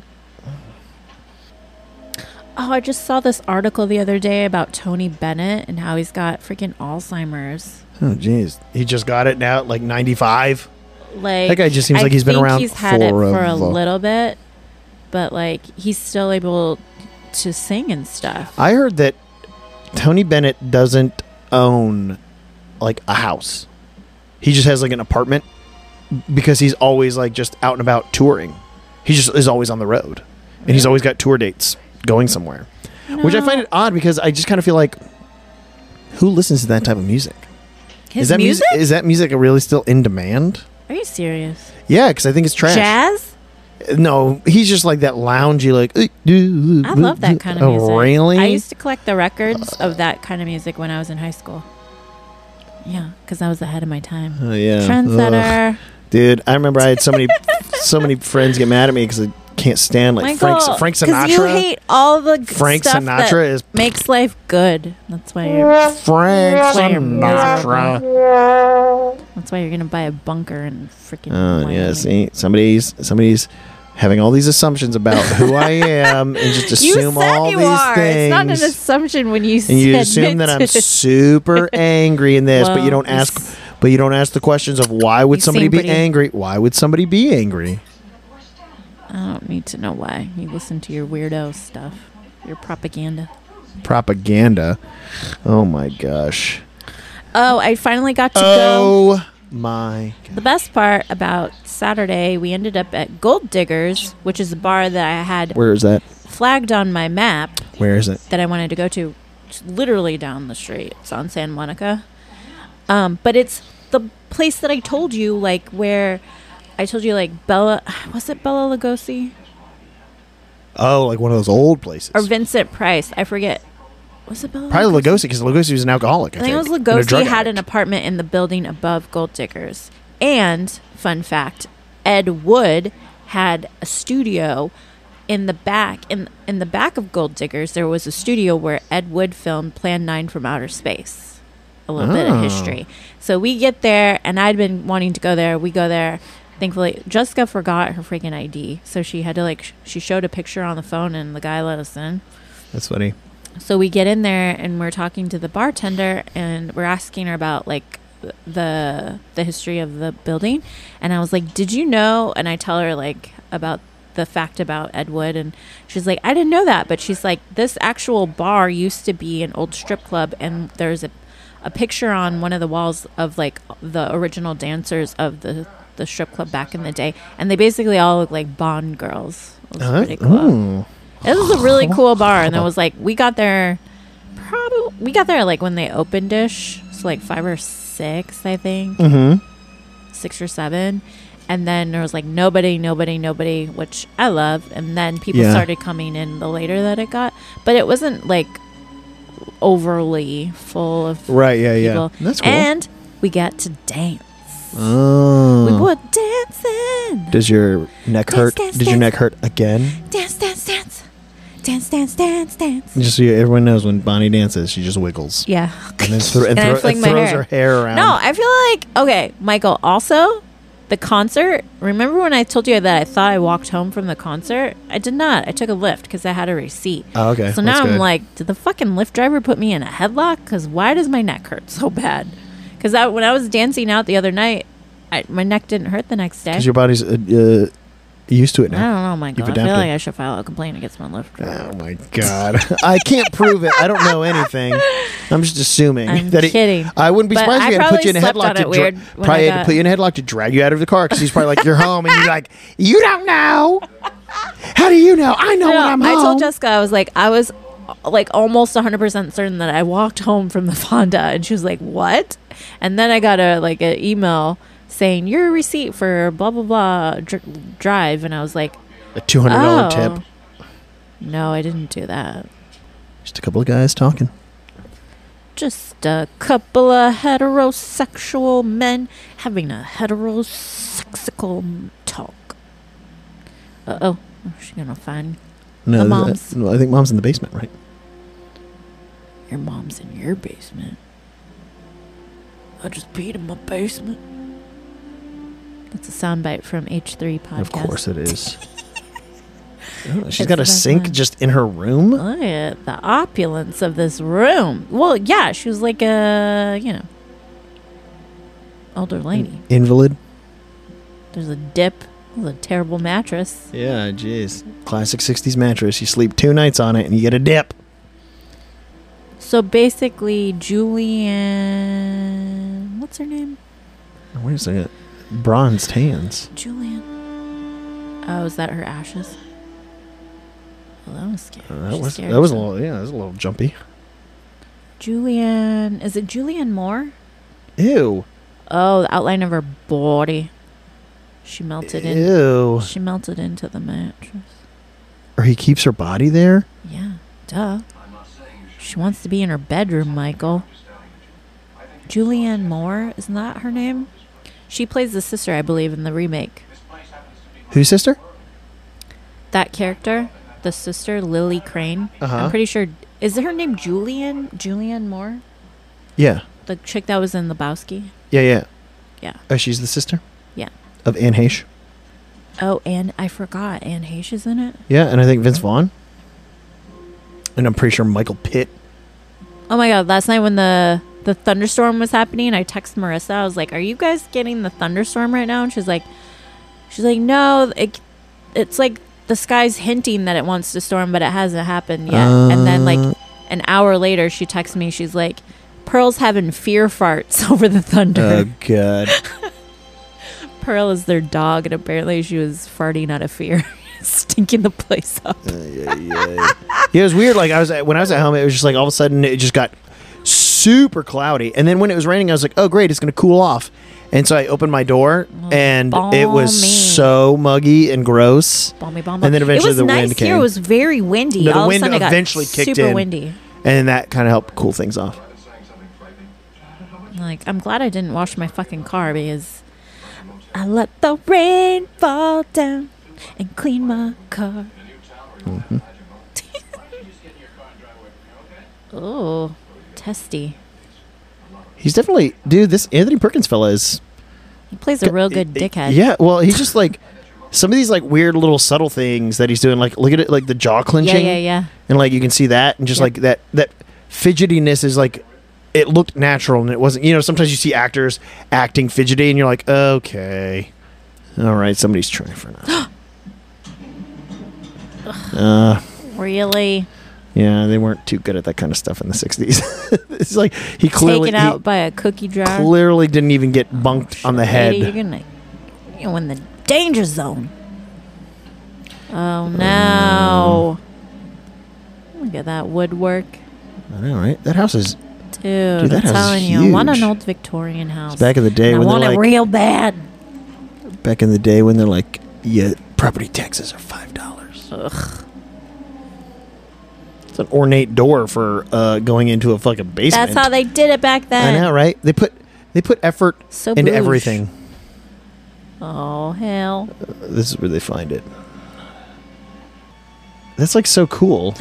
Speaker 1: Oh, I just saw this article the other day about Tony Bennett and how he's got freaking Alzheimer's.
Speaker 2: Oh, jeez. He just got it now, at like 95.
Speaker 1: like
Speaker 2: That guy just seems
Speaker 1: I
Speaker 2: like he's been
Speaker 1: think
Speaker 2: around
Speaker 1: he's had it for a
Speaker 2: forever.
Speaker 1: little bit but like he's still able to sing and stuff
Speaker 2: I heard that Tony Bennett doesn't own like a house. He just has like an apartment because he's always like just out and about touring. He just is always on the road. And he's always got tour dates going somewhere. Which I find it odd because I just kind of feel like who listens to that type of music?
Speaker 1: his
Speaker 2: is that
Speaker 1: music
Speaker 2: is that music really still in demand?
Speaker 1: are you serious
Speaker 2: Yeah, because I think it's trash.
Speaker 1: jazz
Speaker 2: No, he's just like that loungy, like. I
Speaker 1: i love that kind of music
Speaker 2: oh, Really?
Speaker 1: i used to collect the records of that kind of music when i was in high school yeah because i was ahead of my time
Speaker 2: oh, yeah. Ugh.
Speaker 1: trendsetter
Speaker 2: Dude, I remember I had so many so many friends get mad at me because I can't stand like
Speaker 1: Michael,
Speaker 2: Frank, Frank
Speaker 1: 'cause you
Speaker 2: Sinatra.
Speaker 1: hate all the g-
Speaker 2: Frank
Speaker 1: stuff that
Speaker 2: Sinatra is
Speaker 1: makes life good that's why you're
Speaker 2: Frank
Speaker 1: why you're
Speaker 2: Sinatra.
Speaker 1: that's why you're gonna buy a bunker and freaking
Speaker 2: Oh yeah,
Speaker 1: Wyoming.
Speaker 2: see, somebody's somebody's having all these assumptions about who I am and just assume all these things.
Speaker 1: It's not an assumption when you
Speaker 2: and you assume that I'm super angry in this, but
Speaker 1: Well,
Speaker 2: you don't
Speaker 1: you
Speaker 2: ask
Speaker 1: s-
Speaker 2: but you don't ask the questions of why would
Speaker 1: You
Speaker 2: somebody
Speaker 1: seem
Speaker 2: be
Speaker 1: pretty-
Speaker 2: angry? Why would somebody be angry?
Speaker 1: I don't need to know why you listen to your weirdo stuff, your propaganda.
Speaker 2: Propaganda. Oh my gosh.
Speaker 1: Oh, I finally got to go.
Speaker 2: Oh my
Speaker 1: The best part about Saturday, we ended up at Gold Diggers, which is a bar that I had
Speaker 2: Where is that?
Speaker 1: flagged on my map
Speaker 2: Where is it?
Speaker 1: that I wanted to go to, It's literally down the street. It's on San Monica. Um, but it's the place that I told you, like where I told you, like Bella, was it Bella Lugosi?
Speaker 2: Oh, like one of those old places.
Speaker 1: or Vincent Price. I forget. Was it Bella?
Speaker 2: Probably Lugosi because Lugosi was an alcoholic. I,
Speaker 1: I think it was
Speaker 2: and a drug
Speaker 1: Lugosi had an
Speaker 2: addict.
Speaker 1: apartment in the building above Gold Diggers. And fun fact, Ed Wood had a studio in the back in in the back of Gold Diggers. There was a studio where Ed Wood filmed Plan 9 from Outer Space. A little bit
Speaker 2: Oh.
Speaker 1: of history. So we get there and I'd been wanting to go there. We go there. Thankfully, Jessica forgot her freaking ID. So she had to like sh- she showed a picture on the phone and the guy let us in.
Speaker 2: That's funny.
Speaker 1: So we get in there and we're talking to the bartender and we're asking her about like the the history of the building and I was like, "Did you know?" and I tell her like about the fact about Ed Wood and she's like, "I didn't know that." But she's like, "This actual bar used to be an old strip club and there's a a picture on one of the walls of like the original dancers of the the strip club back in the day and they basically all look like Bond girls." It was
Speaker 2: Huh?
Speaker 1: pretty cool.
Speaker 2: Uh-huh. Ooh.
Speaker 1: It was a really cool bar, and it was like we got there. Probably we got there like when they opened ish, so like five or six, I think,
Speaker 2: Mm-hmm.
Speaker 1: six or seven, and then there was like nobody, nobody, nobody, which I love. And then people
Speaker 2: Yeah.
Speaker 1: started coming in the later that it got, but it wasn't like overly full of
Speaker 2: Right. Yeah. Yeah.
Speaker 1: people.
Speaker 2: That's cool.
Speaker 1: And we got to dance.
Speaker 2: Oh.
Speaker 1: We
Speaker 2: Mm.
Speaker 1: were dancing.
Speaker 2: Does your neck
Speaker 1: Dance,
Speaker 2: hurt?
Speaker 1: dance,
Speaker 2: Did your
Speaker 1: dance.
Speaker 2: neck hurt again?
Speaker 1: Dance, dance, dance. Dance, dance, dance, dance.
Speaker 2: Just so you, everyone knows, when Bonnie dances, she just wiggles
Speaker 1: Yeah.
Speaker 2: and then thro- and
Speaker 1: And I
Speaker 2: thro-
Speaker 1: fling
Speaker 2: and
Speaker 1: my
Speaker 2: throws
Speaker 1: hair.
Speaker 2: her hair around.
Speaker 1: No, I feel like okay, Michael. Also, the concert. Remember when I told you that I thought I walked home from the concert? I did not. I took a lift because I had a receipt.
Speaker 2: Oh, okay.
Speaker 1: So
Speaker 2: That's
Speaker 1: now I'm
Speaker 2: good.
Speaker 1: like, did the fucking Lyft driver put me in a headlock? Because why does my neck hurt so bad? Because I, when I was dancing out the other night, I, my neck didn't hurt the next day.
Speaker 2: because your body's uh, uh, used to it
Speaker 1: I
Speaker 2: now.
Speaker 1: don't know, Michael. I
Speaker 2: You've
Speaker 1: feel
Speaker 2: adapted.
Speaker 1: like I should file a complaint against my Lyft driver.
Speaker 2: Oh my god! I can't prove it. I don't know anything. I'm just assuming
Speaker 1: I'm
Speaker 2: Ah, that
Speaker 1: kidding.
Speaker 2: It, I wouldn't be
Speaker 1: But
Speaker 2: surprised
Speaker 1: I
Speaker 2: if he had to put
Speaker 1: probably
Speaker 2: you in a
Speaker 1: slept on
Speaker 2: headlock
Speaker 1: it
Speaker 2: to dra-
Speaker 1: weird when
Speaker 2: probably
Speaker 1: I
Speaker 2: had to
Speaker 1: got-
Speaker 2: put you in a headlock to drag you out of the car because he's probably like you're home and you're like you don't know. How do you know? I know
Speaker 1: No,
Speaker 2: when I'm
Speaker 1: I
Speaker 2: home.
Speaker 1: told Jessica I was like I was like almost 100% certain that I walked home from the Fonda and she was like what? And then I got a like an email saying your receipt for blah blah blah dr- drive and I was like
Speaker 2: a two hundred dollar
Speaker 1: oh.
Speaker 2: tip.
Speaker 1: No, I didn't do that.
Speaker 2: Just a couple of guys talking.
Speaker 1: Just a couple of heterosexual men having a heterosexical talk. Uh-oh. Oh, She's going to find
Speaker 2: No,
Speaker 1: The
Speaker 2: th-
Speaker 1: moms.
Speaker 2: no, I think mom's in the basement, right?
Speaker 1: Your mom's in your basement. I just peed in my basement. That's a soundbite from H3 podcast.
Speaker 2: Of course it is. Oh, she's
Speaker 1: It's
Speaker 2: got
Speaker 1: the
Speaker 2: a
Speaker 1: best
Speaker 2: sink
Speaker 1: one.
Speaker 2: just in her room.
Speaker 1: Look at the opulence of this room. Well, yeah, she was like a, you know, older
Speaker 2: Hmm.
Speaker 1: lady.
Speaker 2: Invalid.
Speaker 1: There's a dip. There's a terrible mattress.
Speaker 2: Yeah, jeez. Classic '60s mattress. You sleep two nights on it and you get a dip.
Speaker 1: So basically, Julian. What's her name?
Speaker 2: Oh, Wait a second. Bronzed hands.
Speaker 1: Julian. Oh, is that her ashes? Well, that was scary.
Speaker 2: Uh,
Speaker 1: She
Speaker 2: that was
Speaker 1: scared
Speaker 2: that was a
Speaker 1: me.
Speaker 2: little yeah, that was a little jumpy.
Speaker 1: Julianne. Is it Julianne Moore?
Speaker 2: Ew.
Speaker 1: Oh, the outline of her body. She melted in.
Speaker 2: Ew.
Speaker 1: She melted into the mattress.
Speaker 2: Or he keeps her body there?
Speaker 1: Yeah, duh. She wants to be in her bedroom, Michael. Julianne Moore, isn't that her name? She plays the sister, I believe, in the remake.
Speaker 2: Who's sister?
Speaker 1: That character, the sister, Lily Crane.
Speaker 2: Uh-huh.
Speaker 1: I'm pretty sure. Is her name Julianne? Julianne Moore?
Speaker 2: Yeah.
Speaker 1: The chick that was in the Lebowski?
Speaker 2: Yeah, yeah.
Speaker 1: Yeah.
Speaker 2: Oh, she's the sister?
Speaker 1: Yeah.
Speaker 2: Of Anne Heche.
Speaker 1: Oh, and I forgot. Anne Heche is in it.
Speaker 2: Yeah, and I think Vince Vaughn. And I'm pretty sure Michael Pitt.
Speaker 1: Oh my god, last night when the the thunderstorm was happening, I texted Marissa. I was like, "Are you guys getting the thunderstorm right now?" And she's like she's like, "No, it, it's like the sky's hinting that it wants to storm, but it hasn't happened yet." and then
Speaker 2: Uh.
Speaker 1: like an hour later, she texts me. She's like, "Pearl's having fear farts over the thunder."
Speaker 2: Uh, oh, god.
Speaker 1: Pearl is their dog, and apparently she was farting out of fear, stinking the place up.
Speaker 2: Uh, Yeah, it was weird. Like I was at, when I was at home, it was just like all of a sudden it just got super cloudy, and then when it was raining, I was like, "Oh, great, it's going to cool off." And so I opened my door,
Speaker 1: Mm.
Speaker 2: and it was
Speaker 1: balmy.
Speaker 2: so muggy and gross.
Speaker 1: Balmy, balmy.
Speaker 2: And then eventually
Speaker 1: it was
Speaker 2: the
Speaker 1: nice
Speaker 2: wind
Speaker 1: here.
Speaker 2: came.
Speaker 1: It was very windy.
Speaker 2: No, the
Speaker 1: All of a
Speaker 2: wind
Speaker 1: sudden it got
Speaker 2: eventually kicked
Speaker 1: super
Speaker 2: in.
Speaker 1: windy.
Speaker 2: And that kind of helped cool things off.
Speaker 1: Like, I'm glad I didn't wash my fucking car because I let the rain fall down and clean my car.
Speaker 2: Mm-hmm.
Speaker 1: oh, testy.
Speaker 2: He's definitely, dude. This Anthony Perkins fella is
Speaker 1: He plays a real good dickhead.
Speaker 2: Yeah, well, he's just like some of these like weird little subtle things that he's doing. Like look at it, like the jaw
Speaker 1: yeah,
Speaker 2: clenching.
Speaker 1: yeah, yeah.
Speaker 2: and like you can see that and just
Speaker 1: Yeah.
Speaker 2: like that that fidgetiness is like it looked natural and it wasn't you know sometimes you see actors acting fidgety and you're like okay all right somebody's trying for now uh
Speaker 1: Really
Speaker 2: yeah they weren't too good at that kind of stuff in the 60s it's like he clearly
Speaker 1: taken
Speaker 2: he
Speaker 1: out by a cookie jar.
Speaker 2: clearly didn't even get bunked on the
Speaker 1: Lady, you're
Speaker 2: head
Speaker 1: gonna, you're in the danger zone. Oh no!
Speaker 2: Mm.
Speaker 1: Look at that woodwork,
Speaker 2: all right that house is
Speaker 1: dude.
Speaker 2: Dude, that
Speaker 1: I'm
Speaker 2: house is
Speaker 1: telling you, I want an
Speaker 2: huge.
Speaker 1: old Victorian house.
Speaker 2: back in the day
Speaker 1: And I
Speaker 2: when
Speaker 1: want
Speaker 2: they're
Speaker 1: it
Speaker 2: like
Speaker 1: real bad.
Speaker 2: back in the day when they're like yeah property taxes are five dollars
Speaker 1: Ugh,
Speaker 2: It's an ornate door for uh, going into a fucking basement.
Speaker 1: that's how they did it back
Speaker 2: I
Speaker 1: then.
Speaker 2: know, right? They put they put effort
Speaker 1: So
Speaker 2: into
Speaker 1: bouge.
Speaker 2: everything.
Speaker 1: Oh hell!
Speaker 2: This is where they find it. That's like so cool.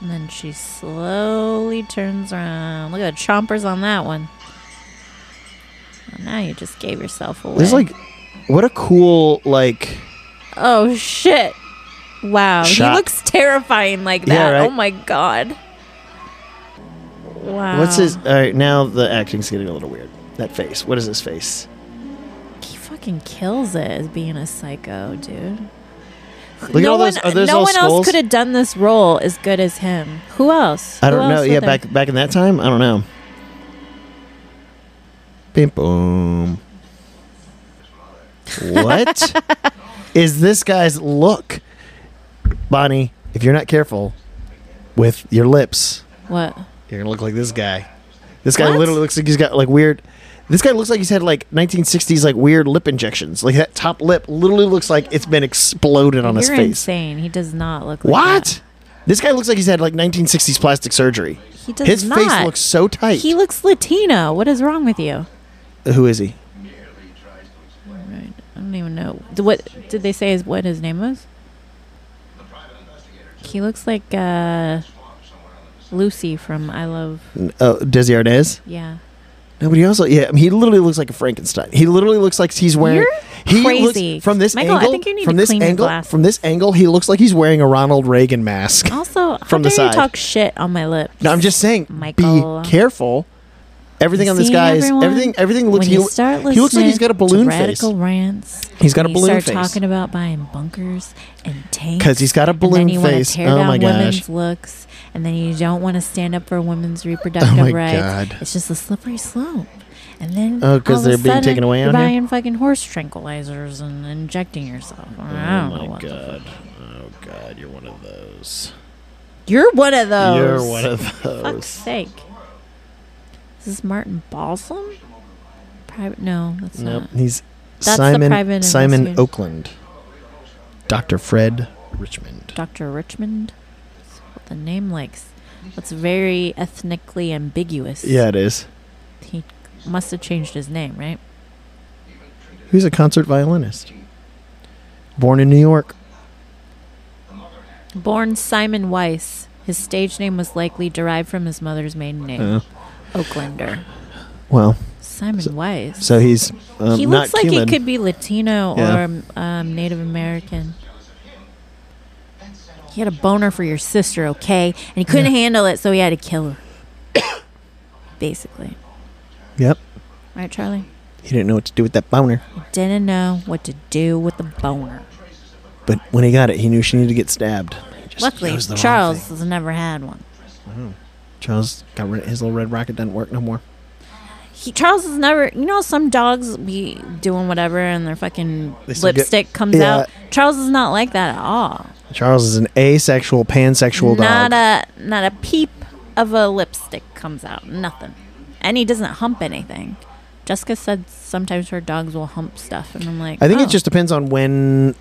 Speaker 1: And then she slowly turns around. Look at the chompers on that one. Well, now you just gave yourself away.
Speaker 2: There's like, what a cool like.
Speaker 1: oh shit! Wow,
Speaker 2: Shot.
Speaker 1: he looks terrifying like that.
Speaker 2: Yeah, right?
Speaker 1: Oh my god! Wow.
Speaker 2: What's his? All right, now the acting's getting a little weird. That face. What is his face?
Speaker 1: He fucking kills it as being a psycho, dude.
Speaker 2: Look at all those.
Speaker 1: one,
Speaker 2: Are those
Speaker 1: no
Speaker 2: all
Speaker 1: one
Speaker 2: skulls?
Speaker 1: else could have done this role as good as him. Who else?
Speaker 2: I
Speaker 1: Who
Speaker 2: don't know.
Speaker 1: else
Speaker 2: Yeah,
Speaker 1: were there?
Speaker 2: back back in that time, I don't know. Bim boom. What is this guy's look, Bonnie? If you're not careful with your lips,
Speaker 1: What?
Speaker 2: you're gonna look like this guy. This guy
Speaker 1: What?
Speaker 2: literally looks like he's got like weird. This guy looks like he's had like 1960s like weird lip injections. Like that top lip literally looks like it's been exploded on
Speaker 1: You're
Speaker 2: his face.
Speaker 1: insane. He does not look like
Speaker 2: What? This guy looks like he's had like 1960s plastic surgery.
Speaker 1: that. He does
Speaker 2: His
Speaker 1: not.
Speaker 2: face looks so tight.
Speaker 1: He looks Latino. What is wrong with you?
Speaker 2: Who is he?
Speaker 1: Right. I don't even know. D- What did they say? Is what his name was? He looks like uh, Lucy from I Love.
Speaker 2: Oh, Desi Arnaz.
Speaker 1: Yeah.
Speaker 2: Nobody else. Yeah, I mean, he literally looks like a Frankenstein. He literally looks like he's wearing.
Speaker 1: You're
Speaker 2: he
Speaker 1: crazy.
Speaker 2: looks from this
Speaker 1: Michael, I
Speaker 2: angle.
Speaker 1: think you need
Speaker 2: from
Speaker 1: to
Speaker 2: this
Speaker 1: clean your
Speaker 2: angle.
Speaker 1: glasses. Oh,
Speaker 2: From this angle, he looks like he's wearing a Ronald Reagan mask.
Speaker 1: Also,
Speaker 2: From
Speaker 1: how
Speaker 2: the
Speaker 1: dare you
Speaker 2: side.
Speaker 1: talk shit on my lips?
Speaker 2: No, I'm just saying.
Speaker 1: Michael.
Speaker 2: Be careful. Everything
Speaker 1: You
Speaker 2: on this
Speaker 1: see,
Speaker 2: guy is
Speaker 1: everyone?
Speaker 2: everything. Everything
Speaker 1: When
Speaker 2: looks.
Speaker 1: you
Speaker 2: he,
Speaker 1: start
Speaker 2: he looks like
Speaker 1: listening
Speaker 2: he's got
Speaker 1: to
Speaker 2: a balloon face.
Speaker 1: radical rants.
Speaker 2: He's got a
Speaker 1: and
Speaker 2: balloon
Speaker 1: you start
Speaker 2: face.
Speaker 1: talking about buying bunkers and tanks
Speaker 2: 'Cause he's got a balloon
Speaker 1: and then you wanna
Speaker 2: face.
Speaker 1: Tear
Speaker 2: Oh
Speaker 1: down
Speaker 2: my gosh. Oh
Speaker 1: women's looks, and then you don't want to stand up for women's reproductive
Speaker 2: my
Speaker 1: rights.
Speaker 2: God.
Speaker 1: It's just a slippery slope. And then
Speaker 2: Oh, 'cause
Speaker 1: all of a
Speaker 2: they're being
Speaker 1: sudden,
Speaker 2: taken away
Speaker 1: You're
Speaker 2: out here?
Speaker 1: buying fucking horse tranquilizers and injecting yourself. I
Speaker 2: Oh
Speaker 1: don't know
Speaker 2: my
Speaker 1: what the
Speaker 2: god.
Speaker 1: fuck.
Speaker 2: Oh god, you're one of those.
Speaker 1: You're one of those.
Speaker 2: You're one of
Speaker 1: Fuck's
Speaker 2: those.
Speaker 1: sake. Is this Martin Balsam? Private? No, that's
Speaker 2: Nope.
Speaker 1: not.
Speaker 2: He's
Speaker 1: That's the
Speaker 2: Simon
Speaker 1: private
Speaker 2: Simon
Speaker 1: investigator.
Speaker 2: Oakland. Dr. Fred Richmond.
Speaker 1: Dr. Richmond. What the name likes. That's very ethnically ambiguous.
Speaker 2: Yeah, it is.
Speaker 1: He must have changed his name, right?
Speaker 2: Who's a concert violinist? Born in New York.
Speaker 1: Born Simon Weiss. His stage name was likely derived from his mother's maiden name,
Speaker 2: Oh.
Speaker 1: Oaklander.
Speaker 2: Well,
Speaker 1: Simon Weiss.
Speaker 2: so he's um,
Speaker 1: he
Speaker 2: not
Speaker 1: looks like
Speaker 2: Cuban.
Speaker 1: he could be Latino
Speaker 2: Yeah.
Speaker 1: or um, Native American. He had a boner for your sister, okay? And he couldn't handle it, so he had to kill her. Basically.
Speaker 2: Yep.
Speaker 1: Right, Charlie?
Speaker 2: He didn't know what to do with that boner,
Speaker 1: Didn't know what to do with the boner.
Speaker 2: but when he got it, he knew she needed to get stabbed. He just
Speaker 1: Luckily,
Speaker 2: chose the wrong
Speaker 1: Charles
Speaker 2: thing.
Speaker 1: has never had one.
Speaker 2: Charles got rid. His little red rocket doesn't work no more.
Speaker 1: He Charles has never. You know, some dogs be doing whatever, and their fucking
Speaker 2: They still get-
Speaker 1: lipstick comes
Speaker 2: Yeah.
Speaker 1: out. Charles is not like that at all.
Speaker 2: Charles is an asexual, pansexual
Speaker 1: not
Speaker 2: dog.
Speaker 1: a not a peep of a lipstick comes out. Nothing, and he doesn't hump anything. Jessica said sometimes her dogs will hump stuff, and I'm like,
Speaker 2: I think
Speaker 1: oh.
Speaker 2: it just depends on when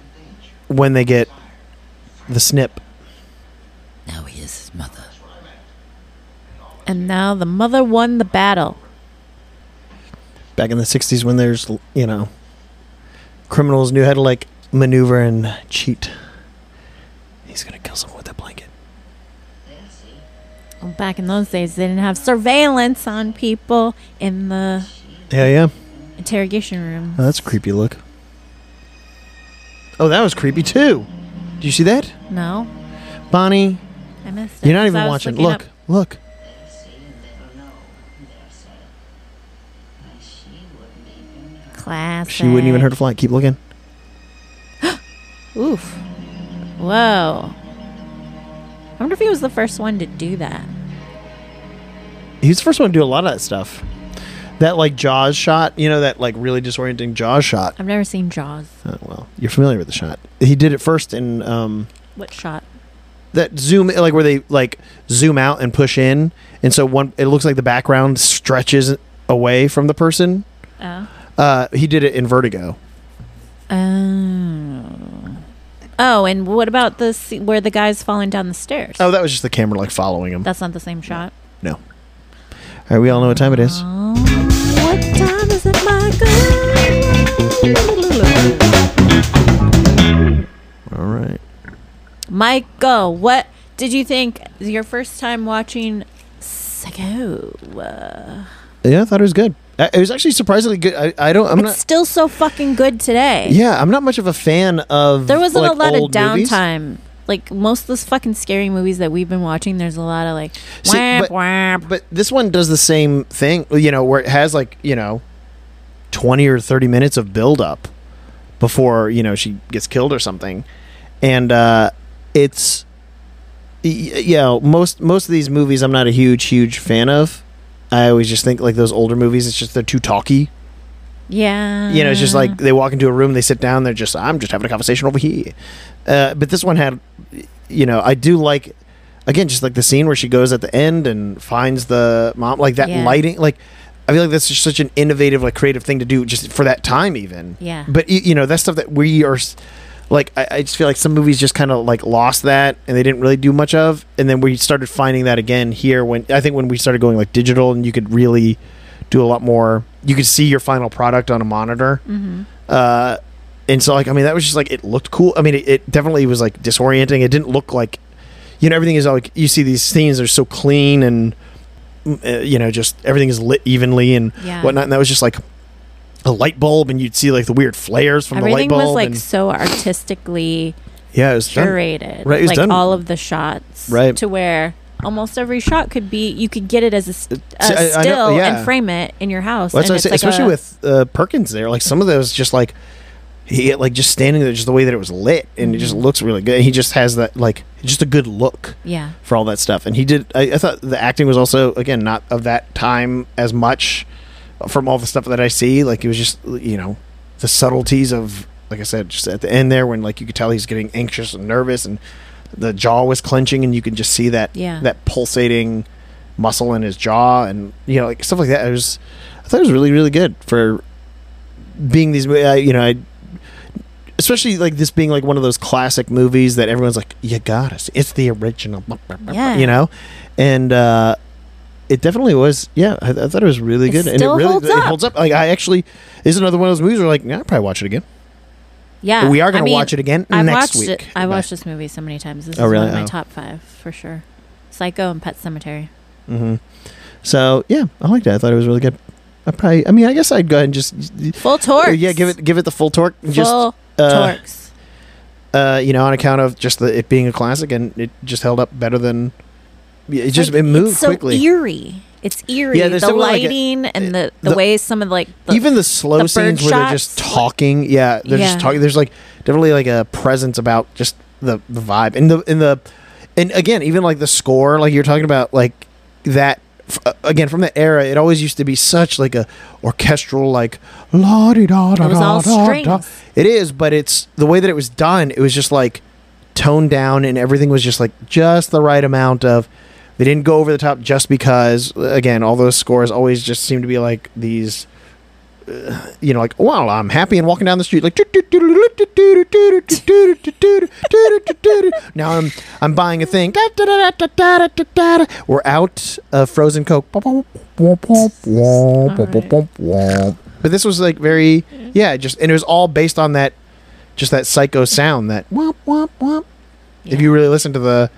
Speaker 2: when they get the snip.
Speaker 1: Now he is his mother. And now the mother won the battle.
Speaker 2: Back in the '60s, when there's you know criminals knew how to like maneuver and cheat. He's gonna kill someone with that blanket.
Speaker 1: Well, back in those days, they didn't have surveillance on people in the
Speaker 2: Yeah, yeah.
Speaker 1: interrogation room.
Speaker 2: Oh, that's a creepy look. Oh, that was creepy too. Do you see that,
Speaker 1: No,
Speaker 2: Bonnie?
Speaker 1: I missed it.
Speaker 2: You're not
Speaker 1: 'cause I
Speaker 2: even
Speaker 1: was
Speaker 2: watching.
Speaker 1: looking
Speaker 2: Look,
Speaker 1: up-
Speaker 2: look.
Speaker 1: Classic.
Speaker 2: She wouldn't even hurt a fly. Keep looking.
Speaker 1: Oof. Whoa. I wonder if he was the first one to do that.
Speaker 2: He's the first one to do a lot of that stuff. That like Jaws shot, you know, that like really disorienting Jaws shot.
Speaker 1: I've never seen Jaws.
Speaker 2: Oh, well, you're familiar with the shot. He did it first in um,
Speaker 1: What shot?
Speaker 2: that zoom, like where they like zoom out and push in, and so one it looks like the background stretches away from the person.
Speaker 1: Oh.
Speaker 2: Uh, he did it in Vertigo.
Speaker 1: Oh. Oh, and what about the sce- where the guy's falling down the stairs?
Speaker 2: Oh, that was just the camera like following him.
Speaker 1: That's not the same shot.
Speaker 2: All right, we all know what time it is.
Speaker 1: Oh, what time is it, Michael?
Speaker 2: All right.
Speaker 1: Michael, what did you think your first time watching Psycho? Uh,
Speaker 2: Yeah, I thought it was good. Uh, It was actually surprisingly good. I, I don't. I'm
Speaker 1: it's
Speaker 2: not.
Speaker 1: still so fucking good today.
Speaker 2: Yeah, I'm not much of a fan of.
Speaker 1: There wasn't
Speaker 2: like,
Speaker 1: a lot of
Speaker 2: old movies.
Speaker 1: downtime. Like most of those fucking scary movies that we've been watching, there's a lot of like
Speaker 2: See,
Speaker 1: whap,
Speaker 2: but-
Speaker 1: whap.
Speaker 2: But this one does the same thing, you know, where it has like, you know, 20 or 30 minutes of build up before, you know, she gets killed or something. And uh it's y- y- you know, most most of these movies I'm not a huge huge fan of. I always just think like those older movies it's just they're too talky.
Speaker 1: yeah.
Speaker 2: You know, it's just like they walk into a room, they sit down, they're just I'm just having a conversation over here. Uh, but this one had, you know, I do like, again, just like the scene where she goes at the end and finds the mom, like that
Speaker 1: Yeah.
Speaker 2: lighting, like. I feel like that's just such an innovative, like, creative thing to do, just for that time, even.
Speaker 1: Yeah.
Speaker 2: But y- you know, that's stuff that we are, s- like, I, I just feel like some movies just kind of like lost that, and they didn't really do much of, and then we started finding that again here when I think when we started going like digital, and you could really do a lot more. You could see your final product on a monitor.
Speaker 1: hmm
Speaker 2: Uh, and so, like, I mean, that was just like it looked cool. I mean, it, it definitely was like disorienting. It didn't look like, you know, everything is like you see these scenes are so clean and, mm, uh, you know, just everything is lit evenly and
Speaker 1: Yeah.
Speaker 2: whatnot. And that was just like a light bulb, and you'd see like the weird flares from
Speaker 1: Everything
Speaker 2: the light bulb.
Speaker 1: was like
Speaker 2: and,
Speaker 1: so artistically
Speaker 2: yeah, it was done-
Speaker 1: curated.
Speaker 2: Right, it was
Speaker 1: like
Speaker 2: done-
Speaker 1: all of the shots.
Speaker 2: Right.
Speaker 1: To where almost every shot could be, you could get it as a, st- a
Speaker 2: Uh, See, I- I know-
Speaker 1: still
Speaker 2: yeah.
Speaker 1: and frame it in your house.
Speaker 2: Well, that's
Speaker 1: and
Speaker 2: what I
Speaker 1: it's
Speaker 2: say,
Speaker 1: like
Speaker 2: especially
Speaker 1: a-
Speaker 2: with uh, Perkins there. Like some of those, just like he like just standing there, just the way that it was lit, and it just
Speaker 1: Mm-hmm.
Speaker 2: looks really good. He just has that like just a good look.
Speaker 1: Yeah.
Speaker 2: for all that stuff. And he did. I, I thought the acting was also again not of that time as much from all the stuff that I see. Like it was just you know the subtleties of like I said just at the end there when like you could tell he's getting anxious and nervous and the jaw was clenching and you could just see that
Speaker 1: Yeah.
Speaker 2: that pulsating muscle in his jaw and you know like stuff like that. It was I thought it was really really good for being these mo- I, you know I especially like this being like one of those classic movies that everyone's like you got us it's the original
Speaker 1: Yeah.
Speaker 2: uh, you know and uh it definitely was yeah i, I thought it was really
Speaker 1: It
Speaker 2: good and it
Speaker 1: still
Speaker 2: really
Speaker 1: holds
Speaker 2: it
Speaker 1: up.
Speaker 2: holds up like i actually this is another one of those movies where like yeah, i'll probably watch it again
Speaker 1: Yeah.
Speaker 2: we are
Speaker 1: I
Speaker 2: going to
Speaker 1: mean,
Speaker 2: watch it again
Speaker 1: I've watched
Speaker 2: next week
Speaker 1: It, I
Speaker 2: But-
Speaker 1: watched this movie so many times. This
Speaker 2: Oh,
Speaker 1: is
Speaker 2: really?
Speaker 1: one of my
Speaker 2: Oh.
Speaker 1: top five for sure. Psycho and Pet Cemetery.
Speaker 2: Mhm. so yeah i liked it i thought it was really good i probably i mean i guess i'd go ahead and just
Speaker 1: Full torque.
Speaker 2: yeah give it give it the full torque
Speaker 1: full
Speaker 2: just uh,
Speaker 1: torques.
Speaker 2: uh, you know, on account of just the, it being a classic and it just held up better than yeah, it just it moved
Speaker 1: it's so
Speaker 2: quickly.
Speaker 1: eerie. It's eerie.
Speaker 2: Yeah, there's
Speaker 1: the
Speaker 2: something like a-
Speaker 1: lighting and the, the,
Speaker 2: the-
Speaker 1: way some of like the,
Speaker 2: Even the slow
Speaker 1: the
Speaker 2: scenes
Speaker 1: bird
Speaker 2: where they're just
Speaker 1: shots, like-
Speaker 2: talking, yeah, they're
Speaker 1: Yeah.
Speaker 2: just talking. There's like definitely like a presence about just the the vibe and the and the and again, even like the score, like you're talking about, like that. f- uh, Again, from the era, it always used to be such like a orchestral, like la di da da
Speaker 1: It was all
Speaker 2: da da da.
Speaker 1: strings.
Speaker 2: It is, but it's the way that it was done. It was just like toned down, and everything was just like just the right amount of. They didn't go over the top just because. Again, all those scores always just seem to be like these. uh, You know, like well, I'm happy and walking down the street, like now I'm I'm buying a thing. We're out of frozen coke. But this was like very yeah, just and it was all based on that just that psycho sound that womp womp womp. If you really listen to the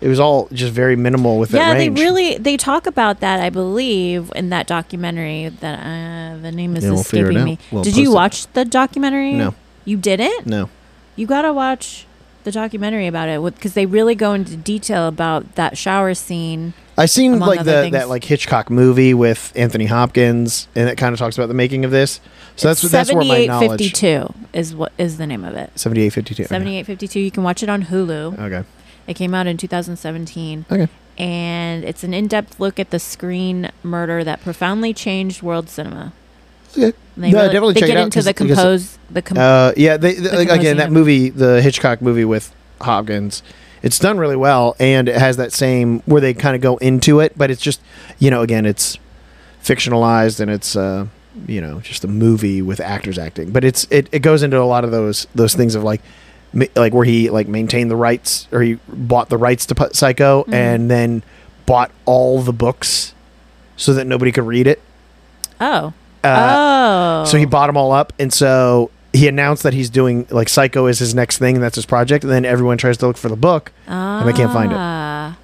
Speaker 2: it was all just very minimal with that
Speaker 1: yeah,
Speaker 2: range.
Speaker 1: they really they talk about that. I believe in that documentary that uh, the name is
Speaker 2: Yeah, we'll figure it
Speaker 1: escaping me.
Speaker 2: out. We'll
Speaker 1: Did
Speaker 2: post
Speaker 1: you
Speaker 2: it.
Speaker 1: watch the documentary?
Speaker 2: No.
Speaker 1: you didn't.
Speaker 2: no.
Speaker 1: You gotta watch the documentary about it because they really go into detail about that shower scene.
Speaker 2: I seen
Speaker 1: Among
Speaker 2: like
Speaker 1: other
Speaker 2: the
Speaker 1: things.
Speaker 2: that like Hitchcock movie with Anthony Hopkins and it kind of talks about the making of this. So that's that's where my knowledge
Speaker 1: 7852 is what is the name of it.
Speaker 2: 7852.
Speaker 1: 7852. You can watch it on Hulu.
Speaker 2: Okay. okay.
Speaker 1: It came out in 2017.
Speaker 2: Okay.
Speaker 1: And it's an in depth look at the screen murder that profoundly changed world cinema.
Speaker 2: Okay.
Speaker 1: And they
Speaker 2: No,
Speaker 1: really,
Speaker 2: definitely
Speaker 1: they
Speaker 2: check it
Speaker 1: get
Speaker 2: out
Speaker 1: into
Speaker 2: 'cause-
Speaker 1: the
Speaker 2: because-
Speaker 1: compose the com-
Speaker 2: Uh, yeah, they, they-
Speaker 1: The
Speaker 2: like,
Speaker 1: composing
Speaker 2: again that
Speaker 1: of-
Speaker 2: movie, the Hitchcock movie with Hopkins, it's done really well, and it has that same where they kind of go into it, but it's just you know again it's fictionalized and it's uh, you know just a movie with actors acting, but it's it, it goes into a lot of those those things of like ma- like where he like maintained the rights or he bought the rights to P- Psycho
Speaker 1: Mhm.
Speaker 2: and then bought all the books so that nobody could read it
Speaker 1: oh,
Speaker 2: Uh,
Speaker 1: oh.
Speaker 2: So he bought them all up, and so he announced that he's doing like Psycho is his next thing, and that's his project. And then everyone tries to look for the book, and they can't find it.
Speaker 1: Ah.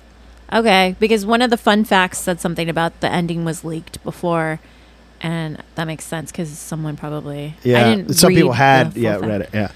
Speaker 1: Okay, because one of the fun facts said something about the ending was leaked before, and that makes sense because someone probably
Speaker 2: Yeah,
Speaker 1: I didn't
Speaker 2: some people
Speaker 1: read
Speaker 2: had
Speaker 1: the
Speaker 2: yeah
Speaker 1: full
Speaker 2: read
Speaker 1: fact.
Speaker 2: it. Yeah,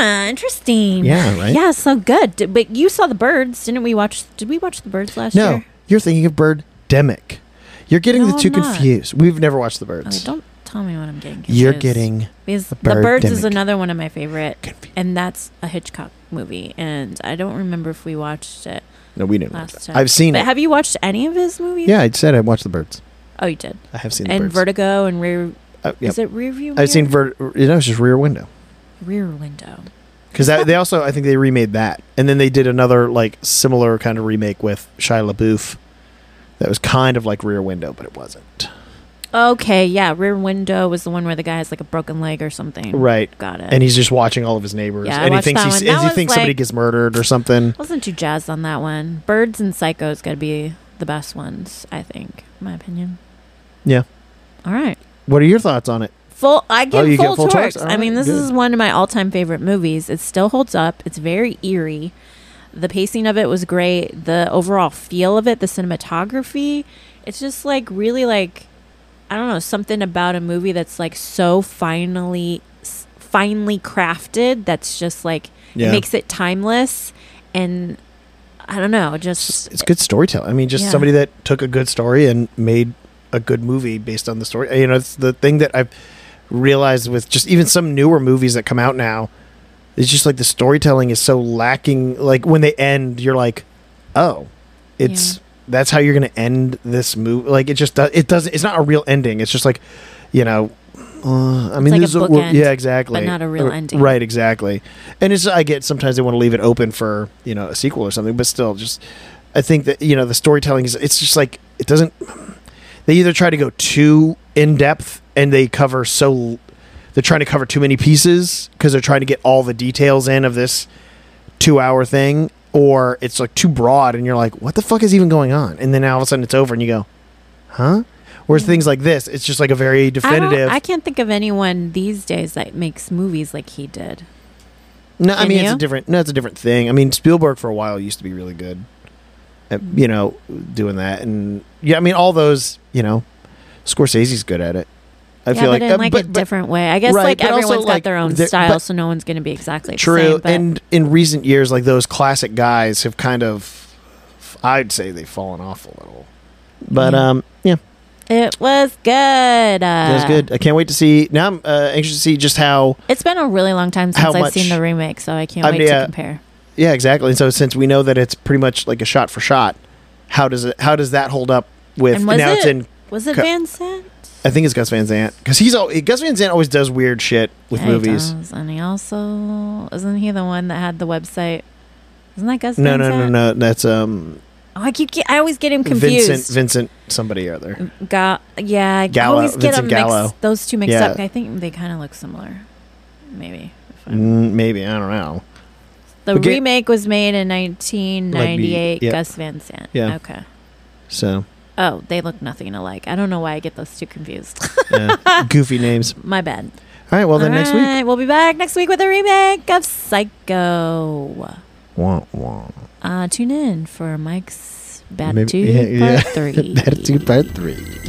Speaker 1: Ah, interesting.
Speaker 2: Yeah, right?
Speaker 1: Yeah, so good. D- But you saw the birds, didn't we? Watch? Did we watch the birds last
Speaker 2: no,
Speaker 1: year?
Speaker 2: you're thinking of Birdemic. You're getting
Speaker 1: No,
Speaker 2: the
Speaker 1: I'm
Speaker 2: 2
Speaker 1: not.
Speaker 2: confused. We've never watched the
Speaker 1: Oh,
Speaker 2: birds.
Speaker 1: don't tell me what I'm getting. Confused.
Speaker 2: you're getting
Speaker 1: because the,
Speaker 2: Birdemic.
Speaker 1: birds is another one of my favorite,
Speaker 2: confused.
Speaker 1: and that's a Hitchcock movie, and I don't remember if we watched it
Speaker 2: No, we didn't.
Speaker 1: last
Speaker 2: watch that.
Speaker 1: time.
Speaker 2: I've seen
Speaker 1: But
Speaker 2: it.
Speaker 1: have you watched any of his movies?
Speaker 2: yeah, I said I watched the birds.
Speaker 1: Oh, you did.
Speaker 2: I have seen the
Speaker 1: and
Speaker 2: birds.
Speaker 1: Vertigo and Rear.
Speaker 2: Uh, yep.
Speaker 1: Is it Rear View? Mirror?
Speaker 2: I've seen Vert. You know, it's just Rear Window.
Speaker 1: Rear Window.
Speaker 2: Because they also, I think they remade that, and then they did another like similar kind of remake with Shia LaBeouf, that was kind of like Rear Window, but it wasn't.
Speaker 1: Okay, yeah, Rear Window was the one where the guy has like a broken leg or something.
Speaker 2: Right.
Speaker 1: Got it.
Speaker 2: And he's just watching all of his neighbors,
Speaker 1: Mm-hmm. Yeah, I
Speaker 2: and he
Speaker 1: watched
Speaker 2: thinks
Speaker 1: that
Speaker 2: he's,
Speaker 1: one. That
Speaker 2: and he
Speaker 1: was,
Speaker 2: thinks somebody
Speaker 1: like-
Speaker 2: gets murdered or something.
Speaker 1: wasn't too jazzed on that one. Birds and Psycho's got to be the best ones, I think, in my opinion.
Speaker 2: Yeah.
Speaker 1: All right.
Speaker 2: What are your thoughts on it?
Speaker 1: Full, I give
Speaker 2: Oh, you
Speaker 1: full,
Speaker 2: get full
Speaker 1: torques.
Speaker 2: torques? All
Speaker 1: I mean,
Speaker 2: right,
Speaker 1: this
Speaker 2: good.
Speaker 1: is one of my all-time favorite movies. It still holds up. It's very eerie. The pacing of it was great. The overall feel of it, the cinematography, it's just like really like I don't know something about a movie that's like so finally s- finely crafted. That's just like
Speaker 2: Yeah.
Speaker 1: it makes it timeless, and I don't know, just
Speaker 2: It's good storytelling. I mean, just
Speaker 1: Yeah.
Speaker 2: somebody that took a good story and made a good movie based on the story. You know, it's the thing that I've realized with just even some newer movies that come out now. It's just like the storytelling is so lacking. Like when they end, you're like, oh, it's that's how you're gonna end this movie. Like it just does. It doesn't. It's not a real ending. It's just like, you know. Uh, I mean,
Speaker 1: like a
Speaker 2: this is a wor-
Speaker 1: bookend,
Speaker 2: yeah, exactly,
Speaker 1: but not a real
Speaker 2: Uh,
Speaker 1: ending.
Speaker 2: right? Exactly, and it's I get sometimes they want to leave it open for you know a sequel or something, but still, just I think that you know the storytelling is it's just like it doesn't. They either try to go too in depth and they cover so they're trying to cover too many pieces because they're trying to get all the details in of this two hour thing, or it's like too broad and you're like, what the fuck is even going on? And then all of a sudden it's over and you go, huh? Whereas things like this, it's just like a very
Speaker 1: I, don't-
Speaker 2: definitive.
Speaker 1: I can't think of anyone these days that makes movies like he did.
Speaker 2: No, I
Speaker 1: Can
Speaker 2: mean it's a
Speaker 1: you?
Speaker 2: different. No, it's a different thing. I mean Spielberg for a while used to be really good, at, you know, doing that, and yeah, I mean all those, you know, Scorsese's good at it. I
Speaker 1: yeah, but
Speaker 2: feel like,
Speaker 1: in
Speaker 2: uh,
Speaker 1: like a
Speaker 2: but- but
Speaker 1: different way. I guess
Speaker 2: right,
Speaker 1: like
Speaker 2: but also,
Speaker 1: everyone's
Speaker 2: like,
Speaker 1: got their own
Speaker 2: there-
Speaker 1: style,
Speaker 2: but-
Speaker 1: so no one's going to be exactly the
Speaker 2: true.
Speaker 1: same. But
Speaker 2: and in recent years, like those classic guys have kind of, I'd say they've fallen off a little. But
Speaker 1: Yeah.
Speaker 2: um, yeah,
Speaker 1: it was good. Uh,
Speaker 2: that was good. I can't wait to see. Now I'm uh, anxious to see just how.
Speaker 1: It's been a really long time
Speaker 2: How
Speaker 1: since I've
Speaker 2: much-
Speaker 1: seen the remake, so I can't
Speaker 2: I
Speaker 1: wait
Speaker 2: mean, uh, yeah.
Speaker 1: to compare.
Speaker 2: Yeah, exactly. And so since we know that it's pretty much like a shot for shot, how does it? How does that hold up with?
Speaker 1: And was
Speaker 2: now
Speaker 1: it-
Speaker 2: it's in
Speaker 1: Was it
Speaker 2: Co-
Speaker 1: Van Sant?
Speaker 2: I think it's Gus Van Sant because he's all Gus Van Sant always does weird shit with
Speaker 1: Yeah, he
Speaker 2: movies.
Speaker 1: does. And he also isn't he the one that had the website? Isn't that Gus?
Speaker 2: No,
Speaker 1: Van
Speaker 2: no, no,
Speaker 1: Sant?
Speaker 2: no. That's um
Speaker 1: Oh, I keep. get- I always get him confused.
Speaker 2: Vincent, Vincent, somebody or other.
Speaker 1: Ga- yeah, I
Speaker 2: Gallo-
Speaker 1: always get
Speaker 2: Vincent
Speaker 1: them mixed-
Speaker 2: Gallo.
Speaker 1: those two mixed
Speaker 2: Yeah.
Speaker 1: up. I think they kind of look similar. Maybe. if I'm-
Speaker 2: Mm, maybe I don't know.
Speaker 1: The
Speaker 2: But get-
Speaker 1: remake was made in 1998.
Speaker 2: Like the- yeah.
Speaker 1: Gus Van Sant.
Speaker 2: Yeah.
Speaker 1: Okay.
Speaker 2: So
Speaker 1: Oh, they look nothing alike. I don't know why I get those two confused.
Speaker 2: uh, goofy names.
Speaker 1: My bad.
Speaker 2: All right. Well, then next week.
Speaker 1: Alright, We'll be back next week with a remake of Psycho.
Speaker 2: Wah, wah.
Speaker 1: Uh, tune in for Mike's Bad
Speaker 2: Maybe-
Speaker 1: Dude
Speaker 2: yeah,
Speaker 1: Part 3.
Speaker 2: That's two part three.